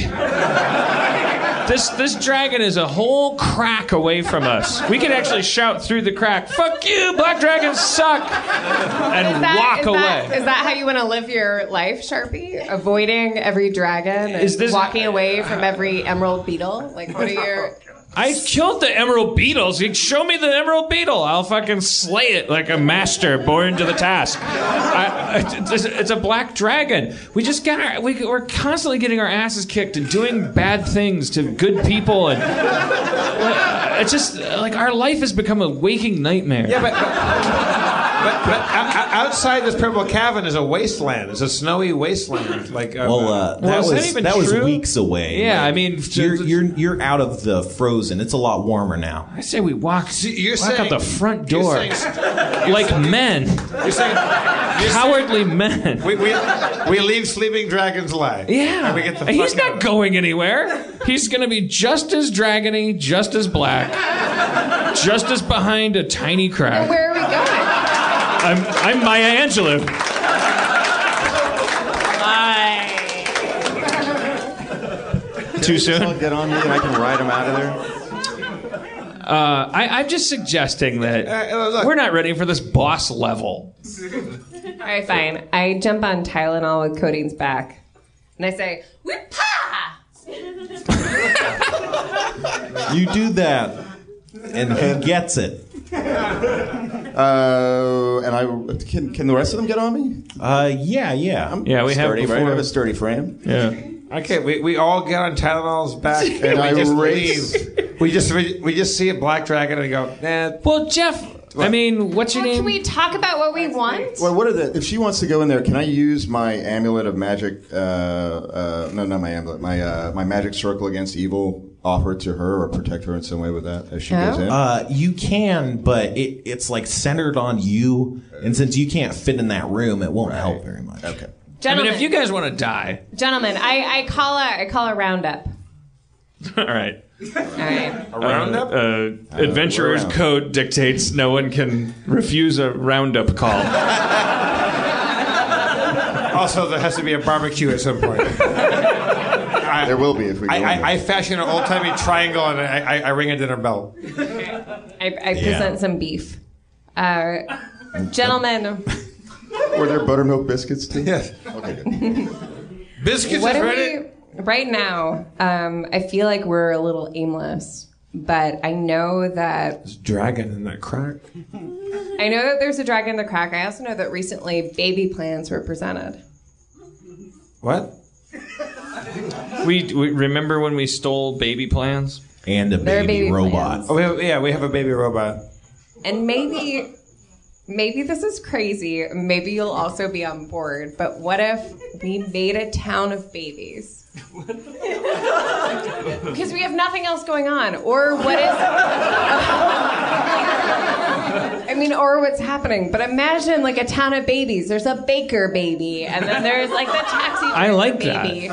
[SPEAKER 3] This this dragon is a whole crack away from us. We could actually shout through the crack, "Fuck you, black dragons suck," and
[SPEAKER 6] Is that-
[SPEAKER 3] walk
[SPEAKER 6] is
[SPEAKER 3] away.
[SPEAKER 6] That, is that how you want to live your life, Sharpie? Avoiding every dragon and
[SPEAKER 3] Is this-
[SPEAKER 6] walking away from every emerald beetle? Like, what are your.
[SPEAKER 3] I killed the emerald beetles. You show me the emerald beetle. I'll fucking slay it like a master born to the task. I, I- it's, it's a black dragon. We just got our, we, we're constantly getting our asses kicked and doing bad things to good people, and like, it's just like our life has become a waking nightmare.
[SPEAKER 4] Yeah, but But o- o- outside this purple cavern is a wasteland. It's a snowy wasteland. Like uh,
[SPEAKER 14] Well, uh, that
[SPEAKER 4] is
[SPEAKER 14] was
[SPEAKER 4] even
[SPEAKER 14] that
[SPEAKER 4] true?
[SPEAKER 14] was weeks away.
[SPEAKER 4] Yeah, I
[SPEAKER 3] mean,
[SPEAKER 14] you're, you're you're out of the frozen. It's a lot warmer now.
[SPEAKER 3] I say we walk.
[SPEAKER 4] you're
[SPEAKER 3] walk out
[SPEAKER 4] saying-
[SPEAKER 3] the front
[SPEAKER 4] you're
[SPEAKER 3] door like men.
[SPEAKER 4] You're saying,
[SPEAKER 3] Cowardly men.
[SPEAKER 4] We, we, we leave sleeping dragons alive.
[SPEAKER 3] Yeah.
[SPEAKER 4] And we get the
[SPEAKER 3] And he's
[SPEAKER 4] fuck
[SPEAKER 3] not going anywhere. He's going to be just as dragony, just as black, just as behind a tiny crack.
[SPEAKER 6] Where are we going?
[SPEAKER 3] I'm, I'm Maya Angelou. Too soon.
[SPEAKER 19] Get on me and I can ride him out of there.
[SPEAKER 3] Uh, I, I'm just suggesting that we're not ready for this boss level.
[SPEAKER 6] All right, fine. I jump on Tylenol with Coding's back and I say,
[SPEAKER 14] You do that, and he gets it.
[SPEAKER 19] Uh, and I can can the rest of them get on me?
[SPEAKER 14] Uh, yeah, yeah,
[SPEAKER 3] yeah.
[SPEAKER 4] we have
[SPEAKER 19] sturdy, right?
[SPEAKER 4] before.
[SPEAKER 19] I have a sturdy frame.
[SPEAKER 3] Yeah.
[SPEAKER 4] Okay, we, we all get on Tylenol's back and,
[SPEAKER 19] And
[SPEAKER 4] we
[SPEAKER 19] I
[SPEAKER 4] just
[SPEAKER 19] race.
[SPEAKER 4] leave. We just we, we just see a black dragon and we go, nah.
[SPEAKER 3] Well, Jeff, I mean, what's your
[SPEAKER 6] Can we talk about what we want?
[SPEAKER 19] Well, what are the? If she wants to go in there, can I use my amulet of magic? Uh, uh, no, not my amulet. My uh, my magic circle against evil offered to her or protect her in some way with that as she goes in.
[SPEAKER 14] Uh, you can, but it, it's like centered on you, and since you can't fit in that room, it won't help very much. Okay.
[SPEAKER 6] Gentlemen.
[SPEAKER 3] I mean, if you guys want to die,
[SPEAKER 6] Gentlemen, I, I call a I call a roundup.
[SPEAKER 3] all right.
[SPEAKER 6] All right.
[SPEAKER 3] A
[SPEAKER 4] roundup?
[SPEAKER 3] Uh, adventurer's
[SPEAKER 4] round.
[SPEAKER 3] code dictates no one can refuse a roundup call.
[SPEAKER 4] Also, there has to be a barbecue at some point. there
[SPEAKER 19] will be if we.
[SPEAKER 4] I, I, I fashion an old timey triangle and I, I, I ring a dinner bell.
[SPEAKER 6] I, I present some beef. Uh, gentlemen,
[SPEAKER 19] Were there buttermilk biscuits too?
[SPEAKER 4] Yes.
[SPEAKER 19] Okay. Good.
[SPEAKER 4] Biscuits
[SPEAKER 6] what
[SPEAKER 4] is
[SPEAKER 6] are
[SPEAKER 4] ready.
[SPEAKER 6] we right now? Um, I feel like we're a little aimless, but I know that
[SPEAKER 4] Dragon in that crack.
[SPEAKER 6] I know that there's a dragon in the crack. I also know that recently baby plans were presented.
[SPEAKER 4] What?
[SPEAKER 3] We, we remember when we stole baby plans
[SPEAKER 14] and a
[SPEAKER 6] They're baby baby robot.
[SPEAKER 4] Oh, we have, yeah, we have a baby robot.
[SPEAKER 6] And maybe, maybe this is crazy. Maybe you'll also be on board. But what if we made a town of babies? Because we have nothing else going on. Or what is? I mean, or what's happening? But imagine like a town of babies. There's a baker baby, and then there's like the taxi driver
[SPEAKER 3] I like that.
[SPEAKER 6] baby.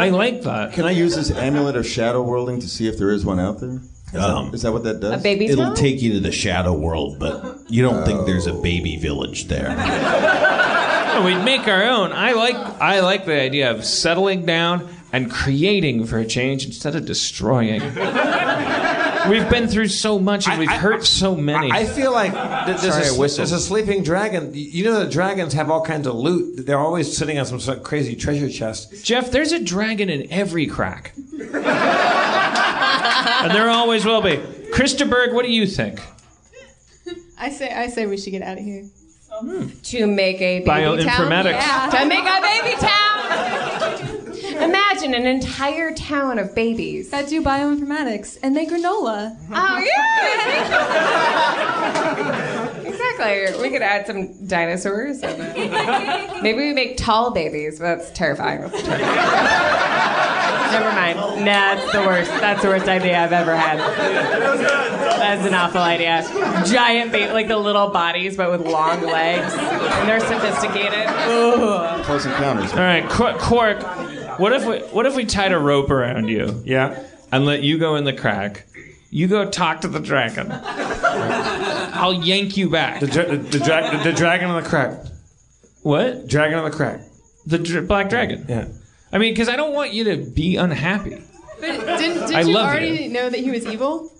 [SPEAKER 3] I like that.
[SPEAKER 19] Can I use this amulet of shadow worlding to see if there is one out there? Is, that- is that what that does?
[SPEAKER 6] A baby
[SPEAKER 14] Um, It'll
[SPEAKER 6] town?
[SPEAKER 14] take you to the shadow world, but you don't think there's a
[SPEAKER 19] Oh.
[SPEAKER 14] baby village there.
[SPEAKER 3] No, we'd make our own. I like I like the idea of settling down and creating for a change instead of destroying. We've been through so much and we've hurt so many.
[SPEAKER 4] I feel like th- there's,
[SPEAKER 3] Sorry, I
[SPEAKER 4] a,
[SPEAKER 3] whistled.
[SPEAKER 4] there's a sleeping dragon. You know the dragons have all kinds of loot. They're always sitting on some sort of crazy treasure chest.
[SPEAKER 3] Jeff, there's a dragon in every crack. and there always will be. Christaberg, what do you think?
[SPEAKER 9] I say I say we should get out of here.
[SPEAKER 6] To make a baby town.
[SPEAKER 3] Bioinformatics.
[SPEAKER 6] Yeah. To make a baby town. imagine an entire town of babies
[SPEAKER 9] that do bioinformatics and make granola.
[SPEAKER 6] Oh yeah! exactly. We could add some dinosaurs. And, uh, maybe we make tall babies. But that's terrifying. That's terrifying. Never mind. Nah, that's the worst. That's the worst idea I've ever had. That's an awful idea. Giant, ba- like the little bodies, but with long legs, and they're sophisticated. Ugh.
[SPEAKER 19] Close encounters.
[SPEAKER 3] All right, Qu- Quark. What if we what if we tied a rope around you?
[SPEAKER 4] Yeah.
[SPEAKER 3] And let you go in the crack. You go talk to the dragon. I'll yank you back.
[SPEAKER 4] The, dra- the, the, dra- the dragon on the crack.
[SPEAKER 3] What?
[SPEAKER 4] Dragon on the crack.
[SPEAKER 3] The dr- black dragon.
[SPEAKER 4] Yeah.
[SPEAKER 3] I mean, because I don't want you to be unhappy.
[SPEAKER 18] But didn't,
[SPEAKER 3] I
[SPEAKER 18] did you
[SPEAKER 3] love
[SPEAKER 18] already know that he was evil?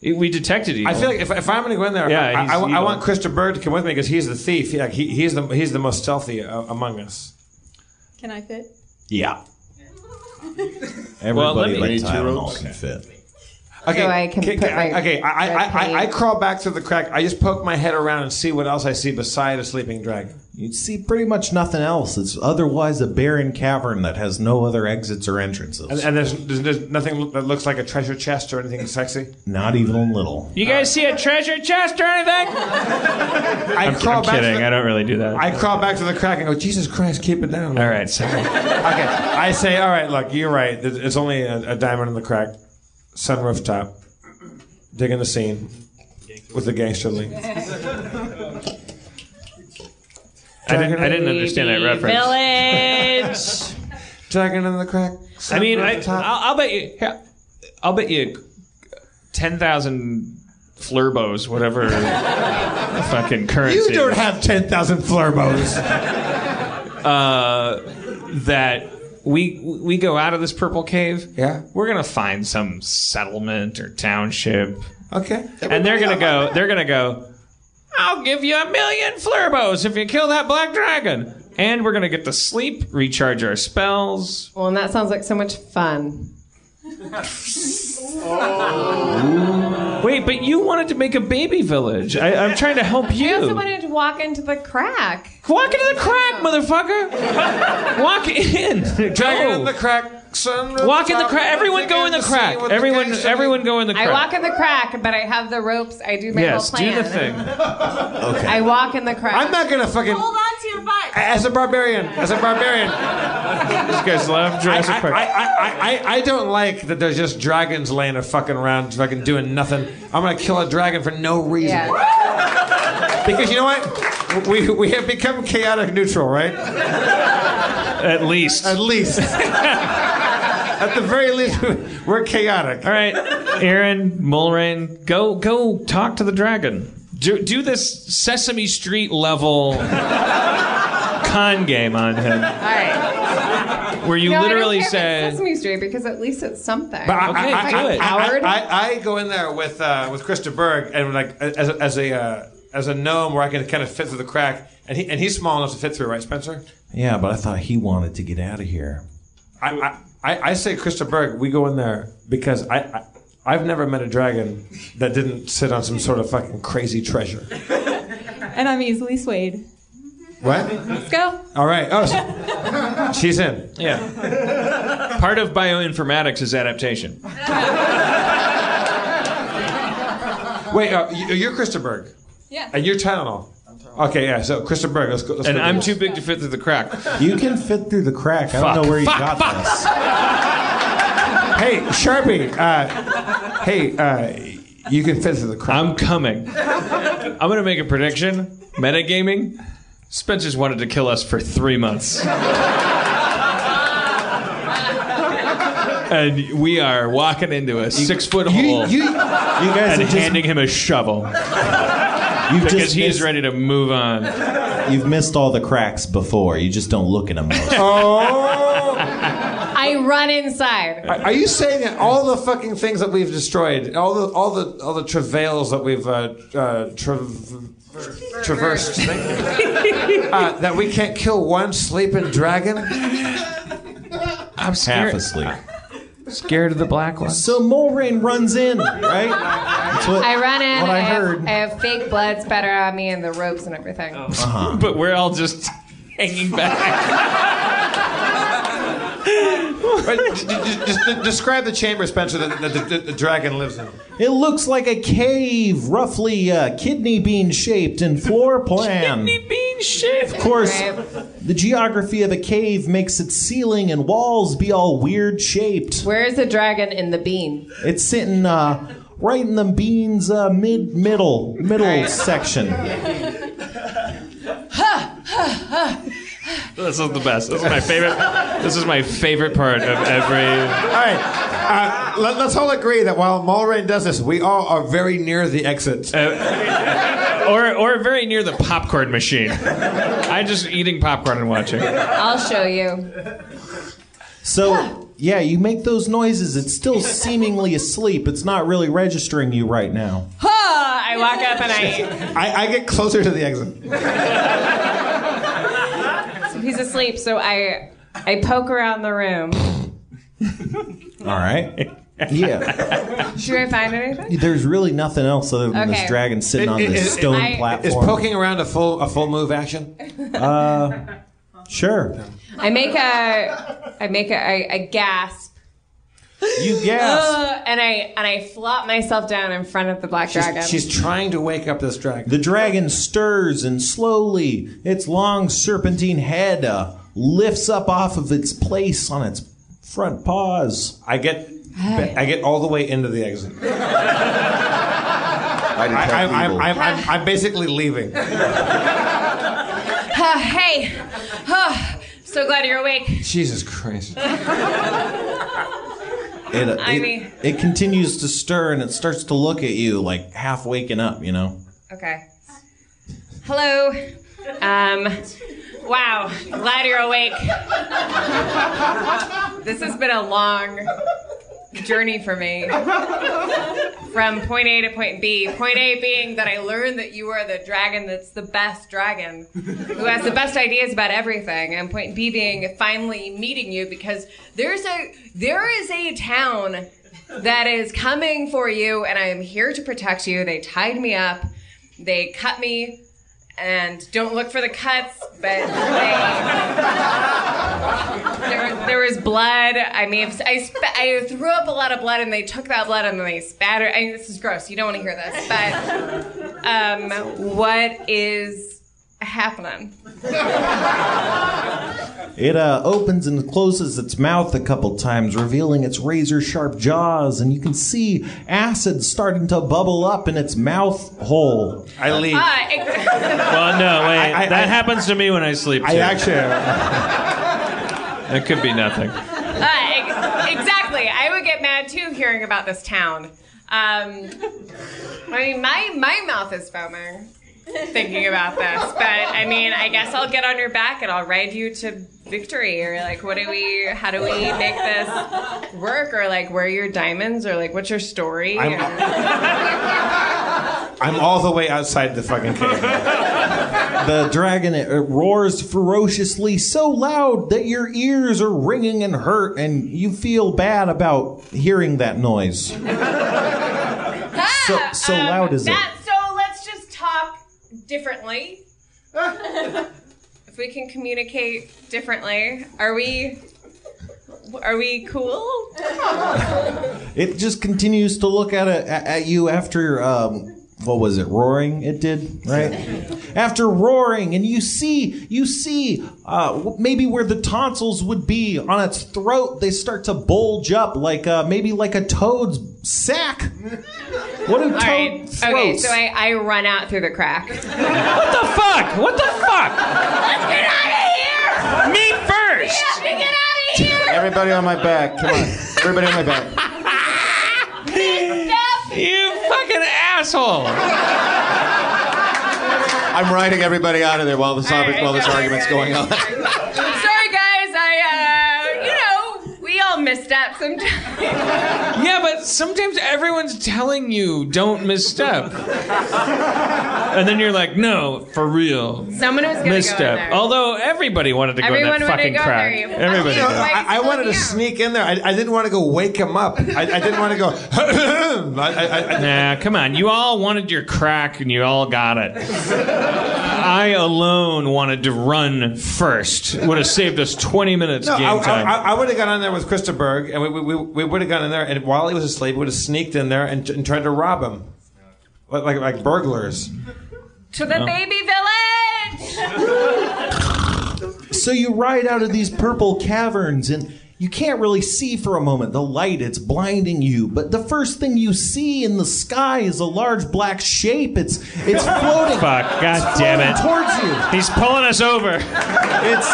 [SPEAKER 3] It- we detected you.
[SPEAKER 4] I feel like if, if I'm going to go in there,
[SPEAKER 3] Yeah,
[SPEAKER 4] I-
[SPEAKER 3] he's
[SPEAKER 4] I, I,
[SPEAKER 3] evil.
[SPEAKER 4] want Christopher Bird to come with me because he's the thief. Yeah, he, he's the he's the most stealthy uh, among us.
[SPEAKER 9] Can I fit?
[SPEAKER 14] Yeah.
[SPEAKER 4] Well, let
[SPEAKER 14] Everybody
[SPEAKER 4] me-
[SPEAKER 14] like
[SPEAKER 4] Need two
[SPEAKER 14] Tylenol
[SPEAKER 4] ropes?
[SPEAKER 14] can fit.
[SPEAKER 4] Okay,
[SPEAKER 6] So I can
[SPEAKER 4] okay,
[SPEAKER 6] put
[SPEAKER 4] okay,
[SPEAKER 6] my-
[SPEAKER 4] okay, I, I,
[SPEAKER 6] my
[SPEAKER 4] I, I, I crawl back through the crack. I just poke my head around and see what else I see beside a sleeping dragon.
[SPEAKER 14] You'd see pretty much nothing else. It's otherwise a barren cavern that has no other exits or entrances.
[SPEAKER 4] And, and there's, there's, there's nothing that looks like a treasure chest or anything sexy.
[SPEAKER 14] Not even a little.
[SPEAKER 3] You guys see a treasure chest or anything?
[SPEAKER 4] I
[SPEAKER 3] I'm,
[SPEAKER 4] crawl
[SPEAKER 3] I'm
[SPEAKER 4] back to
[SPEAKER 3] kidding.
[SPEAKER 4] the-
[SPEAKER 3] I don't really do that.
[SPEAKER 4] I crawl back to the crack and go, Jesus Christ, keep it down.
[SPEAKER 3] All right, sorry.
[SPEAKER 4] okay, I say, all right, look, you're right. There's- It's only a, a diamond in the crack. Sun rooftop. Digging the scene with the gangster lean.
[SPEAKER 3] I didn't, I didn't understand that reference.
[SPEAKER 6] Village.
[SPEAKER 4] Dragon in the crack.
[SPEAKER 3] I mean, I,
[SPEAKER 4] Sun rooftop.
[SPEAKER 3] I'll, I'll bet you. here, I'll bet you ten thousand flurbos, whatever fucking currency.
[SPEAKER 4] you don't have 10,000 flurbos.
[SPEAKER 3] uh, that we we go out of this purple cave.
[SPEAKER 4] Yeah.
[SPEAKER 3] We're gonna find some settlement or township,
[SPEAKER 4] okay.
[SPEAKER 3] and they're gonna go. They're gonna go. I'll give you a million flurbos if you kill that black dragon. And we're gonna get to sleep, recharge our spells.
[SPEAKER 6] Well, and that sounds like so much fun.
[SPEAKER 3] Wait, but you wanted to make a baby village. I, I'm trying to help
[SPEAKER 6] I also
[SPEAKER 3] you.
[SPEAKER 6] wanted to walk into the crack.
[SPEAKER 3] Walk into the crack, motherfucker. Walk in.
[SPEAKER 4] Dragon
[SPEAKER 3] Go.
[SPEAKER 4] in the crack. Sun
[SPEAKER 3] Walk in the
[SPEAKER 4] rooftop,
[SPEAKER 3] crack. Everyone go in the
[SPEAKER 4] digging
[SPEAKER 3] crack.
[SPEAKER 4] scene with the
[SPEAKER 3] Everyone,
[SPEAKER 4] gangster lean.
[SPEAKER 3] everyone go in the crack.
[SPEAKER 6] I walk in the crack, but I have the ropes. I do my
[SPEAKER 3] Yes,
[SPEAKER 6] whole plan.
[SPEAKER 3] do the thing.
[SPEAKER 14] Okay.
[SPEAKER 6] I walk in the crack.
[SPEAKER 4] I'm not gonna fucking.
[SPEAKER 18] Hold on to your butt.
[SPEAKER 4] As a barbarian, as a barbarian,
[SPEAKER 3] These guys love Jurassic
[SPEAKER 4] I,
[SPEAKER 3] Park.
[SPEAKER 4] I, I, I, I don't like that there's just dragons laying a fucking around, fucking doing nothing. I'm gonna kill a dragon for no reason.
[SPEAKER 6] Yeah.
[SPEAKER 4] Because you know what? We, we have become chaotic neutral, right?
[SPEAKER 3] At least.
[SPEAKER 4] At least. At the very least, we're chaotic.
[SPEAKER 3] All right, Aaron Mulrain, go go talk to the dragon. Do do this Sesame Street level con game on him,
[SPEAKER 6] All right.
[SPEAKER 3] where you
[SPEAKER 6] No, I don't
[SPEAKER 3] literally
[SPEAKER 6] care if it's
[SPEAKER 3] said,
[SPEAKER 6] Sesame Street because at least it's something.
[SPEAKER 4] But I,
[SPEAKER 3] Okay,
[SPEAKER 4] I, I,
[SPEAKER 3] do it.
[SPEAKER 4] I,
[SPEAKER 3] Howard?
[SPEAKER 4] I, I, I go in there with uh, with Krista Berg and like as a, as a uh, as a gnome where I can kind of fit through the crack, and he and he's small enough to fit through, right, Spencer?
[SPEAKER 14] Yeah, but I thought he wanted to get out of here.
[SPEAKER 4] I I, I, I say Krista Berg, we go in there because I. I I've never met a dragon that didn't sit on some sort of fucking crazy treasure.
[SPEAKER 9] And I'm easily swayed.
[SPEAKER 4] What?
[SPEAKER 9] Let's go.
[SPEAKER 4] All right. Oh, so- she's in.
[SPEAKER 3] "Yeah." Part of bioinformatics is adaptation.
[SPEAKER 4] Wait, uh, you- you're Krista Berg.
[SPEAKER 9] Yeah.
[SPEAKER 4] And you're Tylenol. Okay, yeah. So Krista Berg, let's go. Let's
[SPEAKER 3] And
[SPEAKER 4] go
[SPEAKER 3] I'm
[SPEAKER 4] do
[SPEAKER 3] too
[SPEAKER 4] this.
[SPEAKER 3] big to fit through the crack.
[SPEAKER 14] You can fit through the crack. I don't know where you got this.
[SPEAKER 4] Hey, Sharpie. Uh, hey, uh, you can fit through the crack.
[SPEAKER 3] I'm coming. I'm gonna make a prediction. Metagaming. Spencer's wanted to kill us for three months. And we are walking into a six foot hole
[SPEAKER 14] You guys
[SPEAKER 3] and
[SPEAKER 14] have just,
[SPEAKER 3] handing him a shovel
[SPEAKER 14] you've
[SPEAKER 3] because
[SPEAKER 14] just
[SPEAKER 3] he is
[SPEAKER 14] missed,
[SPEAKER 3] ready to move on.
[SPEAKER 14] you've missed all the cracks before. You just don't look at them most.
[SPEAKER 4] Oh,
[SPEAKER 6] I run inside.
[SPEAKER 4] are you saying that all the fucking things that we've destroyed, all the all the all the travails that we've uh, uh, trav- traversed, thank you, uh, that we can't kill one sleeping dragon?
[SPEAKER 3] I'm
[SPEAKER 14] half
[SPEAKER 3] scared,
[SPEAKER 14] asleep.
[SPEAKER 3] scared of the black one.
[SPEAKER 14] So Mulrain runs in, right? That's what
[SPEAKER 6] I run in.
[SPEAKER 14] What I
[SPEAKER 6] have,
[SPEAKER 14] heard.
[SPEAKER 6] I have fake blood spatter on me and the ropes and everything.
[SPEAKER 3] Uh-huh.
[SPEAKER 4] Uh-huh.
[SPEAKER 3] But we're all just hanging back.
[SPEAKER 4] Right, d- d- d- just d- describe the chamber, Spencer, that, that the, the, the dragon lives in.
[SPEAKER 14] It looks like a cave, roughly uh, kidney bean shaped in floor plan.
[SPEAKER 12] bean shit.
[SPEAKER 14] Of course, the geography of a cave makes its ceiling and walls be all weird shaped.
[SPEAKER 6] Where is the dragon in the bean?
[SPEAKER 14] It's sitting uh, right in the bean's uh, mid middle middle
[SPEAKER 6] Right.
[SPEAKER 14] section.
[SPEAKER 3] This is the best. This is my favorite. This is my favorite part of every.
[SPEAKER 4] All right. Uh, let, us all agree that while Mulrain does this, we all are very near the exit.
[SPEAKER 3] Uh, Or, or very near the popcorn machine. I'm just eating popcorn and watching.
[SPEAKER 6] I'll show you.
[SPEAKER 14] So, yeah, you make those noises. It's still seemingly asleep. It's not really registering you right now.
[SPEAKER 6] Huh, I walk up and I.
[SPEAKER 4] I, I get closer to the exit.
[SPEAKER 6] So he's asleep, so I I poke around the room.
[SPEAKER 14] All right. Yeah.
[SPEAKER 6] Should I find anything?
[SPEAKER 14] There's really nothing else other than
[SPEAKER 6] Okay.
[SPEAKER 14] this dragon sitting on
[SPEAKER 4] It-
[SPEAKER 14] this
[SPEAKER 4] it-
[SPEAKER 14] stone
[SPEAKER 6] I-
[SPEAKER 4] Is
[SPEAKER 14] platform.
[SPEAKER 4] poking around a full a full move action?
[SPEAKER 14] Uh, sure.
[SPEAKER 6] I make a I make a I, I gasp.
[SPEAKER 14] You gasp.
[SPEAKER 6] Ugh, and I and I flop myself down in front of the black dragon.
[SPEAKER 4] She's trying to wake up this dragon.
[SPEAKER 14] The dragon stirs and slowly, its long serpentine head uh, lifts up off of its place on its front paws.
[SPEAKER 4] I get I get all the way into the exit. I
[SPEAKER 14] detect
[SPEAKER 4] am I'm,
[SPEAKER 14] evil.
[SPEAKER 4] I'm, I'm, I'm basically leaving.
[SPEAKER 6] Huh, Uh, hey, huh, so glad you're awake.
[SPEAKER 4] Jesus Christ.
[SPEAKER 14] It,
[SPEAKER 6] I
[SPEAKER 14] uh, it-
[SPEAKER 6] mean-
[SPEAKER 14] it continues to stir and it starts to look at you like half waking up, you know?
[SPEAKER 6] Okay. Hello. Um. Wow. Glad you're awake. This has been a long journey for me. From point A to point B. Point A being that I learned that you are the dragon that's the best dragon, who has the best ideas about everything. And point B being finally meeting you because there's a there is a town that is coming for you, and I am here to protect you. They tied me up, they cut me, and don't look for the cuts, but they, there, there was blood. I may have, I, sp- I threw up a lot of blood, and they took that blood and they spattered. I mean, this is gross. You don't want to hear this, but um, what is happening?
[SPEAKER 14] It uh, opens and closes its mouth a couple times, revealing its razor sharp jaws, and you can see acid starting to bubble up in its mouth hole.
[SPEAKER 4] I leave.
[SPEAKER 6] Ah, ex-
[SPEAKER 3] Well, no, wait.
[SPEAKER 14] I- I-
[SPEAKER 3] that
[SPEAKER 14] I-
[SPEAKER 3] happens to me when I sleep. Too.
[SPEAKER 14] I actually-
[SPEAKER 4] uh,
[SPEAKER 3] That could be nothing.
[SPEAKER 6] Uh, ex- exactly. I would get mad too hearing about this town. Um, I mean, my my mouth is foaming thinking about this, but I mean, I guess I'll get on your back and I'll ride you to victory, or like, what do we? How do we make this work? Or like, where are your diamonds? Or like, what's your story?
[SPEAKER 4] I'm all the way outside the fucking cave.
[SPEAKER 14] The dragon it, it roars ferociously so loud that your ears are ringing and hurt, and you feel bad about hearing that noise. so so loud is it?
[SPEAKER 6] Ah, um, that. So let's just talk differently. if we can communicate differently, are we? Are we cool?
[SPEAKER 14] It just continues to look at it, at at you after um, what was it? Roaring. It did right after roaring, and you see you see uh, w- maybe where the tonsils would be on its throat. They start to bulge up like uh, maybe like a toad's sack. What do
[SPEAKER 6] All
[SPEAKER 14] toad
[SPEAKER 6] right.
[SPEAKER 14] throats?
[SPEAKER 6] Okay, so I, I run out through the crack.
[SPEAKER 3] What the fuck? What the fuck?
[SPEAKER 6] Let's get out of here!
[SPEAKER 3] Me first!
[SPEAKER 6] Yeah, we get out of here!
[SPEAKER 19] Everybody on my back. Come on. Everybody on my back.
[SPEAKER 3] You fucking asshole!
[SPEAKER 19] I'm riding everybody out of there while this, while this argument's going on.
[SPEAKER 6] Sorry, guys. I, uh, you know, we all misstep sometimes.
[SPEAKER 3] Yeah, but sometimes everyone's telling you don't misstep. and then you're like, no, for real.
[SPEAKER 6] Someone was gonna
[SPEAKER 3] misstep.
[SPEAKER 6] go in there.
[SPEAKER 3] Although everybody wanted to go
[SPEAKER 6] Everyone
[SPEAKER 3] in that
[SPEAKER 6] wanted
[SPEAKER 3] fucking
[SPEAKER 6] to go in
[SPEAKER 3] crowd.
[SPEAKER 6] there, you
[SPEAKER 3] Everybody.
[SPEAKER 4] You know, I, I wanted to sneak in there. I, I didn't want to go wake him up. I, I didn't want to go.
[SPEAKER 3] nah, come on. You all wanted your crack and you all got it. I alone wanted to run first. Would have saved us 20 minutes
[SPEAKER 4] No,
[SPEAKER 3] game
[SPEAKER 4] I,
[SPEAKER 3] time.
[SPEAKER 4] I, I would have gone in there with Krista Berg, and we, we, we would have gone in there, and while he was asleep, we would have sneaked in there and, and tried to rob him, like like, like burglars.
[SPEAKER 6] to the
[SPEAKER 4] No.
[SPEAKER 6] baby village.
[SPEAKER 14] So you ride out of these purple caverns and you can't really see for a moment the light it's blinding you but the first thing you see in the sky is a large black shape it's it's floating
[SPEAKER 3] Fuck, God
[SPEAKER 14] it's
[SPEAKER 3] damn
[SPEAKER 14] floating
[SPEAKER 3] it.
[SPEAKER 14] towards you
[SPEAKER 3] He's pulling us over.
[SPEAKER 14] It's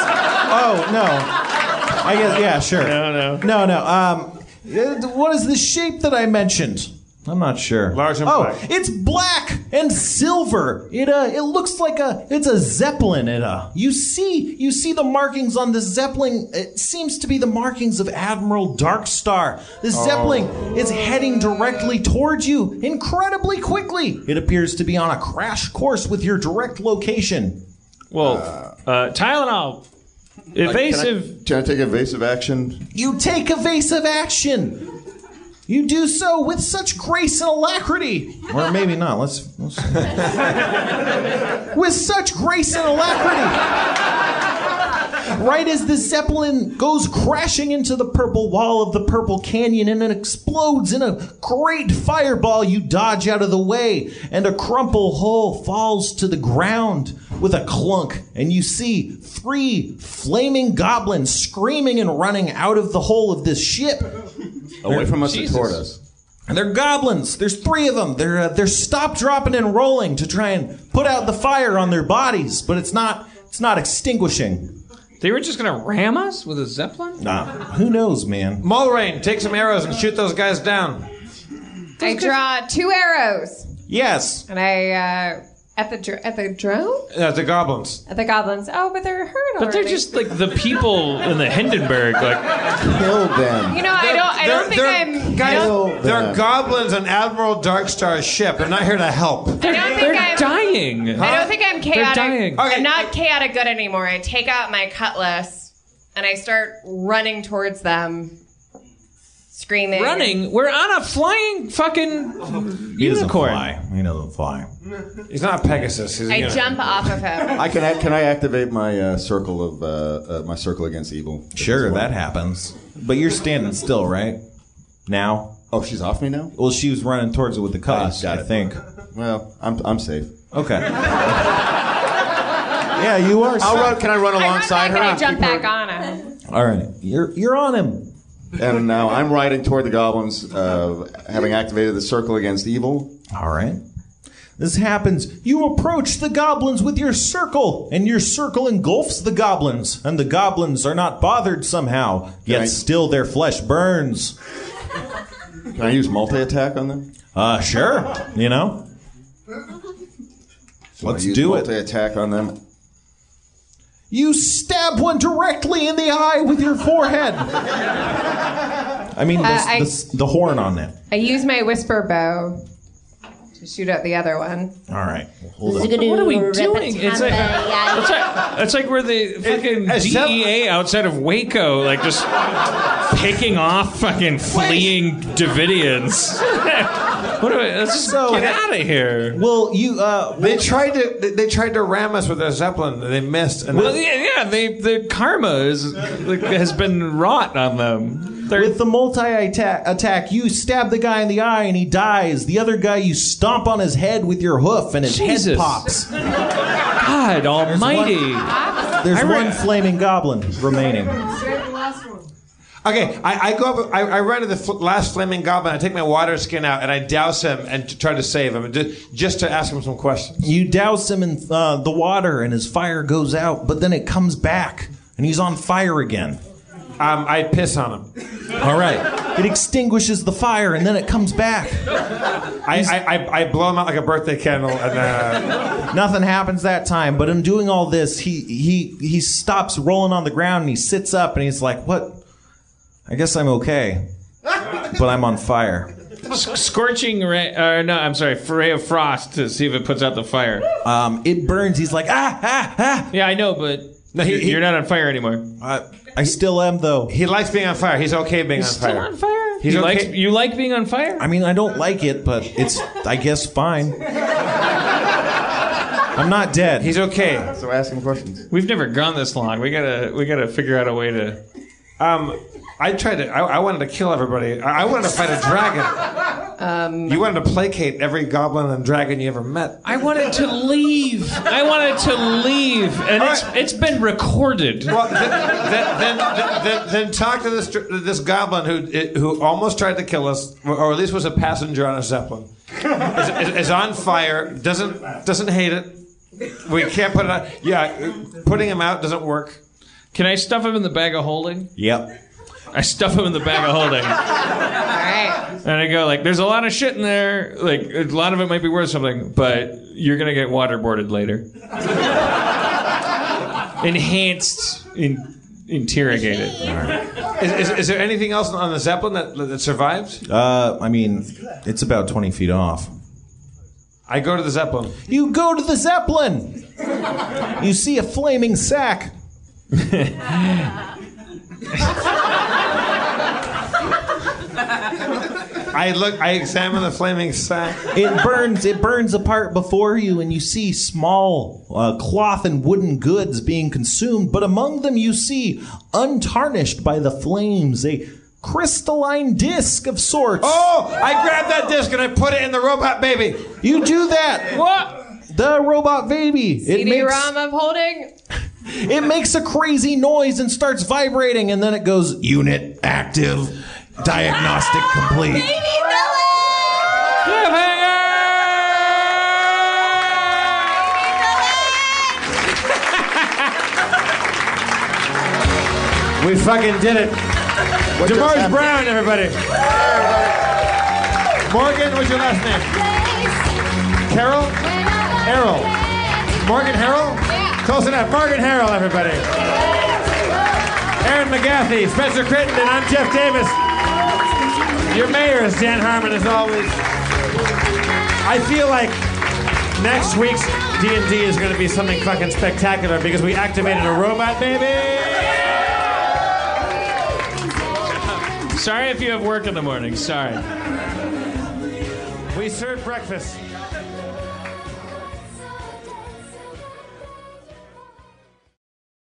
[SPEAKER 14] oh no. I guess yeah, sure. No,
[SPEAKER 3] no.
[SPEAKER 14] No, no. Um uh, what is the shape that I mentioned? I'm not sure. Large
[SPEAKER 4] and
[SPEAKER 14] oh,
[SPEAKER 4] black.
[SPEAKER 14] it's black and silver. It uh, it looks like a it's a zeppelin. It uh, you see you see the markings on the zeppelin. It seems to be the markings of Admiral Darkstar. The zeppelin is heading directly towards you, incredibly quickly. It appears to be on a crash course with your direct location.
[SPEAKER 3] Well, uh, Tylenol.
[SPEAKER 19] Can I, can I take evasive action?
[SPEAKER 14] You take evasive action. You do so with such grace and alacrity. Or maybe not. Let's. let's... with such grace and alacrity. Right as the Zeppelin goes crashing into the purple wall of the Purple Canyon and it explodes in a great fireball, you dodge out of the way, and a crumple hole falls to the ground with a clunk, and you see three flaming goblins screaming and running out of the hole of this ship.
[SPEAKER 19] Away from us and
[SPEAKER 14] Jesus.
[SPEAKER 19] toward us.
[SPEAKER 14] And they're goblins. There's three of them. They're uh, they're stop dropping and rolling to try and put out the fire on their bodies, but it's not it's not extinguishing.
[SPEAKER 3] They were just gonna ram us with a zeppelin.
[SPEAKER 14] Nah, who knows, man.
[SPEAKER 4] Mulrain, take some arrows and shoot those guys down.
[SPEAKER 6] I draw two arrows,
[SPEAKER 14] Yes,
[SPEAKER 6] and I uh, at the dr- at the drone
[SPEAKER 4] uh, the goblins.
[SPEAKER 6] at the goblins. Oh, but they're hurt already.
[SPEAKER 3] But they're just like the people in the Hindenburg, like kill them.
[SPEAKER 6] You know, I don't. I don't think
[SPEAKER 4] they're-
[SPEAKER 6] I'm. I
[SPEAKER 4] Guys,
[SPEAKER 6] don't,
[SPEAKER 4] they're goblins on Admiral Darkstar's ship. They're not here to help.
[SPEAKER 6] I don't think I'm
[SPEAKER 3] dying.
[SPEAKER 6] I don't think I'm chaotic.
[SPEAKER 4] dying.
[SPEAKER 6] I'm not chaotic good anymore. I take out my cutlass and I start running towards them, screaming.
[SPEAKER 3] Running? We're on a flying fucking.
[SPEAKER 14] he doesn't fly. He doesn't fly.
[SPEAKER 4] He's not Pegasus.
[SPEAKER 6] I jump off of him.
[SPEAKER 19] I can. act- Can I activate my uh, circle of uh, uh, my circle against evil?
[SPEAKER 14] Sure, that happens. But you're standing still, right? Now.
[SPEAKER 19] Oh, she's off me now.
[SPEAKER 14] Well, she was running towards it with the cuss. I think.
[SPEAKER 19] Well, I'm I'm safe.
[SPEAKER 14] Okay. yeah, you are.
[SPEAKER 19] I'll run. Can I run
[SPEAKER 6] I
[SPEAKER 19] alongside her?
[SPEAKER 6] I jump back on him.
[SPEAKER 14] All right, you're you're on him.
[SPEAKER 19] And now I'm riding toward the goblins, uh, having activated the circle against evil.
[SPEAKER 14] All right. This happens. You approach the goblins with your circle, and your circle engulfs the goblins, and the goblins are not bothered somehow, yet
[SPEAKER 19] I-
[SPEAKER 14] still their flesh burns.
[SPEAKER 19] Can I use multi attack on them?
[SPEAKER 14] Uh, sure. You know? Let's do it.
[SPEAKER 19] Multi attack on them.
[SPEAKER 14] You stab one directly in the eye with your forehead. I mean, the,
[SPEAKER 6] Uh, I-
[SPEAKER 14] the, the horn on that.
[SPEAKER 6] I use my whisper bow to shoot at the other one.
[SPEAKER 14] All right. Hold
[SPEAKER 3] What
[SPEAKER 14] on.
[SPEAKER 3] are we doing? It's like,
[SPEAKER 6] yeah.
[SPEAKER 3] it's like, it's like we're the fucking
[SPEAKER 14] a zeppelin-
[SPEAKER 3] DEA outside of Waco, like just picking off fucking fleeing Davidians. what are we, let's just get out of here.
[SPEAKER 14] Well, you. Uh,
[SPEAKER 4] they tried to. They, they tried to ram us with their zeppelin. They missed. And
[SPEAKER 3] Well, yeah, yeah they, the karma is, like, has been wrought on them.
[SPEAKER 14] With the multi attack, you stab the guy in the eye and he dies. The other guy, you stomp on his head with your hoof and his head
[SPEAKER 3] Jesus.
[SPEAKER 14] pops.
[SPEAKER 3] God almighty.
[SPEAKER 14] There's
[SPEAKER 4] I re-
[SPEAKER 14] one flaming goblin remaining.
[SPEAKER 4] Okay, I, I go up. I, I run to the fl- last flaming goblin. I take my water skin out and I douse him and to try to save him, ju- just to ask him some questions.
[SPEAKER 14] You douse him in uh, the water and his fire goes out, but then it comes back and he's on fire again.
[SPEAKER 4] Um, I piss on him.
[SPEAKER 14] All right. It extinguishes the fire and then it comes back.
[SPEAKER 4] I, I, I, I blow him out like a birthday candle and uh,
[SPEAKER 14] Nothing happens that time, but in doing all this, he he he stops rolling on the ground and he sits up and he's like, "What? I guess I'm okay, but I'm on fire.
[SPEAKER 3] S- scorching ray. Uh, no, I'm sorry. Ray of frost to see if it puts out the fire.
[SPEAKER 14] Um, it burns. He's like ah ah ah.
[SPEAKER 3] Yeah, I know, but
[SPEAKER 14] No, he-
[SPEAKER 3] you're,
[SPEAKER 14] he-
[SPEAKER 3] you're not on fire anymore.
[SPEAKER 14] I, I still am though.
[SPEAKER 4] He likes being on fire. He's okay being
[SPEAKER 3] He's still on fire.
[SPEAKER 14] He's
[SPEAKER 3] you like
[SPEAKER 14] okay-
[SPEAKER 3] you like being on fire.
[SPEAKER 14] I mean, I don't like it, but it's I guess fine. I'm not dead.
[SPEAKER 4] He's okay.
[SPEAKER 22] So ask him questions.
[SPEAKER 3] We've never gone this long. We gotta we gotta figure out a way to.
[SPEAKER 4] Um, I tried to. I, I wanted to kill everybody. I, I wanted to fight a dragon.
[SPEAKER 6] Um,
[SPEAKER 4] You wanted to placate every goblin and dragon you ever met.
[SPEAKER 3] I wanted to leave. I wanted to leave, and it's it's been recorded.
[SPEAKER 4] Well, then, then, then, then, then talk to this this goblin who who almost tried to kill us, or at least was a passenger on a zeppelin. Is, is, is on fire. Doesn't doesn't hate it. We can't put it. on. Yeah, putting him out doesn't work.
[SPEAKER 3] Can I stuff him in the bag of holding?
[SPEAKER 14] Yep.
[SPEAKER 3] I stuff him in the bag of holding.
[SPEAKER 6] all right.
[SPEAKER 3] And I go like, "There's a lot of shit in there. Like a lot of it might be worth something, but you're gonna get waterboarded later. Enhanced, in, interrogated.
[SPEAKER 4] Is, is, is there anything else on the zeppelin that that survives?
[SPEAKER 14] Uh, I mean, it's about 20 feet off.
[SPEAKER 4] I go to the zeppelin.
[SPEAKER 14] You go to the zeppelin. you see a flaming sack.
[SPEAKER 4] I look. I examine the flaming sack.
[SPEAKER 14] It burns. It burns apart before you, and you see small uh, cloth and wooden goods being consumed. But among them, you see, untarnished by the flames, a crystalline disc of sorts.
[SPEAKER 4] Oh! I grabbed that disc and I put it in the robot baby.
[SPEAKER 14] You do that.
[SPEAKER 3] What?
[SPEAKER 14] The robot baby. it makes
[SPEAKER 6] CD-ROM of holding.
[SPEAKER 14] it makes a crazy noise and starts vibrating, and then it goes unit active, diagnostic complete.
[SPEAKER 4] We fucking did it.
[SPEAKER 8] just
[SPEAKER 4] Demarge
[SPEAKER 8] happened?
[SPEAKER 4] Brown, everybody. Morgan, what's your last name? Carol? Errol. Morgan Harrell? Close enough. Morgan Harrell, everybody. Aaron McGathy, Spencer Crittenden, I'm Jeff Davis. Your mayor is Dan Harmon, as always. I feel like next week's D&D is going to be something fucking spectacular because we activated a robot baby.
[SPEAKER 3] Sorry if you have work in the morning. Sorry.
[SPEAKER 4] We serve breakfast.